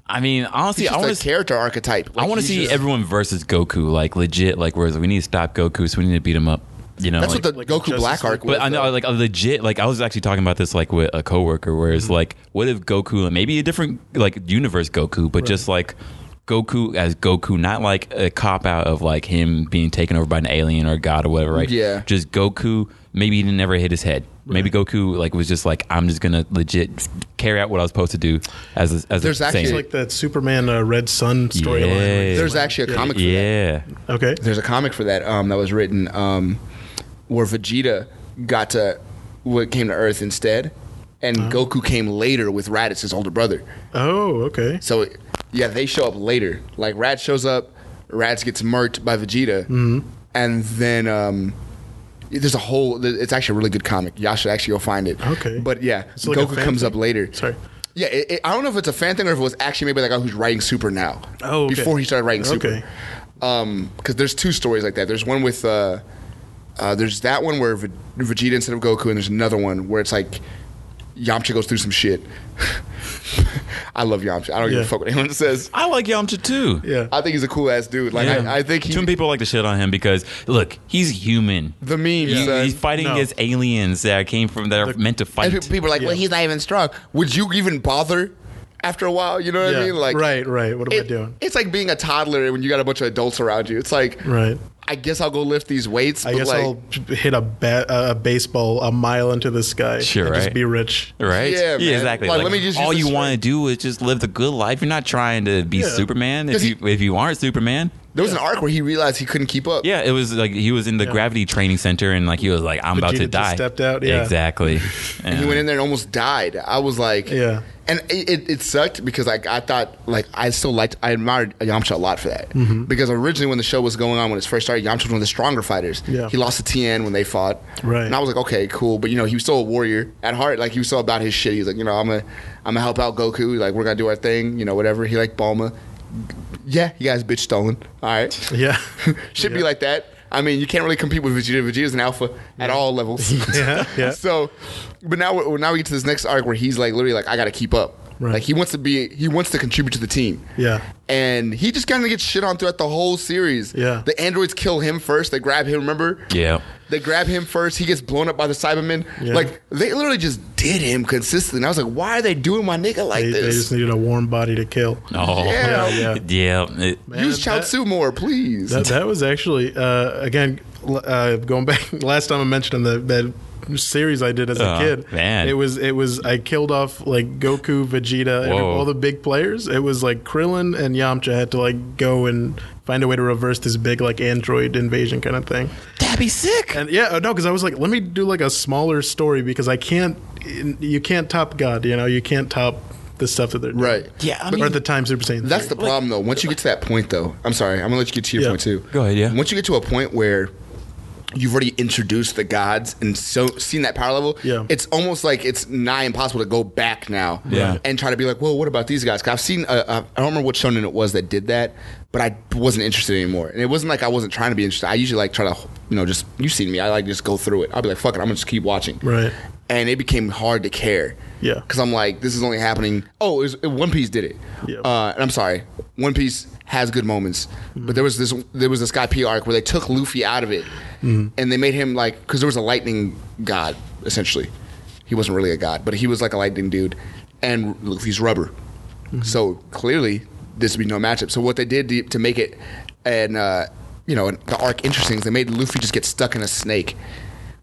Speaker 1: I mean, honestly,
Speaker 3: he's
Speaker 1: I
Speaker 3: just
Speaker 1: want
Speaker 3: a
Speaker 1: to
Speaker 3: character archetype.
Speaker 1: I
Speaker 3: Like,
Speaker 1: want to
Speaker 3: he's
Speaker 1: see
Speaker 3: just-
Speaker 1: everyone versus Goku, like legit, like whereas we need to stop Goku, so we need to beat him up. You know,
Speaker 3: That's
Speaker 1: like,
Speaker 3: what the
Speaker 2: Like
Speaker 3: Goku
Speaker 2: Justice
Speaker 3: Black arc
Speaker 2: League.
Speaker 3: was.
Speaker 1: But I know,
Speaker 3: though.
Speaker 1: like a legit, like I was actually talking about this, like with a coworker, where
Speaker 3: Mm-hmm.
Speaker 1: it's like, what if Goku, and maybe a different like universe Goku, but just like Goku as Goku, not like a cop out of like him being taken over by an alien or god or whatever, right?
Speaker 3: Yeah.
Speaker 1: just Goku. Maybe he didn't never hit his head. Maybe Goku like was just like, I'm just gonna legit carry out what I was supposed to do as a, as
Speaker 3: There's
Speaker 1: a
Speaker 3: actually,
Speaker 1: Saiyan.
Speaker 2: It's like that Superman uh, Red Sun storyline.
Speaker 1: Yeah.
Speaker 3: there's actually a comic. For that.
Speaker 1: yeah,
Speaker 2: Okay.
Speaker 3: There's a comic for that um, that was written um, where Vegeta got to what came to Earth instead, and Goku came later with Raditz, his older brother.
Speaker 2: Oh, okay.
Speaker 3: So yeah, they show up later. Like Raditz shows up, Raditz gets murked by Vegeta,
Speaker 2: Mm-hmm.
Speaker 3: and then um, there's a whole. It's actually a really good comic. Y'all should actually go find it.
Speaker 2: Okay.
Speaker 3: But yeah,
Speaker 2: It's like a
Speaker 3: Goku
Speaker 2: fan
Speaker 3: comes
Speaker 2: thing?
Speaker 3: up later.
Speaker 2: Sorry.
Speaker 3: Yeah, it, it, I don't know if it's a fan thing or if it was actually made by the guy who's writing Super now.
Speaker 2: Oh, okay.
Speaker 3: before he started writing Super.
Speaker 2: Okay.
Speaker 3: Um, because there's two stories like that. There's one with uh, uh, there's that one where Ve- Vegeta instead of Goku, and there's another one where it's like Yamcha goes through some shit. I love Yamcha. I don't give a
Speaker 2: Yeah.
Speaker 3: fuck what anyone says.
Speaker 1: I like Yamcha too.
Speaker 2: Yeah.
Speaker 3: I think he's a cool ass dude. Like
Speaker 1: Yeah.
Speaker 3: I, I think he,
Speaker 1: Two people like to shit on him because look, he's human.
Speaker 3: the meme.
Speaker 1: He-
Speaker 3: son.
Speaker 1: He's fighting
Speaker 2: No.
Speaker 1: against aliens that came from that are meant to
Speaker 3: and
Speaker 1: fight.
Speaker 3: pe- people are like, well,
Speaker 2: Yeah.
Speaker 3: he's not even strong. Would you even bother? After a while, you know what I
Speaker 2: Yeah.
Speaker 3: mean? Like
Speaker 2: right, right. What am I
Speaker 3: it-
Speaker 2: doing?
Speaker 3: It's like being a toddler when you got a bunch of adults around you. It's like,
Speaker 2: Right.
Speaker 3: I guess I'll go lift these weights.
Speaker 2: I
Speaker 3: but
Speaker 2: guess
Speaker 3: like,
Speaker 2: I'll hit a bat, a baseball a mile into the sky.
Speaker 1: Sure,
Speaker 2: and
Speaker 1: right.
Speaker 2: Just be rich.
Speaker 1: Right?
Speaker 3: Yeah, man.
Speaker 1: exactly.
Speaker 3: Like,
Speaker 1: Like,
Speaker 3: let me just
Speaker 1: all
Speaker 3: use
Speaker 1: you
Speaker 3: this
Speaker 1: want to do is just live the good life. You're not trying to be
Speaker 2: Yeah.
Speaker 1: Superman. If
Speaker 3: Does he-
Speaker 1: you if you aren't Superman,
Speaker 3: There was an arc where he realized he couldn't keep up.
Speaker 1: yeah, it was like he was in the gravity training center and like he was like, I'm about
Speaker 2: Vegeta
Speaker 1: to
Speaker 2: just
Speaker 1: die.
Speaker 2: stepped out, yeah.
Speaker 1: Exactly.
Speaker 3: And he went in there and almost died. I was like,
Speaker 2: Yeah.
Speaker 3: And it, it, it sucked because like I thought like I still liked I admired Yamcha a lot for that
Speaker 2: Mm-hmm.
Speaker 3: because originally when the show was going on when it first started Yamcha was one of the stronger fighters.
Speaker 2: Yeah.
Speaker 3: He lost to Tien when they fought.
Speaker 2: Right.
Speaker 3: And I was like, okay, cool, but you know he was still a warrior at heart. Like he was still about his shit. He was like, you know, I'm gonna I'm gonna help out Goku. Like we're gonna do our thing. You know, whatever. He liked Bulma. Yeah, you guys bitch stolen. All right.
Speaker 2: Yeah.
Speaker 3: Should be
Speaker 2: Yeah.
Speaker 3: like that. I mean, you can't really compete with Vegeta. Vegeta's an alpha at all levels.
Speaker 2: Yeah, yeah.
Speaker 3: So, but now, we're- now we get to this next arc where he's like literally like, I got to keep up.
Speaker 2: Right.
Speaker 3: Like he wants to be, he wants to contribute to the team.
Speaker 2: Yeah.
Speaker 3: And he just kind of gets shit on throughout the whole series.
Speaker 2: Yeah.
Speaker 3: The androids kill him first. They grab him. Remember?
Speaker 1: Yeah.
Speaker 3: They grab him first. He gets blown up by the Cybermen.
Speaker 2: Yeah.
Speaker 3: Like they literally just did him consistently. And I was like, why are they doing my nigga like
Speaker 2: They, they
Speaker 3: this?
Speaker 2: just needed a warm body to kill.
Speaker 1: Oh.
Speaker 3: Yeah.
Speaker 2: Yeah,
Speaker 1: Yeah. It-
Speaker 2: Man,
Speaker 3: Use Chao
Speaker 2: that-
Speaker 3: Tzu more, please.
Speaker 2: That, that was actually uh, again l- uh, going back. Last time I mentioned the, that series I did as a
Speaker 1: Uh,
Speaker 2: kid,
Speaker 1: man.
Speaker 2: it was it was I killed off like Goku, Vegeta, and
Speaker 1: Whoa.
Speaker 2: all the big players. It was like Krillin and Yamcha had to like go and find a way to reverse this big like android invasion kind of thing.
Speaker 1: That'd be sick.
Speaker 2: And yeah, uh, no, because I was like, let me do like a smaller story because I can't. You can't top God, you know. You can't top the stuff that they're doing.
Speaker 3: Right.
Speaker 1: Yeah, I
Speaker 2: But- or
Speaker 1: mean-
Speaker 2: at the time Super Saiyan.
Speaker 3: That's the
Speaker 2: three.
Speaker 3: problem, though. Once you get to that point, though, I'm sorry, I'm gonna let you get to your
Speaker 2: Yeah.
Speaker 3: point too.
Speaker 1: Go ahead, yeah.
Speaker 3: Once you get to a point where you've already introduced the gods and so seen that power level,
Speaker 2: Yeah.
Speaker 3: it's almost like it's nigh impossible to go back now,
Speaker 1: Yeah.
Speaker 3: and try to be like, well, what about these guys? 'Cause I've seen, uh, uh, I don't remember what shonen it was that did that, but I wasn't interested anymore, and it wasn't like I wasn't trying to be interested. I usually like try to, you know, just you've seen me, I like just go through it. I'll be like, fuck it, I'm gonna just keep watching,
Speaker 2: Right.
Speaker 3: and it became hard to care.
Speaker 2: Yeah.
Speaker 3: Because I'm like, this is only happening. Oh, it was, One Piece did it.
Speaker 2: Yeah.
Speaker 3: Uh, and I'm sorry, One Piece has good moments, but there was this there was this guy P arc where they took Luffy out of it,
Speaker 2: Mm-hmm.
Speaker 3: and they made him like because there was a lightning god essentially. He wasn't really a god, but he was like a lightning dude, and Luffy's rubber.
Speaker 2: Mm-hmm.
Speaker 3: So clearly, this would be no matchup. So what they did to, to make it, and uh, you know, the arc interesting is they made Luffy just get stuck in a snake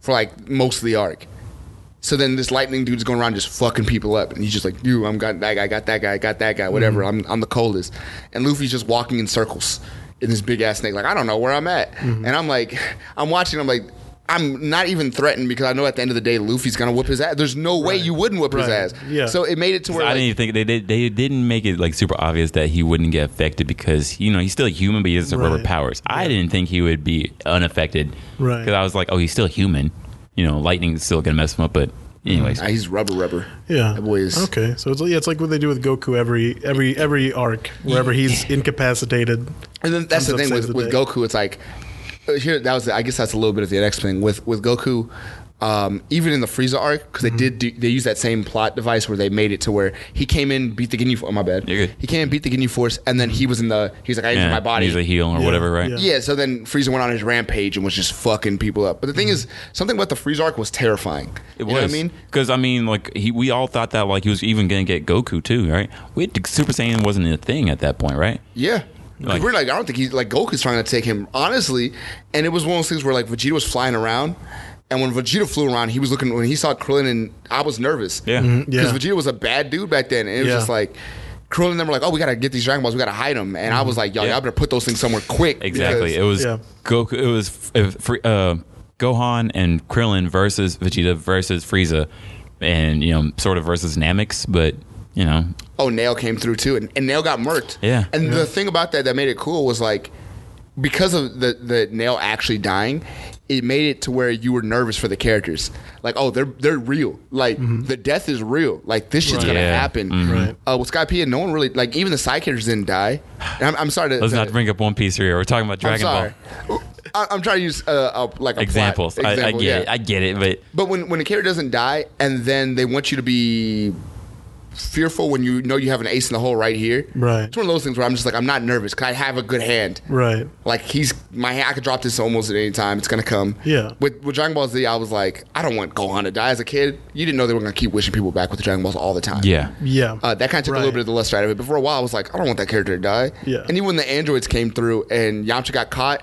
Speaker 3: for like most of the arc. So then this lightning dude's going around just fucking people up, and he's just like, "You, I'm got that guy, got that guy, got that guy, whatever.
Speaker 2: Mm-hmm.
Speaker 3: I'm I'm the coldest." And Luffy's just walking in circles in this big ass snake, like I don't know where I'm at.
Speaker 2: Mm-hmm.
Speaker 3: And I'm like, I'm watching. I'm like, I'm not even threatened because I know at the end of the day, Luffy's gonna whoop his ass. There's no way you wouldn't whoop
Speaker 2: Right.
Speaker 3: his ass.
Speaker 2: Yeah.
Speaker 3: So it made it to where
Speaker 1: I
Speaker 3: like,
Speaker 1: didn't even think they, they they didn't make it like super obvious that he wouldn't get affected because you know he's still a human but he doesn't have rubber
Speaker 2: Right.
Speaker 1: powers. I didn't think he would be unaffected
Speaker 2: Right.
Speaker 1: because I was like, oh, he's still human. You know, lightning's still gonna mess him up. But anyways,
Speaker 3: Ah, he's rubber rubber.
Speaker 2: Yeah.
Speaker 3: that boy is.
Speaker 2: Okay. So it's, yeah, it's like what they do with Goku every every every arc, wherever he's incapacitated.
Speaker 3: And then that's
Speaker 2: Comes
Speaker 3: the
Speaker 2: up,
Speaker 3: thing with,
Speaker 2: saves the
Speaker 3: with
Speaker 2: day.
Speaker 3: Goku. It's like uh, here that was I guess that's a little bit of the next thing with with Goku. Um, even in the Frieza arc, because
Speaker 2: Mm-hmm.
Speaker 3: they did do, they used that same plot device where they made it to where he came in beat the Ginyu. Oh my bad.
Speaker 1: You're good.
Speaker 3: He came in beat the Ginyu Force, and then he was in the he's like I injured
Speaker 1: yeah,
Speaker 3: my body.
Speaker 1: He's a heel or whatever, right?
Speaker 2: yeah.
Speaker 3: Yeah, so then Frieza went on his rampage and was just fucking people up. But the thing is, something about the Frieza arc was terrifying.
Speaker 1: Mm-hmm. It
Speaker 3: You know what I
Speaker 1: was.
Speaker 3: mean?
Speaker 1: Because I mean, like he, we all thought that like he was even gonna get Goku too, right? We had, Super Saiyan wasn't a thing at that point, right?
Speaker 3: Yeah.
Speaker 1: Like-
Speaker 3: we're like, I don't think he's like Goku's trying to take him honestly. And it was one of those things where like Vegeta was flying around, and when Vegeta flew around, he was looking when he saw Krillin, and I was nervous.
Speaker 1: Yeah. Mhm,
Speaker 2: Mm-hmm. yeah.
Speaker 3: because Vegeta was a bad dude back then, and it was
Speaker 2: Yeah.
Speaker 3: just like. Krillin and them were like, oh, we gotta get these Dragon Balls, we gotta hide them, and I was like, y'all,
Speaker 1: Mm-hmm. Yeah.
Speaker 3: y'all better put those things somewhere quick.
Speaker 1: Exactly.
Speaker 3: because-
Speaker 1: It was
Speaker 2: yeah.
Speaker 1: Goku. It was f- uh, Fr- uh, Gohan and Krillin versus Vegeta versus Frieza, and you know, sort of versus Namek's, but you know,
Speaker 3: oh, Nail came through too, and, and Nail got murked.
Speaker 1: Yeah.
Speaker 3: And the thing about that that made it cool was like because of the the Nail actually dying, it made it to where you were nervous for the characters. Like, oh, they're they're real. Like the death is real. Like this shit's
Speaker 2: Right.
Speaker 3: gonna
Speaker 1: Yeah. Mm-hmm.
Speaker 3: happen.
Speaker 2: Right.
Speaker 3: Uh, with Sky P, and no one really like even the side characters didn't die. And I'm, I'm sorry to.
Speaker 1: let's
Speaker 3: to-
Speaker 1: not bring up One Piece here. We're talking about
Speaker 3: I'm
Speaker 1: Dragon Ball
Speaker 3: sorry. I, I'm trying to use uh, uh, like a plot
Speaker 1: examples. I, I
Speaker 3: example,
Speaker 1: get
Speaker 3: yeah.
Speaker 1: it. I get it. But
Speaker 3: But when when a character doesn't die, and then they want you to be fearful when you know you have an ace in the hole right here.
Speaker 2: Right.
Speaker 3: It's one of those things where I'm just like, I'm not nervous because I have a good hand.
Speaker 2: Right.
Speaker 3: Like he's my hand, I could drop this almost at any time. It's gonna come.
Speaker 2: Yeah.
Speaker 3: With with Dragon Ball Z, I was like, I don't want Gohan to die as a kid. You didn't know they were gonna keep wishing people back with the Dragon Balls all the time.
Speaker 1: yeah,
Speaker 2: Yeah.
Speaker 3: Uh, that kind of took a
Speaker 2: Right.
Speaker 3: little bit of the luster out of it. But for a while, I was like, I don't want that character to die.
Speaker 2: Yeah.
Speaker 3: And even when the androids came through and Yamcha got caught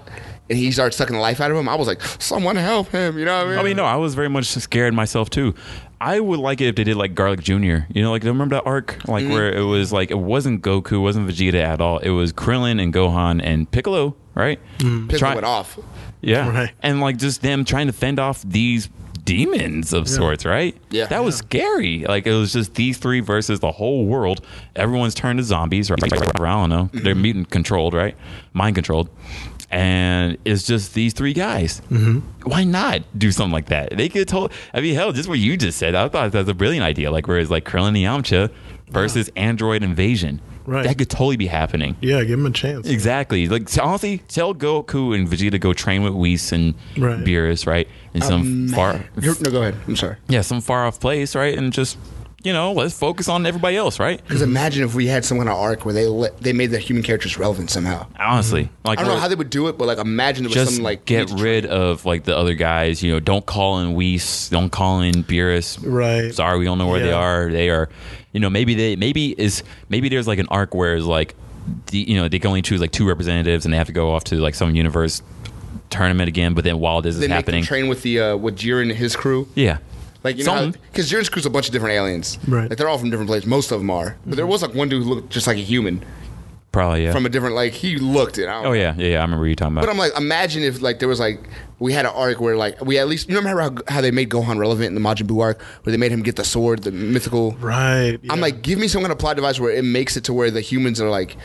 Speaker 3: and he started sucking the life out of him, I was like, someone help him. You know what I mean?
Speaker 1: I mean, no, I was very much scared myself too. I would like it if they did like Garlic Junior. You know, like remember that arc,
Speaker 3: Mm-hmm.
Speaker 1: like where it was like it wasn't Goku, it wasn't Vegeta at all. It was Krillin and Gohan and Piccolo, right?
Speaker 3: Pistol
Speaker 1: Try-
Speaker 3: went off.
Speaker 1: Yeah.
Speaker 2: Right.
Speaker 1: And like just them trying to fend off these demons of sorts, right?
Speaker 3: Yeah.
Speaker 1: That was scary. Like it was just these three versus the whole world. Everyone's turned to zombies, right? I don't know.
Speaker 3: Mm-hmm.
Speaker 1: They're mutant controlled, right? Mind controlled. And it's just these three guys. Mm-hmm. Why not do something like that? They could totally. I mean, hell, just what you just said. I thought that was a brilliant idea. Like, where it's like Krillin and Yamcha versus Android Invasion.
Speaker 2: Right.
Speaker 1: That could totally be happening.
Speaker 2: yeah. Give him a chance.
Speaker 1: Exactly. Like so honestly, tell Goku and Vegeta to go train with Whis and
Speaker 2: Right.
Speaker 3: Oh,
Speaker 1: Beerus, right? In some Um, far,
Speaker 3: Mm. Here- no, go ahead. I'm sorry.
Speaker 1: yeah, some far off place, right? And just you know, let's focus on everybody else, right?
Speaker 3: Because imagine if we had some kind of arc where they let, they made the human characters relevant somehow.
Speaker 1: Honestly,
Speaker 2: Mm-hmm.
Speaker 1: like
Speaker 3: I don't know
Speaker 1: we're-
Speaker 3: how they would do it, but like imagine there was
Speaker 1: just
Speaker 3: some like
Speaker 1: get
Speaker 3: huge-
Speaker 1: rid of like the other guys. You know, don't call in Weiss, don't call in Beerus.
Speaker 2: Right.
Speaker 1: Sorry, we don't know where they
Speaker 2: Yeah.
Speaker 1: are. They are, you know, maybe they maybe is maybe there's like an arc where it's like, the, you know, they can only choose like two representatives and they have to go off to like some universe tournament again. But then while this
Speaker 3: They
Speaker 1: is
Speaker 3: make them
Speaker 1: happening,
Speaker 3: train with the uh, with Jiren and his crew.
Speaker 1: yeah,
Speaker 3: Like you know,
Speaker 1: Something.
Speaker 3: because Jiren's crew's a bunch of different aliens.
Speaker 2: Right.
Speaker 3: Like they're all from different places. Most of them are. But there was like one dude who looked just like a human
Speaker 1: probably yeah.
Speaker 3: from a different like he looked it. I don't
Speaker 1: oh yeah, yeah, yeah. I remember you talking
Speaker 3: But
Speaker 1: about.
Speaker 3: I'm like, imagine if like there was like we had an arc where like we at least you remember how, how they made Gohan relevant in the Majin Buu arc where they made him get the sword, the mythical.
Speaker 2: Right.
Speaker 3: I'm
Speaker 2: yeah.
Speaker 3: like, give me some kind of plot device where it makes it to where the humans are like,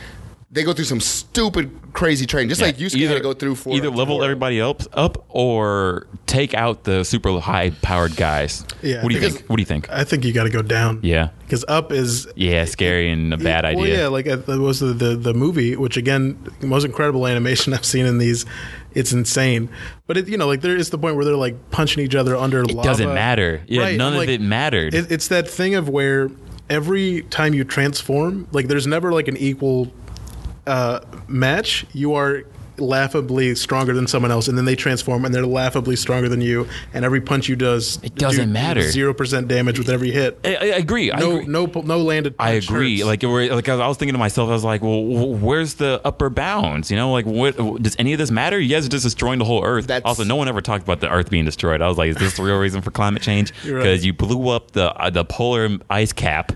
Speaker 3: they go through some stupid, crazy training, just like you had to go through for
Speaker 1: either level
Speaker 3: for-
Speaker 1: everybody up up or take out the super high powered guys.
Speaker 2: Yeah,
Speaker 1: What do you
Speaker 2: because-
Speaker 1: think? What do you think?
Speaker 2: I think you got to go down.
Speaker 1: Yeah.
Speaker 2: Because up is
Speaker 1: Yeah, scary and a bad
Speaker 2: Well,
Speaker 1: idea.
Speaker 2: yeah, like uh, that was the, the the movie, which again, the most incredible animation I've seen in these. It's insane, but it, you know, like there is the point where they're like punching each other under. It lava.
Speaker 1: doesn't matter. Yeah, none
Speaker 2: I'm
Speaker 1: of it mattered.
Speaker 2: It, it's that thing of where every time you transform, like there's never like an equal uh, match. You are laughably stronger than someone else and then they transform and they're laughably stronger than you and every punch you does it
Speaker 1: doesn't matter.
Speaker 2: 0% damage with every hit
Speaker 1: I, I agree. I
Speaker 2: no
Speaker 1: agree.
Speaker 2: no pu- no landed
Speaker 1: I
Speaker 2: punch
Speaker 1: agree.
Speaker 2: hurts.
Speaker 1: Like, we're- like I was- I was thinking to myself, I was like, "Well, wh- where's the upper bounds? You know, like, what does any of this matter? You guys are just destroying the whole Earth."
Speaker 3: That's-
Speaker 1: also, no one ever talked about the Earth being destroyed. I was like, "Is this the real reason for climate change?
Speaker 2: You're right.
Speaker 1: Because you blew up the uh, the polar ice cap."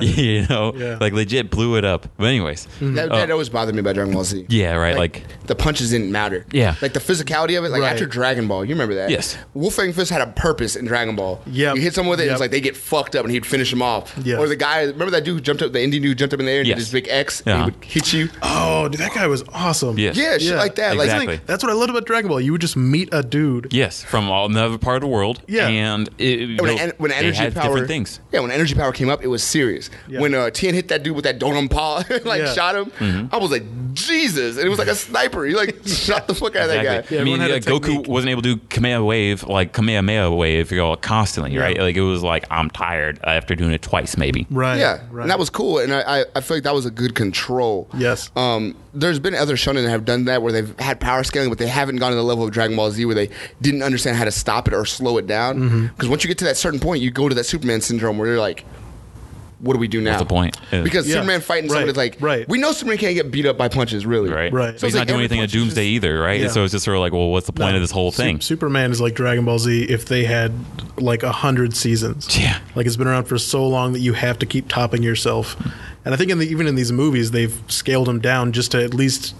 Speaker 1: you know,
Speaker 2: Yeah.
Speaker 1: like legit blew it up. But anyways,
Speaker 3: Mm-hmm.
Speaker 1: Uh,
Speaker 3: That, that always bothered me about Dragon Ball Z.
Speaker 1: Mm-hmm. Oh. yeah, right, like.
Speaker 3: the punches didn't matter.
Speaker 1: Yeah.
Speaker 3: like the physicality of it. Like
Speaker 2: Right.
Speaker 3: after Dragon Ball, you remember that?
Speaker 1: Yes.
Speaker 3: Wolfang Fist had a purpose in Dragon Ball.
Speaker 2: Yep.
Speaker 3: you hit someone with it, it
Speaker 2: Yep.
Speaker 3: was like they get fucked up, and he'd finish them off.
Speaker 2: Yes.
Speaker 3: Or the guy, remember that dude who jumped up, the Indian dude who jumped up in the air and
Speaker 1: Yes.
Speaker 3: did his big X,
Speaker 1: Uh-huh.
Speaker 3: and he would hit you.
Speaker 2: Oh, dude, that guy was awesome.
Speaker 1: Yes.
Speaker 3: Yeah, shit
Speaker 2: Yeah,
Speaker 3: like that. Like
Speaker 1: exactly.
Speaker 2: That's what I loved about Dragon Ball. You would just meet a dude.
Speaker 1: Yes, from all- another part of the world.
Speaker 2: Yeah.
Speaker 1: and it,
Speaker 3: when,
Speaker 1: it
Speaker 3: en- when energy
Speaker 1: had
Speaker 3: power
Speaker 1: different things.
Speaker 3: Yeah, when energy power came up, it was serious.
Speaker 2: Yeah.
Speaker 3: When uh, Tien hit that dude with that Donum paw, and, like
Speaker 2: Yeah.
Speaker 3: shot him,
Speaker 1: Mm-hmm.
Speaker 3: I was like Jesus, and it was like a sniper. You like shot the fuck out of that guy.
Speaker 1: I mean,
Speaker 2: everyone had a
Speaker 1: uh, Goku
Speaker 2: technique.
Speaker 1: wasn't able to do Kamehameha wave like Kamehameha wave you know, constantly, right? Like it was like I'm tired after doing it twice, maybe.
Speaker 2: Right.
Speaker 3: Yeah,
Speaker 2: Right.
Speaker 3: and that was cool, and I, I I feel like that was a good control.
Speaker 2: Yes.
Speaker 3: Um, there's been other shonen that have done that where they've had power scaling, but they haven't gone to the level of Dragon Ball Z where they didn't understand how to stop it or slow it down.
Speaker 2: Mm-hmm.
Speaker 3: Because once you get to that certain point, you go to that Superman syndrome where you're like, "What do we do now?"
Speaker 1: the point? Yeah.
Speaker 3: Because
Speaker 2: Yeah.
Speaker 3: Superman fighting someone
Speaker 2: Right.
Speaker 3: is like,
Speaker 2: Right.
Speaker 3: we know Superman can't get beat up by punches, really,
Speaker 1: Right.
Speaker 2: Right.
Speaker 1: So
Speaker 2: So
Speaker 1: he's
Speaker 3: it's
Speaker 1: not
Speaker 3: like
Speaker 1: doing
Speaker 3: every
Speaker 1: anything at
Speaker 3: punch is
Speaker 1: Doomsday either, right?
Speaker 2: Yeah.
Speaker 1: So it's just sort of like, well, what's the point of this whole
Speaker 2: Su-
Speaker 1: thing?
Speaker 2: Superman is like Dragon Ball Z if they had like a hundred seasons.
Speaker 1: Yeah.
Speaker 2: Like it's been around for so long that you have to keep topping yourself. And I think in the, even in these movies they've scaled him down just to at least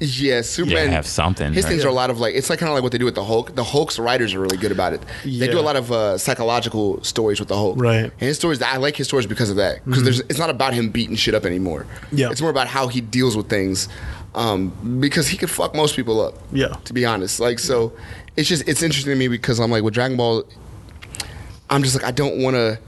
Speaker 3: Yeah, Superman
Speaker 1: Yeah, have something,
Speaker 3: His
Speaker 1: right?
Speaker 3: things
Speaker 1: Yeah.
Speaker 3: are a lot of like it's like kind of like what they do with the Hulk. The Hulk's writers are really good about it. They do
Speaker 2: Yeah.
Speaker 3: a lot of uh, psychological stories with the Hulk.
Speaker 2: Right. Mm-hmm.
Speaker 3: And his stories, I like his stories because of that. Because there's it's not about him beating shit up anymore.
Speaker 2: Yeah.
Speaker 3: It's more about how he deals with things. Um, because he could fuck most people up.
Speaker 2: Yeah.
Speaker 3: To be honest, like so, it's just it's interesting to me because I'm like with Dragon Ball, I'm just like I don't want to.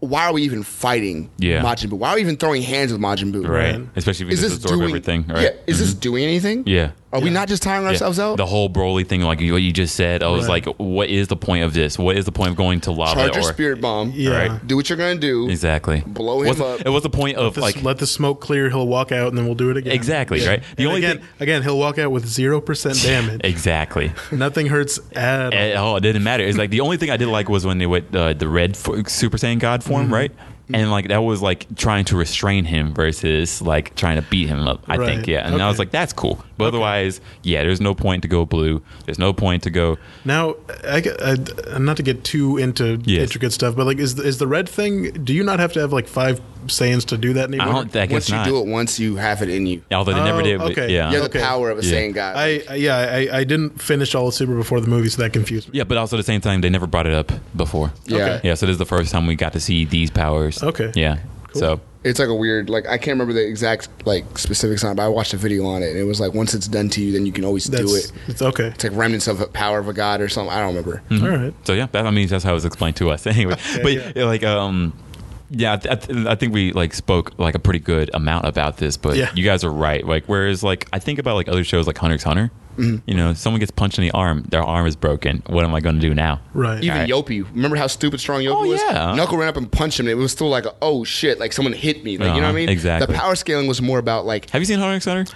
Speaker 3: Why are we even fighting
Speaker 1: Yeah.
Speaker 3: Majin Buu? Why are we even throwing hands with Majin Buu?
Speaker 1: right.
Speaker 2: Right.
Speaker 1: Especially if you
Speaker 3: Is
Speaker 1: just
Speaker 3: this
Speaker 1: absorb
Speaker 3: doing
Speaker 1: everything, right? Mm-hmm.
Speaker 3: Yeah. Is this doing anything?
Speaker 1: Yeah.
Speaker 3: Are we not just tiring
Speaker 1: Yeah.
Speaker 3: ourselves out?
Speaker 1: The whole Broly thing, like you- what you just said, I was
Speaker 2: Right.
Speaker 1: like, what is the point of this? What is the point of going to lava?
Speaker 3: Charge
Speaker 1: or
Speaker 3: your spirit bomb.
Speaker 2: Yeah.
Speaker 1: Right.
Speaker 3: Do what you're gonna do.
Speaker 1: Exactly.
Speaker 3: Blow him
Speaker 1: what's,
Speaker 3: up.
Speaker 1: And what's the point of
Speaker 2: this,
Speaker 1: like
Speaker 2: let the smoke clear, he'll walk out and then we'll do it again.
Speaker 1: exactly right? The
Speaker 2: And
Speaker 1: only
Speaker 2: again,
Speaker 1: thing
Speaker 2: again, he'll walk out with zero percent damage.
Speaker 1: exactly.
Speaker 2: Nothing hurts at all.
Speaker 1: at all. Eh, oh, It didn't matter. It's like the only thing I did like was when they went uh, the red fo- Super Saiyan God form,
Speaker 2: Mm-hmm.
Speaker 1: right? And like that was like trying to restrain him versus like trying to beat him up. I think
Speaker 2: Right.
Speaker 1: yeah. And I was
Speaker 2: Okay.
Speaker 1: like, that's cool. But otherwise, yeah, there's no point to go blue. There's no point to go.
Speaker 2: Now, I, am not to get too into
Speaker 1: Yes.
Speaker 2: intricate stuff, but like, is the, is the red thing? Do you not have to have like five Saiyans to do that anymore?
Speaker 1: I don't. I guess
Speaker 3: once you
Speaker 1: not.
Speaker 3: do it once, you have it in you.
Speaker 1: Although they never
Speaker 2: Oh,
Speaker 1: did. but
Speaker 2: okay.
Speaker 1: Yeah. yeah.
Speaker 3: You have
Speaker 2: Okay.
Speaker 3: the power of a
Speaker 1: Yeah.
Speaker 3: Saiyan God.
Speaker 2: I I- yeah, I, I didn't finish all of Super before the movie, so that confused me.
Speaker 1: but also at the same time, they never brought it up before.
Speaker 3: yeah.
Speaker 2: okay.
Speaker 1: Yeah. So this is the first time we got to see these powers.
Speaker 2: Okay.
Speaker 1: Yeah.
Speaker 2: Cool.
Speaker 1: So
Speaker 3: It's like a weird like I can't remember the exact like specifics on it, but I watched a video on it and it was like once it's done to you, then you can always
Speaker 2: That's
Speaker 3: do it.
Speaker 2: it's okay.
Speaker 3: It's like remnants of a power of a god or something. I don't remember.
Speaker 1: Hmm. Mm-hmm.
Speaker 2: All right.
Speaker 1: So yeah, that, I mean that's how it was explained to us anyway. but
Speaker 2: yeah.
Speaker 1: yeah, like um. Yeah, I, th- I, th- I think we like spoke like a pretty good amount about this, but
Speaker 2: Yeah.
Speaker 1: you guys are right. Like, whereas like I think about like other shows like Hunter's Hunter,
Speaker 2: Mm-hmm.
Speaker 1: You know, someone gets punched in the arm, their arm is broken. What am I going to do now?
Speaker 2: Right.
Speaker 3: Even
Speaker 1: Alright.
Speaker 3: Yopi, remember how stupid strong Yopi
Speaker 1: Oh,
Speaker 3: was?
Speaker 1: yeah.
Speaker 3: Knuckle ran up and punched him. and It was still like, a, oh shit, like someone hit me. Like, you know what I
Speaker 1: Uh-huh,
Speaker 3: mean?
Speaker 1: exactly.
Speaker 3: The power scaling was more about like,
Speaker 1: Have you seen Hunter x Hunter?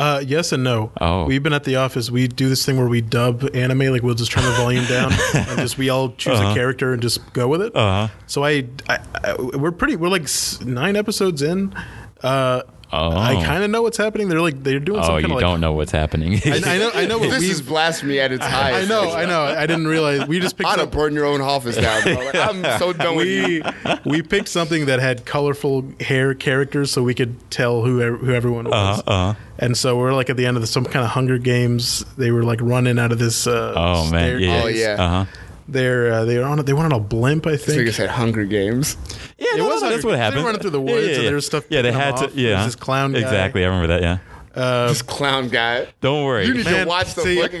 Speaker 2: Uh, yes and no.
Speaker 1: Oh.
Speaker 2: We've been at the office. We do this thing where we dub anime. Like we'll just turn the volume down and just we all choose a character and just go with it.
Speaker 1: Uh-huh.
Speaker 2: So I, I, I, we're pretty. We're like s- nine episodes in. Uh,
Speaker 1: Oh.
Speaker 2: I kind of know what's happening. They're like they're doing
Speaker 1: Oh,
Speaker 2: some
Speaker 1: you
Speaker 2: kind of
Speaker 1: don't
Speaker 2: like.
Speaker 1: know what's happening.
Speaker 2: I, I know. I know. What
Speaker 3: this
Speaker 2: we,
Speaker 3: is blasphemy at its highest.
Speaker 2: I know.
Speaker 3: Like,
Speaker 2: I know. I didn't realize we just picked
Speaker 3: I'd
Speaker 2: up.
Speaker 3: have burned your own office down, bro. Like, I'm so done with you.
Speaker 2: We we picked something that had colorful hair characters, so we could tell who ev- who everyone was.
Speaker 1: Uh, uh.
Speaker 2: And so we're like at the end of the, some kind of Hunger Games. They were like running out of this. Uh,
Speaker 1: Oh, man. Yeah.
Speaker 3: Oh,
Speaker 2: staircase.
Speaker 3: yeah.
Speaker 1: Uh-huh.
Speaker 2: They're uh, they're on. They went on a blimp, I
Speaker 3: This
Speaker 2: think.
Speaker 3: nigga said Hunger Games.
Speaker 1: Yeah,
Speaker 2: It
Speaker 1: no,
Speaker 2: was
Speaker 1: no,
Speaker 2: like-
Speaker 1: that's what
Speaker 2: they
Speaker 1: happened.
Speaker 2: were running through the
Speaker 1: Yeah,
Speaker 2: woods
Speaker 1: yeah,
Speaker 2: and
Speaker 1: yeah.
Speaker 2: there was stuff
Speaker 1: Yeah, they
Speaker 2: picking
Speaker 1: had
Speaker 2: them
Speaker 1: to.
Speaker 2: off. There
Speaker 1: Yeah,
Speaker 2: was this clown guy.
Speaker 1: Exactly, I remember that. Yeah,
Speaker 3: this clown guy.
Speaker 1: don't worry.
Speaker 3: You need
Speaker 2: Um, Man,
Speaker 3: to watch the
Speaker 2: see-
Speaker 3: fucking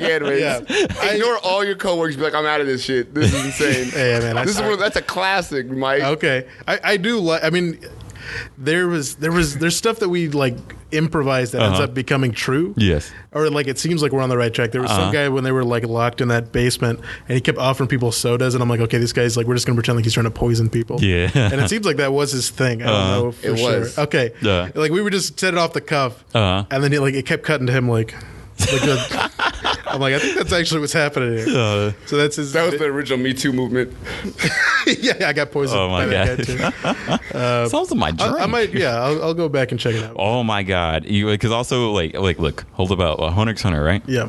Speaker 3: animes.
Speaker 2: Yeah.
Speaker 3: Ignore all your coworkers. Be like, I'm out of this shit. This is insane.
Speaker 2: Yeah, man, I
Speaker 3: this is
Speaker 2: start-
Speaker 3: one, that's a classic, Mike.
Speaker 2: Okay, I, I do like. I mean, there was there was there's stuff that we like improvised that ends
Speaker 1: Uh-huh.
Speaker 2: up becoming true.
Speaker 1: Yes.
Speaker 2: Or like it seems like we're on the right track. There was
Speaker 1: Uh-huh.
Speaker 2: some guy when they were like locked in that basement, and he kept offering people sodas, and I'm like, okay, this guy's like, we're just gonna pretend like he's trying to poison people.
Speaker 1: Yeah.
Speaker 2: and it seems like that was his thing. I don't
Speaker 1: Uh-huh.
Speaker 2: know for
Speaker 3: It
Speaker 2: sure.
Speaker 3: was.
Speaker 2: Okay,
Speaker 1: Yeah.
Speaker 2: like we were just set it off the cuff,
Speaker 1: Uh-huh.
Speaker 2: and then he, like it kept cutting to him like, like the, I'm like, I think that's actually what's happening. Here.
Speaker 1: Uh,
Speaker 2: So that's his.
Speaker 3: That was the original Me Too movement.
Speaker 2: yeah, I got poisoned
Speaker 1: Oh, my
Speaker 2: by that
Speaker 1: God.
Speaker 2: guy too.
Speaker 3: Uh,
Speaker 1: sounds like my drink.
Speaker 2: I, I might, yeah, I'll, I'll go back and check it out.
Speaker 1: Oh my god! You because also like like look, hold about uh, Hunter x Hunter, right?
Speaker 2: Yeah.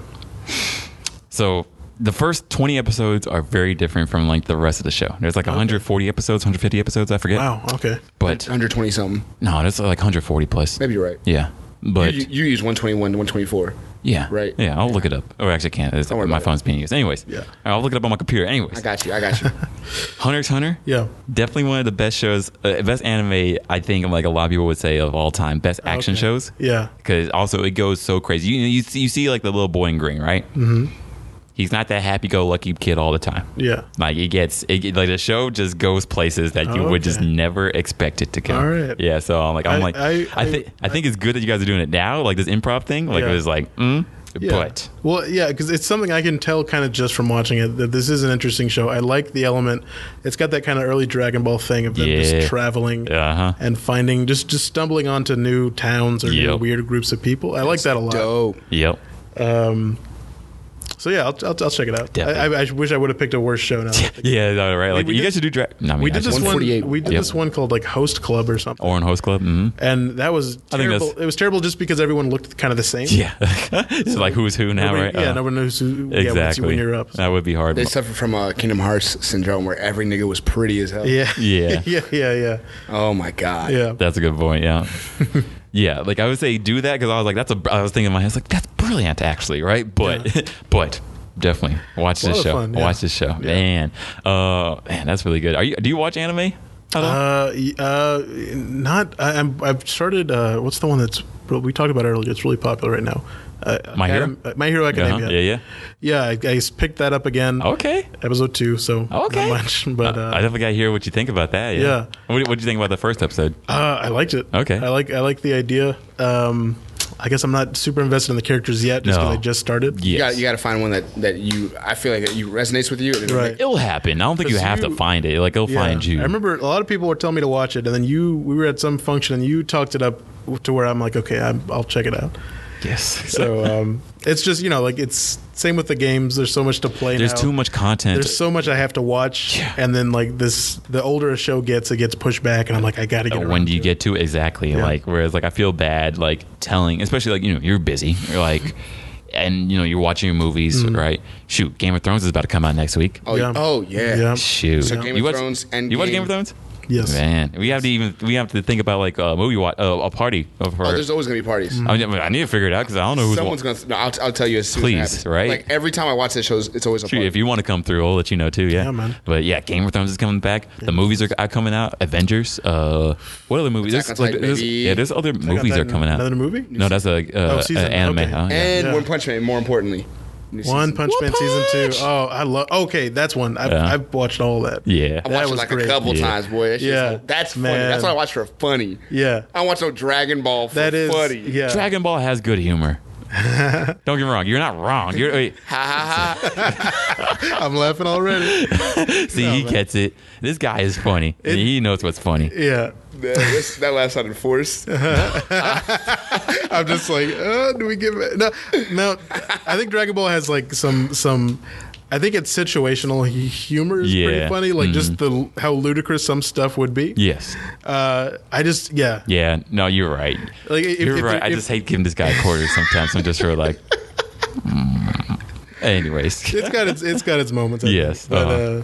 Speaker 1: So the first twenty episodes are very different from like the rest of the show. There's like 140 episodes, 150 episodes, I forget.
Speaker 2: Wow. Okay.
Speaker 1: But
Speaker 3: 120 something.
Speaker 1: no, it's like 140 plus.
Speaker 3: Maybe you're right.
Speaker 1: Yeah, but
Speaker 3: You, you use 121 to 124.
Speaker 1: yeah,
Speaker 3: right.
Speaker 1: Yeah, I'll look it up. Or actually, I can't. It's,
Speaker 3: worry
Speaker 1: my
Speaker 3: about it.
Speaker 1: phone's being used. Anyways,
Speaker 2: Yeah.
Speaker 1: I'll look it up on my computer. Anyways,
Speaker 3: I got you. I got you.
Speaker 1: Hunter x Hunter.
Speaker 2: Yeah.
Speaker 1: Definitely one of the best shows, uh, best anime. I think, like a lot of people would say, of all time, best action
Speaker 2: Okay.
Speaker 1: shows.
Speaker 2: Yeah.
Speaker 1: because also it goes so crazy. You you see, you see like the little boy in green, right? Mm-hmm. He's not that happy-go-lucky kid all the time.
Speaker 2: Yeah.
Speaker 1: Like it gets, it, get- like the show just goes places that you would just
Speaker 2: Okay.
Speaker 1: never expect it to go.
Speaker 2: All right.
Speaker 1: Yeah, so I'm like, I'm
Speaker 2: I-
Speaker 1: like, I,
Speaker 2: I-
Speaker 1: think, I, think it's good that you guys are doing it now, like this improv thing. Like
Speaker 2: Yeah.
Speaker 1: it was like, mm,
Speaker 2: Yeah.
Speaker 1: but
Speaker 2: well, yeah, because it's something I can tell kind of just from watching it that this is an interesting show. I like the element. It's got that kind of early Dragon Ball thing of them
Speaker 1: Yeah.
Speaker 2: just traveling
Speaker 1: Uh-huh.
Speaker 2: and finding just just stumbling onto new towns or new
Speaker 1: Yep.
Speaker 2: weird groups of people. I like that a lot. Um,
Speaker 3: Dope.
Speaker 1: yep.
Speaker 2: So yeah, I'll, I'll, I'll check it out. I,
Speaker 1: Definitely.
Speaker 2: I, I wish I would have picked a worse show. Now
Speaker 1: Yeah, all right. Like
Speaker 2: we
Speaker 1: you
Speaker 2: did-
Speaker 1: guys should do drag. No, I mean,
Speaker 2: we
Speaker 1: I
Speaker 2: did this
Speaker 1: just-
Speaker 2: one.
Speaker 3: 148.
Speaker 2: We did
Speaker 1: Yep.
Speaker 2: this one called like Host Club or something.
Speaker 1: Orin Host Club. hmm
Speaker 2: and that was
Speaker 1: I think
Speaker 2: terrible.
Speaker 1: that's-
Speaker 2: it was terrible just because everyone looked kind of the same.
Speaker 1: Yeah, it's like who's who now,
Speaker 2: Nobody-
Speaker 1: right?
Speaker 2: Yeah,
Speaker 1: Uh,
Speaker 2: no one knows who. yeah,
Speaker 1: exactly.
Speaker 2: once you- when you're up.
Speaker 1: That would be hard.
Speaker 3: They suffer from uh, Kingdom Hearts syndrome where every nigga was pretty as hell.
Speaker 2: Yeah.
Speaker 1: Yeah.
Speaker 2: yeah. Yeah. Yeah.
Speaker 3: Oh my god.
Speaker 2: Yeah.
Speaker 1: That's a good point. Yeah. yeah. Like I would say do that because I was like, that's a, I was thinking in my head, it's like, that's brilliant actually. Right. But, but definitely watch
Speaker 2: a lot
Speaker 1: this
Speaker 2: of
Speaker 1: show.
Speaker 2: fun, yeah.
Speaker 1: Watch this show, man. Uh, man, that's really good. Are you, do you watch anime at all?
Speaker 2: Uh, y- uh, not. I, I'm. I've started. Uh, what's the one that's we talked about earlier? It's really popular right now. Uh,
Speaker 1: My Hero?
Speaker 2: Academ- uh, My Hero Academia.
Speaker 1: Uh-huh. Yeah. Yeah.
Speaker 2: Yeah, I, I s- picked that up again.
Speaker 1: Okay.
Speaker 2: Episode two. So
Speaker 1: Okay.
Speaker 2: not much, but uh,
Speaker 1: I definitely got to hear what you think about that. Yeah.
Speaker 2: Yeah.
Speaker 1: What What do you think about the first episode?
Speaker 2: Uh, I liked it.
Speaker 1: Okay.
Speaker 2: I like I like the idea. Um, I guess I'm not super invested in the characters yet, just
Speaker 1: No.
Speaker 2: because I just started.
Speaker 1: Yes.
Speaker 3: You got you got to find one that that you I feel like that you resonates with you. and it'll
Speaker 2: Right.
Speaker 3: make-
Speaker 1: It'll happen. I don't think you
Speaker 2: 'Cause
Speaker 1: have to
Speaker 2: you-
Speaker 1: find it. Like it'll
Speaker 2: Yeah.
Speaker 1: find you.
Speaker 2: I remember a lot of people were telling me to watch it, and then you we were at some function and you talked it up to where I'm like, okay, I'm, I'll check it out.
Speaker 1: Yes.
Speaker 2: So um, it's just you know like it's same with the games. There's so much to play.
Speaker 1: There's
Speaker 2: now.
Speaker 1: too much content.
Speaker 2: There's so much I have to watch,
Speaker 1: Yeah.
Speaker 2: and then like this, the older a show gets, it gets pushed back, and I'm like, I gotta get.
Speaker 1: Uh,
Speaker 2: around
Speaker 1: when do you
Speaker 2: to it.
Speaker 1: get to it? exactly like whereas like i feel bad like telling especially like you know you're busy you're like and you know you're watching your movies right shoot game of thrones is about to come out next week
Speaker 3: Mm-hmm. Oh yeah.
Speaker 2: Yeah.
Speaker 3: Oh yeah.
Speaker 2: Yeah.
Speaker 1: shoot
Speaker 3: So Game
Speaker 1: you
Speaker 3: of
Speaker 1: watch,
Speaker 3: Thrones,
Speaker 1: you watch
Speaker 3: Endgame.
Speaker 1: game of thrones
Speaker 2: Yes.
Speaker 1: man we have to even we have to think about like a movie watch uh, a party of her
Speaker 3: Oh, there's always gonna be parties.
Speaker 2: Mm.
Speaker 1: I, mean, I need to figure it out because i don't know who's
Speaker 3: Someone's gonna. No, I'll, I'll tell you as soon
Speaker 1: Please,
Speaker 3: as it happens.
Speaker 1: right?
Speaker 3: Like every time I watch this show, it's always a
Speaker 1: Shoot,
Speaker 3: party.
Speaker 1: if you want to come through, I'll let you know too. Yeah,
Speaker 2: Yeah, man.
Speaker 1: But yeah, Game of Thrones is coming back. The movies are are coming out. Avengers. Uh, what other movies?
Speaker 3: Attack
Speaker 1: There's,
Speaker 3: on
Speaker 1: like,
Speaker 3: Titan,
Speaker 1: there's-
Speaker 3: baby.
Speaker 1: yeah, there's other movies are
Speaker 2: Titan,
Speaker 1: coming out.
Speaker 2: another movie?
Speaker 1: No, that's a uh,
Speaker 2: Oh, season,
Speaker 1: uh, anime.
Speaker 2: okay.
Speaker 1: huh? Yeah.
Speaker 3: and
Speaker 2: Yeah.
Speaker 3: One Punch Man, more importantly. New
Speaker 2: One
Speaker 3: season.
Speaker 2: Punch
Speaker 1: One
Speaker 2: Man season
Speaker 1: Punch!
Speaker 2: two. Oh, I love. Okay, that's one. I've,
Speaker 1: Yeah.
Speaker 2: I've watched all that.
Speaker 1: Yeah.
Speaker 3: I
Speaker 2: That
Speaker 3: watched it
Speaker 2: was
Speaker 3: like a
Speaker 2: great.
Speaker 3: couple
Speaker 1: Yeah.
Speaker 3: times, boy. That shit's-
Speaker 2: Yeah.
Speaker 3: that's funny.
Speaker 2: Man.
Speaker 3: That's what I watch for funny.
Speaker 2: Yeah.
Speaker 3: I don't watch no Dragon Ball for
Speaker 2: That is.
Speaker 3: funny.
Speaker 2: Yeah.
Speaker 1: Dragon Ball has good humor. Don't get me wrong. You're not wrong. You're, wait,
Speaker 2: I'm laughing already.
Speaker 1: see, he gets it. This guy is funny. he knows what's funny.
Speaker 2: Yeah.
Speaker 3: That, that's- that last sounded forced.
Speaker 2: I'm just like, uh, do we give it? No, no. I think Dragon Ball has like some some. I think it's situational hu- humor is
Speaker 1: Yeah. Mm-hmm.
Speaker 2: pretty funny, like just the how ludicrous some stuff would be.
Speaker 1: yes.
Speaker 2: Uh, I just yeah.
Speaker 1: Yeah. No, you're right.
Speaker 2: Like if,
Speaker 1: you're
Speaker 2: if-
Speaker 1: right. I
Speaker 2: if-
Speaker 1: just hate giving this guy quarters sometimes. I'm just sort of like. Anyways,
Speaker 2: it's got its it's got its moments. I think.
Speaker 1: Yes,
Speaker 2: but
Speaker 1: uh-huh.
Speaker 2: uh,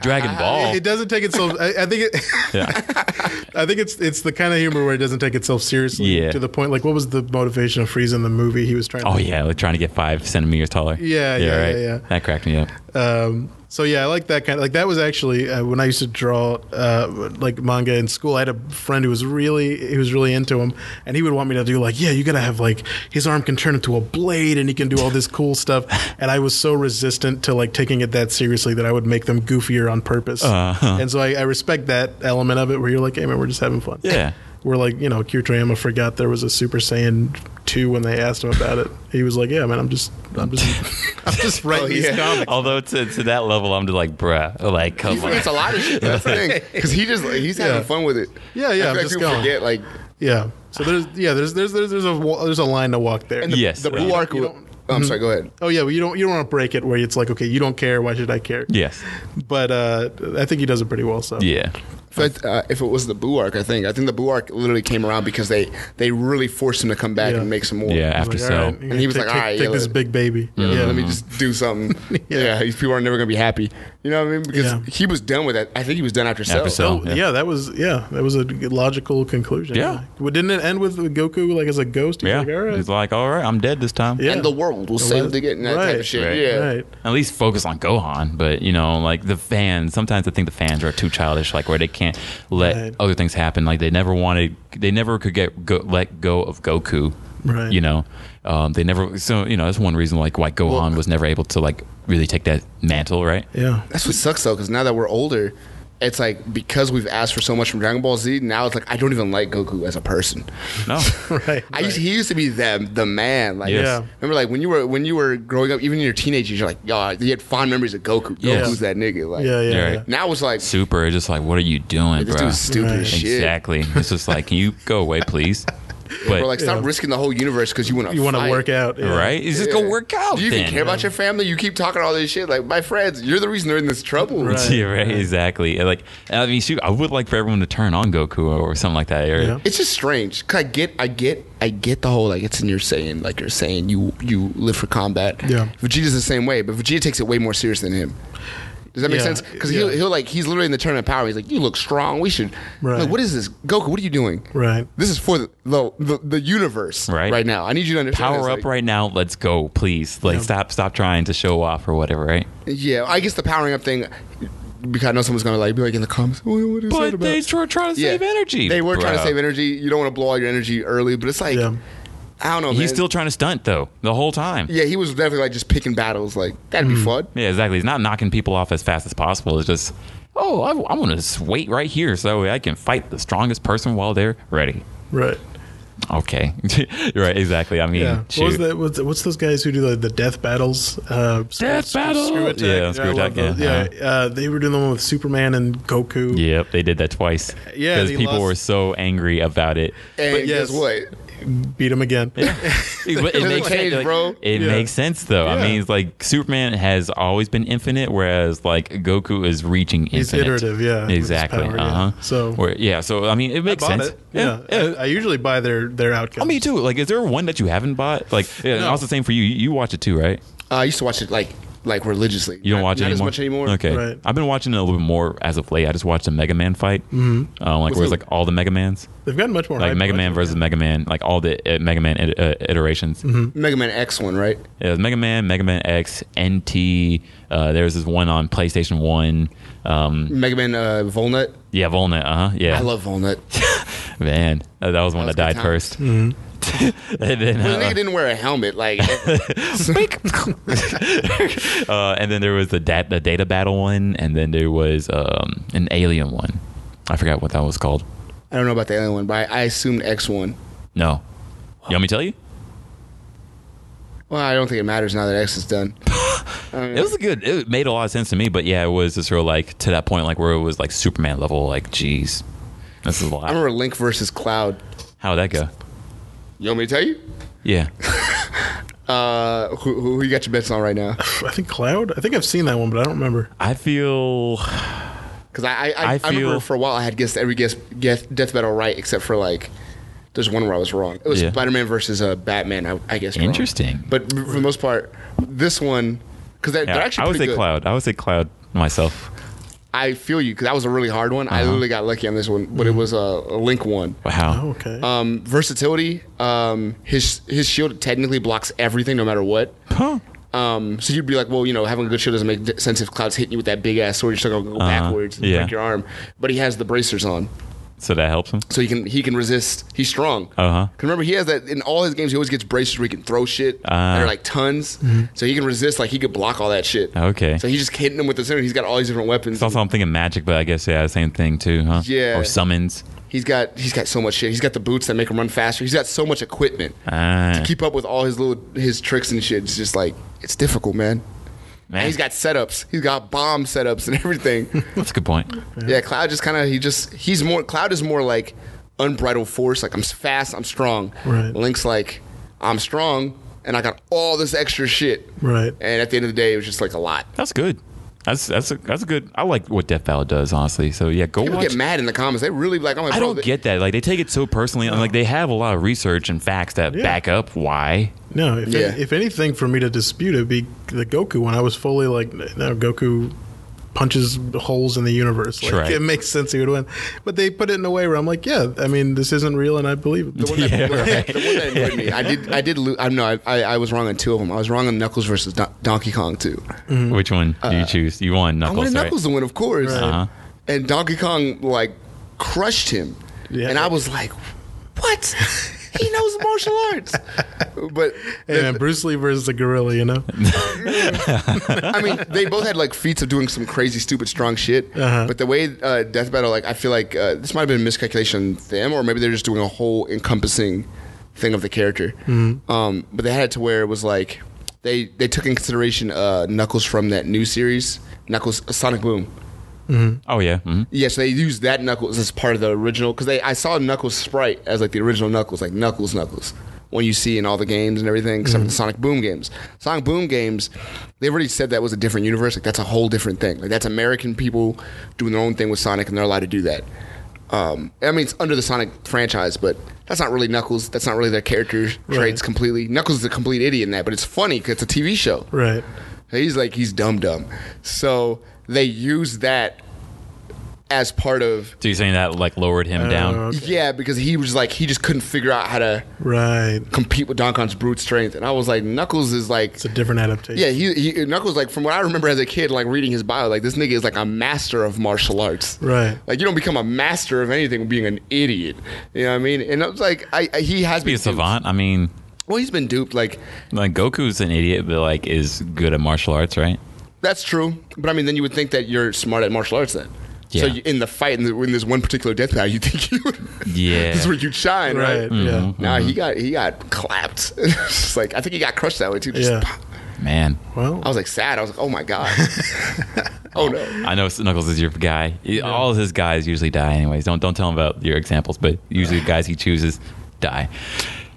Speaker 1: Dragon Ball.
Speaker 2: it doesn't take itself. I, I think it.
Speaker 1: Yeah.
Speaker 2: I think it's it's the kind of humor where it doesn't take itself seriously
Speaker 1: Yeah.
Speaker 2: to the point. Like, what was the motivation of Frieza in the movie? He was trying.
Speaker 1: Oh
Speaker 2: to,
Speaker 1: yeah, like trying to get five centimeters taller.
Speaker 2: Yeah, yeah, yeah, yeah.
Speaker 1: That cracked me up.
Speaker 2: Um, so yeah, I like that kind of like that was actually uh, when I used to draw uh, like manga in school. I had a friend who was really he was really into him, and he would want me to do like, yeah, you gotta have like his arm can turn into a blade, and he can do all this cool stuff. And I was so resistant to like taking it that seriously that I would make them goofier on purpose.
Speaker 1: Uh-huh.
Speaker 2: And so I, I respect that element of it where you're like, hey man, we're just having fun.
Speaker 1: Yeah.
Speaker 2: We're like, you know, Kiriyama forgot there was a Super Saiyan two when they asked him about it. He was like, yeah, man, I'm just, I'm just, I'm just
Speaker 1: Oh,
Speaker 2: writing these
Speaker 3: yeah.
Speaker 2: comics.
Speaker 1: Although to, to that level, I'm just like, bruh, like
Speaker 3: He
Speaker 1: come on.
Speaker 3: forgets a lot of shit. That's the thing. Because he just like, he's
Speaker 2: Yeah.
Speaker 3: having fun with it.
Speaker 2: Yeah, yeah,
Speaker 3: I feel
Speaker 2: I'm
Speaker 3: like
Speaker 2: just
Speaker 3: people
Speaker 2: going.
Speaker 3: forget like
Speaker 2: Yeah. So there's yeah there's there's there's there's a wa- there's a line to walk there.
Speaker 3: and the,
Speaker 1: Yes.
Speaker 3: the
Speaker 1: Yeah.
Speaker 3: blue arc.
Speaker 2: You
Speaker 3: will-
Speaker 2: don't-
Speaker 3: oh, I'm sorry. Go ahead.
Speaker 2: oh yeah, well, you don't you don't want to break it where it's like okay you don't care why should I care?
Speaker 1: Yes.
Speaker 2: But uh, I think he does it pretty well. So
Speaker 1: Yeah.
Speaker 3: But uh, if it was the blue arc, I think I think the blue arc literally came around because they they really forced him to come back
Speaker 2: Yeah.
Speaker 3: and make some more.
Speaker 1: Yeah.
Speaker 2: He's
Speaker 1: After
Speaker 2: like,
Speaker 1: so.
Speaker 2: "All right,
Speaker 3: And he was
Speaker 2: take-
Speaker 3: like,
Speaker 2: take-
Speaker 3: "All right,
Speaker 2: take
Speaker 3: yeah,
Speaker 2: this
Speaker 3: let-
Speaker 2: big baby. Yeah.
Speaker 3: Let me just do something. yeah. these people are never gonna be happy. You know what I mean? Because
Speaker 2: Yeah.
Speaker 3: he was done with that. I think he was done after Cell.
Speaker 1: After Cell.
Speaker 2: Oh, yeah. that was yeah, that was a good logical conclusion.
Speaker 1: Yeah.
Speaker 2: Well, didn't it end with Goku like as a ghost? He's
Speaker 1: Yeah.
Speaker 2: Like, All right.
Speaker 1: He's like, all right, I'm dead this time.
Speaker 2: Yeah.
Speaker 3: And the world will save the getting that type
Speaker 2: Right.
Speaker 3: of shit.
Speaker 1: Right.
Speaker 3: Yeah.
Speaker 2: Right.
Speaker 1: At least focus on Gohan, but you know, like the fans. Sometimes I think the fans are too childish, like where they can't let
Speaker 2: Right.
Speaker 1: other things happen. Like they never wanted, they never could get go, let go of Goku.
Speaker 2: Right.
Speaker 1: You know, um, they never. So you know, that's one reason, like why Gohan was never able to like really take that mantle, right?
Speaker 2: Yeah.
Speaker 3: That's what sucks though, because now that we're older, it's like because we've asked for so much from Dragon Ball Z. Now it's like I don't even like Goku as a person.
Speaker 1: No.
Speaker 2: Right.
Speaker 3: I used, he used to be the the man. Like,
Speaker 1: Yes. Yeah.
Speaker 3: remember, like when you were when you were growing up, even in your teenage years, you're like, y'all, you had fond memories of Goku.
Speaker 1: Yes.
Speaker 3: Goku's that nigga. Like,
Speaker 2: yeah. Yeah.
Speaker 1: Right.
Speaker 2: yeah.
Speaker 3: Now it's like, this
Speaker 1: Super, just like, what are you doing, bro?
Speaker 3: dude's stupid
Speaker 2: Right.
Speaker 3: as shit.
Speaker 1: Exactly. It's just like, can you go away, please? But
Speaker 3: Or like, stop risking the whole universe because you want to.
Speaker 2: You want
Speaker 3: to
Speaker 2: to work out? yeah.
Speaker 1: right, you just go work out.
Speaker 3: Do you even
Speaker 1: then.
Speaker 3: care about your family? You keep talking all this shit. Like, my friends, you're the reason they're in this trouble.
Speaker 2: Right.
Speaker 1: Yeah, right. Exactly. And, Like, I mean, shoot, I would like for everyone to turn on Goku or something like that. Or,
Speaker 2: Yeah.
Speaker 3: It's just strange. 'Cause I get, I get, I get the whole like it's in your saying, like you're saying you you live for combat.
Speaker 2: Yeah.
Speaker 3: Vegeta's the same way, but Vegeta takes it way more serious than him. Does that make
Speaker 2: Yeah,
Speaker 3: sense? Because he'll,
Speaker 2: yeah.
Speaker 3: he'll like he's literally in the tournament of power. He's like, you look strong. We should.
Speaker 2: Right.
Speaker 3: Like, what is this, Goku? What are you doing?
Speaker 2: Right.
Speaker 3: This is for the the, the, the universe
Speaker 1: Right.
Speaker 3: right. now. I need you to understand.
Speaker 1: Power
Speaker 3: this,
Speaker 1: up
Speaker 3: like-
Speaker 1: right now. Let's go, please. Like, stop, stop trying to show off or whatever. Right.
Speaker 3: Yeah, I guess the powering up thing. Because I know someone's gonna like be like in the comments. What, what is that
Speaker 1: But
Speaker 3: about?
Speaker 1: they were trying to
Speaker 3: Yeah.
Speaker 1: save energy.
Speaker 3: They were trying to
Speaker 1: bro.
Speaker 3: save energy. You don't want to blow all your energy early, but it's like
Speaker 2: Yeah.
Speaker 3: I don't know. man.
Speaker 1: He's still trying to stunt though the whole time.
Speaker 3: Yeah, he was definitely like just picking battles. Like that'd be fun.
Speaker 1: Yeah, exactly. He's not knocking people off as fast as possible. It's just, oh, I, I'm going to wait right here so I can fight the strongest person while they're ready.
Speaker 2: Right.
Speaker 1: Okay. right. Exactly. I mean,
Speaker 2: Yeah. What was
Speaker 1: shoot.
Speaker 2: that? What's, what's those guys who do the, the death battles? Uh, screw-
Speaker 1: Death
Speaker 2: screw-
Speaker 1: battle!
Speaker 2: Screw attack.
Speaker 1: Yeah, screw
Speaker 2: I love
Speaker 1: attack, yeah.
Speaker 2: those. yeah. Uh, they were doing the one with Superman and Goku.
Speaker 1: Yep, they did that twice.
Speaker 2: Yeah,
Speaker 1: because
Speaker 2: they
Speaker 1: people
Speaker 2: lost-
Speaker 1: were so angry about it.
Speaker 3: And
Speaker 2: But yes.
Speaker 3: guess what?
Speaker 2: Beat him again.
Speaker 1: But it
Speaker 3: doesn't
Speaker 1: makes
Speaker 3: change,
Speaker 1: sense, like,
Speaker 3: bro.
Speaker 1: It
Speaker 2: Yeah.
Speaker 1: makes sense though. I
Speaker 2: Yeah.
Speaker 1: mean, it's like Superman has always been infinite, whereas like Goku is reaching
Speaker 2: He's
Speaker 1: infinite.
Speaker 2: iterative, yeah, with his
Speaker 1: Exactly.
Speaker 2: power, yeah.
Speaker 1: uh huh.
Speaker 2: So-
Speaker 1: Where- yeah. So I mean, it makes
Speaker 2: Bought
Speaker 1: sense.
Speaker 2: it. Yeah. I, I usually buy their their outcomes.
Speaker 1: I mean, too. Like, is there one that you haven't bought? Like, yeah, and
Speaker 2: No.
Speaker 1: also same for you. you. You watch it too, right?
Speaker 3: Uh, I used to watch it like like religiously.
Speaker 1: You don't watch
Speaker 3: not
Speaker 1: it anymore.
Speaker 3: as much anymore.
Speaker 1: Okay.
Speaker 2: Right.
Speaker 1: I've been watching it a little bit more as of late. I just watched a Mega Man fight. Mm-hmm. Um, like, where it's
Speaker 3: the-
Speaker 1: like all the Mega Mans,
Speaker 2: They've gotten much more
Speaker 1: like
Speaker 2: hype
Speaker 1: Mega
Speaker 2: on
Speaker 1: Man
Speaker 2: it.
Speaker 1: versus Mega Man, like all the uh, Mega Man it, uh, iterations.
Speaker 3: Mm-hmm. Mega Man X one, right?
Speaker 1: It was Mega Man, Mega Man X, NT. Uh, there was this one on PlayStation One. Um,
Speaker 3: Mega Man uh, Volnut.
Speaker 1: yeah, Volna. Uh huh. Yeah.
Speaker 3: I love Volnut.
Speaker 1: Man, uh, that was one that,
Speaker 3: That was
Speaker 1: died 1st
Speaker 3: good
Speaker 1: and then,
Speaker 3: Well, the
Speaker 1: uh,
Speaker 3: nigga didn't wear a helmet. Like
Speaker 1: squeak. uh, and then there was the dat- the data battle one, and then there was um, an alien one. I forgot what that was called.
Speaker 3: I don't know about the alien one, but I, I assumed X one.
Speaker 1: No, you want me to tell you?
Speaker 3: Well, I don't think it matters now that X is done. Um,
Speaker 1: It was a good. It made a lot of sense to me, but yeah, it was just sort of like to that point, like where it was like Superman level. Like, geez, this is a
Speaker 3: I
Speaker 1: lot.
Speaker 3: remember Link versus Cloud.
Speaker 1: How would that go?
Speaker 3: You want me to tell you?
Speaker 1: Yeah,
Speaker 3: Uh, who, who, who you got your bets on right now?
Speaker 2: I think Cloud. I think I've seen that one, but I don't remember.
Speaker 1: I feel.
Speaker 3: Because I I, I,
Speaker 1: I
Speaker 3: I remember
Speaker 1: feel-
Speaker 3: for a while I had guessed every guess, guess death battle right except for like there's one where I was wrong. It was
Speaker 1: Yeah.
Speaker 3: Spider Man versus uh, Batman. I, I guess.
Speaker 1: Interesting.
Speaker 3: But for the most part, this one because they're,
Speaker 1: Yeah,
Speaker 3: they're actually
Speaker 1: I would
Speaker 3: pretty
Speaker 1: say
Speaker 3: good.
Speaker 1: Cloud. I would say Cloud myself.
Speaker 3: I feel you because that was a really hard one. I
Speaker 1: Uh-huh.
Speaker 3: literally got lucky on this one, but
Speaker 1: Mm-hmm.
Speaker 3: it was a, a Link one.
Speaker 1: Wow.
Speaker 2: Oh, Okay.
Speaker 3: Um, versatility. Um, his his shield technically blocks everything, no matter what.
Speaker 1: Huh.
Speaker 3: Um, so you'd be like, well, you know, having a good shield doesn't make d- sense if Cloud's hitting you with that big ass sword. You're still gonna go backwards and
Speaker 1: Uh-huh. yeah.
Speaker 3: break your arm. But he has the bracers on,
Speaker 1: So that helps him.
Speaker 3: so he can he can resist. He's strong.
Speaker 1: Uh-huh.
Speaker 3: 'Cause remember, he has that in all his games. He always gets bracers where he can throw shit that
Speaker 1: Ah.
Speaker 3: are like tons, so he can resist. Like he could block all that shit.
Speaker 1: Okay.
Speaker 3: So he's just hitting him with the center. He's got all these different weapons.
Speaker 1: It's also I'm thinking magic, but I guess yeah, same thing too, huh?
Speaker 3: Yeah.
Speaker 1: Or summons.
Speaker 3: He's got he's got so much shit. He's got the boots that make him run faster. He's got so much equipment.
Speaker 1: Ah,
Speaker 3: keep up with all his little his tricks and shit. It's just like it's difficult, man. And
Speaker 1: man,
Speaker 3: he's got setups. He's got bomb setups and everything.
Speaker 1: that's a good point.
Speaker 3: yeah, Cloud just kind of he just he's more Cloud is more like unbridled force. Like I'm s- fast, I'm strong.
Speaker 2: Right.
Speaker 3: Link's like I'm strong and I got all this extra shit.
Speaker 2: right.
Speaker 3: And at the end of the day, it was just like a lot.
Speaker 1: That's good. That's that's a, that's a good. I like what Death Battle does, honestly. So yeah, go
Speaker 3: People
Speaker 1: watch.
Speaker 3: get mad in the comments. They really like. I'm like,
Speaker 1: I
Speaker 3: bro,
Speaker 1: don't
Speaker 3: they-
Speaker 1: get that. Like they take it so personally, and like
Speaker 3: Uh-huh.
Speaker 1: they have a lot of research and facts that
Speaker 2: Yeah.
Speaker 1: back up why.
Speaker 2: No, if,
Speaker 3: Yeah.
Speaker 2: if anything for me to dispute it'd be the Goku one. I was fully like, no, Goku punches holes in the universe. Like,
Speaker 1: Right.
Speaker 2: It makes sense he would win, but they put it in a way where I'm like, yeah, I mean, this isn't real, and I believe it.
Speaker 3: The one that,
Speaker 1: Yeah,
Speaker 3: the one that-
Speaker 1: right.
Speaker 3: the one that annoyed me. I did. I did. Lo- I no. I, I, I was wrong on two of them. I was wrong on Knuckles versus Don- Donkey Kong too.
Speaker 1: Which one do you choose? You want
Speaker 3: Mm-hmm. Uh, I
Speaker 1: Knuckles?
Speaker 3: wanted
Speaker 1: right?
Speaker 3: Knuckles to win, of course.
Speaker 1: Uh-huh.
Speaker 3: And Donkey Kong like crushed him,
Speaker 2: Yeah.
Speaker 3: and I was like, "What? he knows martial arts." But
Speaker 2: Hey, man, Bruce Lee versus the gorilla, you know?
Speaker 3: I mean, they both had like feats of doing some crazy, stupid, strong shit.
Speaker 2: Uh-huh.
Speaker 3: But the way uh, Death Battle, like, I feel like uh, this might have been a miscalculation on them, or maybe they're just doing a whole encompassing thing of the character.
Speaker 2: Mm-hmm.
Speaker 3: Um, but they had it to where it was like they they took in consideration uh, Knuckles from that new series, Knuckles uh, Sonic Boom.
Speaker 1: Oh yeah. mhm.
Speaker 3: Yes, they used that Knuckles as part of the original because they I saw Knuckles sprite as like the original Knuckles, like Knuckles Knuckles, one you see in all the games and everything, except for the Sonic Boom games. Sonic Boom games, they already said that was a different universe. Like that's a whole different thing. Like that's American people doing their own thing with Sonic, and they're allowed to do that. Um, I mean, it's under the Sonic franchise, but that's not really Knuckles. That's not really their character traits completely. Knuckles is a complete idiot in that, but it's funny because it's a TV show.
Speaker 2: Right.
Speaker 3: He's like he's dumb dumb. So they use that as part of
Speaker 1: So you're saying that like lowered him
Speaker 2: Uh,
Speaker 1: down?
Speaker 2: okay.
Speaker 3: yeah because he was like he just couldn't figure out how to
Speaker 2: Right.
Speaker 3: compete with Donkey's brute strength and I was like Knuckles is like
Speaker 2: It's a different adaptation.
Speaker 3: yeah he, he Knuckles like from what I remember as a kid like reading his bio like this nigga is like a master of martial arts
Speaker 2: Right.
Speaker 3: like you don't become a master of anything being an idiot you know what I mean and I was like I, I he has
Speaker 1: Be
Speaker 3: been
Speaker 1: a
Speaker 3: duped.
Speaker 1: savant. I mean,
Speaker 3: well he's been duped like
Speaker 1: like Goku's an idiot, but like is good at martial arts, right?
Speaker 3: That's true, but I mean, then you would think that you're smart at martial arts. Then,
Speaker 1: Yeah.
Speaker 3: so you, in the fight, in, the, in this one particular death battle, you think you would,
Speaker 1: Yeah.
Speaker 3: this is where you shine, right?
Speaker 2: Right. Yeah.
Speaker 1: Mm-hmm.
Speaker 3: Nah, he got he got clapped. It's just like I think he got crushed that way too. Just
Speaker 2: Yeah.
Speaker 3: pop.
Speaker 1: Man.
Speaker 3: I
Speaker 2: Well,
Speaker 3: was like sad. I was like, oh my god, oh no.
Speaker 1: I know Knuckles is your guy. He- All of his guys usually die, anyways. Don't don't tell him about your examples, but usually the guys he chooses die.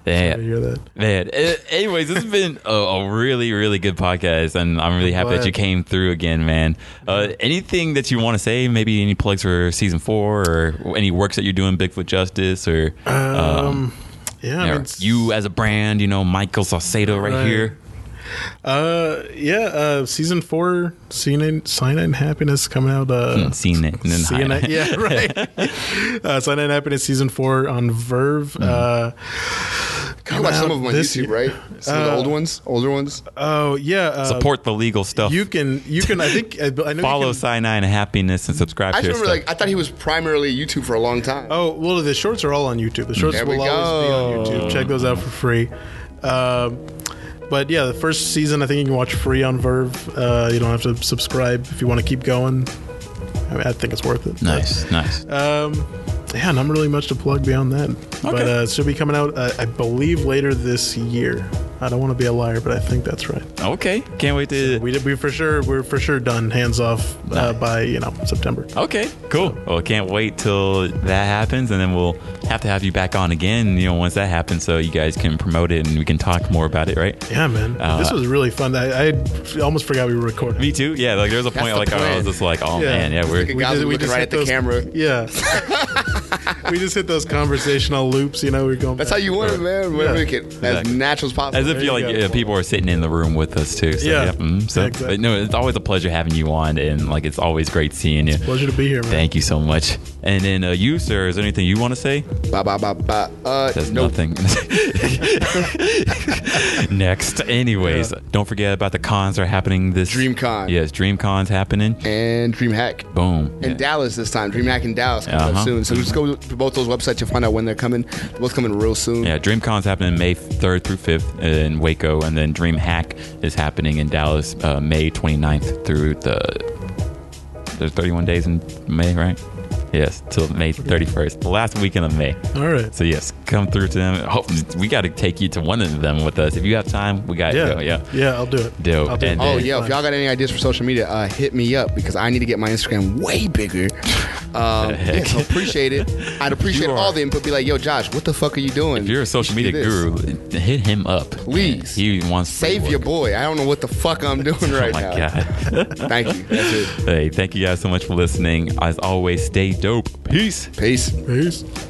Speaker 1: Yeah.
Speaker 2: I hear that.
Speaker 1: Man, eh, anyways, this has been a, a really, really good podcast, and I'm really happy that
Speaker 2: glad.
Speaker 1: you came through again, man. Uh, anything that you want to say? Maybe any plugs for season four, or any works that you're doing, Bigfoot Justice, or, um,
Speaker 2: Yeah. I
Speaker 1: or
Speaker 2: mean,
Speaker 1: you as a brand, you know, Michael Salcedo right,
Speaker 2: Right.
Speaker 1: here.
Speaker 2: Uh, yeah. Uh, season four, Cyanide, Cyanide and Happiness coming out. Uh,
Speaker 1: Haven't seen it. Hmm, And then hi.
Speaker 2: CNN, yeah, right. uh, Cyanide and Happiness season four on Verve.
Speaker 1: Mm-hmm.
Speaker 2: Uh,
Speaker 3: You
Speaker 2: coming
Speaker 3: watch some
Speaker 2: out
Speaker 3: of them on
Speaker 2: this
Speaker 3: YouTube,
Speaker 2: year.
Speaker 3: right? Some of the
Speaker 2: Uh,
Speaker 3: old ones, older ones.
Speaker 2: Oh yeah. Uh,
Speaker 1: Support the legal stuff.
Speaker 2: You can. You can. I think. I, I know you
Speaker 1: Follow
Speaker 2: can-
Speaker 1: Sinai and Happiness and subscribe
Speaker 3: I
Speaker 1: to his
Speaker 3: just remember,
Speaker 1: stuff.
Speaker 3: like, I thought he was primarily YouTube for a long time.
Speaker 2: Oh well, the shorts are all on YouTube. The shorts
Speaker 3: There we
Speaker 2: will always be
Speaker 3: go.
Speaker 2: on YouTube. Check those out for free. Um, but yeah, the first season I think you can watch free on Verve. Uh, you don't have to subscribe if you want to keep going. I, mean, I think it's worth it.
Speaker 1: nice, nice.
Speaker 2: Um, yeah, not really much to plug beyond that. But uh, it should be coming out, uh, I believe, later this year. I don't want to be a liar, but I think that's right.
Speaker 1: Okay, can't wait to.
Speaker 2: We did, we for sure we're for sure done hands off uh, by you know September.
Speaker 1: Okay, cool. Well, can't wait till that happens, and then we'll have to have you back on again. You know, once that happens, so you guys can promote it and we can talk more about it, right?
Speaker 2: Yeah, man,
Speaker 1: Uh,
Speaker 2: this was really fun. I, I almost forgot we were recording.
Speaker 1: Me too. Yeah, like there's a point
Speaker 3: the
Speaker 1: like I
Speaker 3: plan.
Speaker 1: was just like, oh
Speaker 2: Yeah.
Speaker 1: man, yeah,
Speaker 2: Just
Speaker 1: we're
Speaker 3: like a guy looking right
Speaker 2: hit
Speaker 3: at the camera.
Speaker 2: Yeah, we just hit those conversational loops. You know, we're going.
Speaker 3: That's how
Speaker 2: back.
Speaker 3: you want it, man. Whatever
Speaker 2: Yeah.
Speaker 3: you can, as
Speaker 1: Exactly.
Speaker 3: natural as possible.
Speaker 1: As if you
Speaker 2: you
Speaker 1: like
Speaker 2: go.
Speaker 1: uh, people are sitting in the room with us too. So,
Speaker 2: Yeah.
Speaker 1: yeah. mhm. so
Speaker 2: Exactly.
Speaker 1: but no, it's always a pleasure having you on, and like it's always great seeing you.
Speaker 2: Pleasure to be here, man.
Speaker 1: Thank you so much. And then uh, you, sir, is there anything you want to say?
Speaker 3: Ba, ba, ba, ba. Uh,
Speaker 1: That's
Speaker 3: nope.
Speaker 1: nothing. Next, anyways, don't forget about the cons that are happening this
Speaker 3: DreamCon.
Speaker 1: Yes, DreamCon's happening.
Speaker 3: And DreamHack.
Speaker 1: Boom.
Speaker 3: in Dallas this time. DreamHack in Dallas comes
Speaker 1: Uh-huh.
Speaker 3: up soon. So just go to both those websites. You'll find out when they're coming. They're both coming real soon.
Speaker 1: Yeah, DreamCon's happening May 3rd through 5th in Waco, and then DreamHack is happening in Dallas uh, May 29th through the. There's 31 days in May, right? Yes, till May 31st, the last weekend of May.
Speaker 2: All right.
Speaker 1: So yes, come through to them. Hope we got to take you to one of them with us if you have time. We got
Speaker 2: Yeah.
Speaker 1: you. Yeah,
Speaker 2: Yeah, I'll do it.
Speaker 1: Dope.
Speaker 2: I'll do
Speaker 1: And
Speaker 2: it.
Speaker 1: then-
Speaker 3: Oh yeah! If y'all got any ideas for social media, uh, hit me up because I need to get my Instagram way bigger. Um, yeah, so appreciate it. I'd appreciate
Speaker 1: You are-
Speaker 3: all the input. Be like, yo, Josh, what the fuck are you doing?
Speaker 1: If you're a social media
Speaker 3: do this.
Speaker 1: guru, hit him up.
Speaker 3: Please.
Speaker 1: He wants free
Speaker 3: Save your
Speaker 1: work.
Speaker 3: boy. I don't know what the fuck I'm doing right
Speaker 1: Oh my
Speaker 3: now.
Speaker 1: god.
Speaker 3: Thank you. That's it.
Speaker 1: hey, thank you guys so much for listening. As always, stay dope. Peace.
Speaker 3: Peace.
Speaker 2: Peace.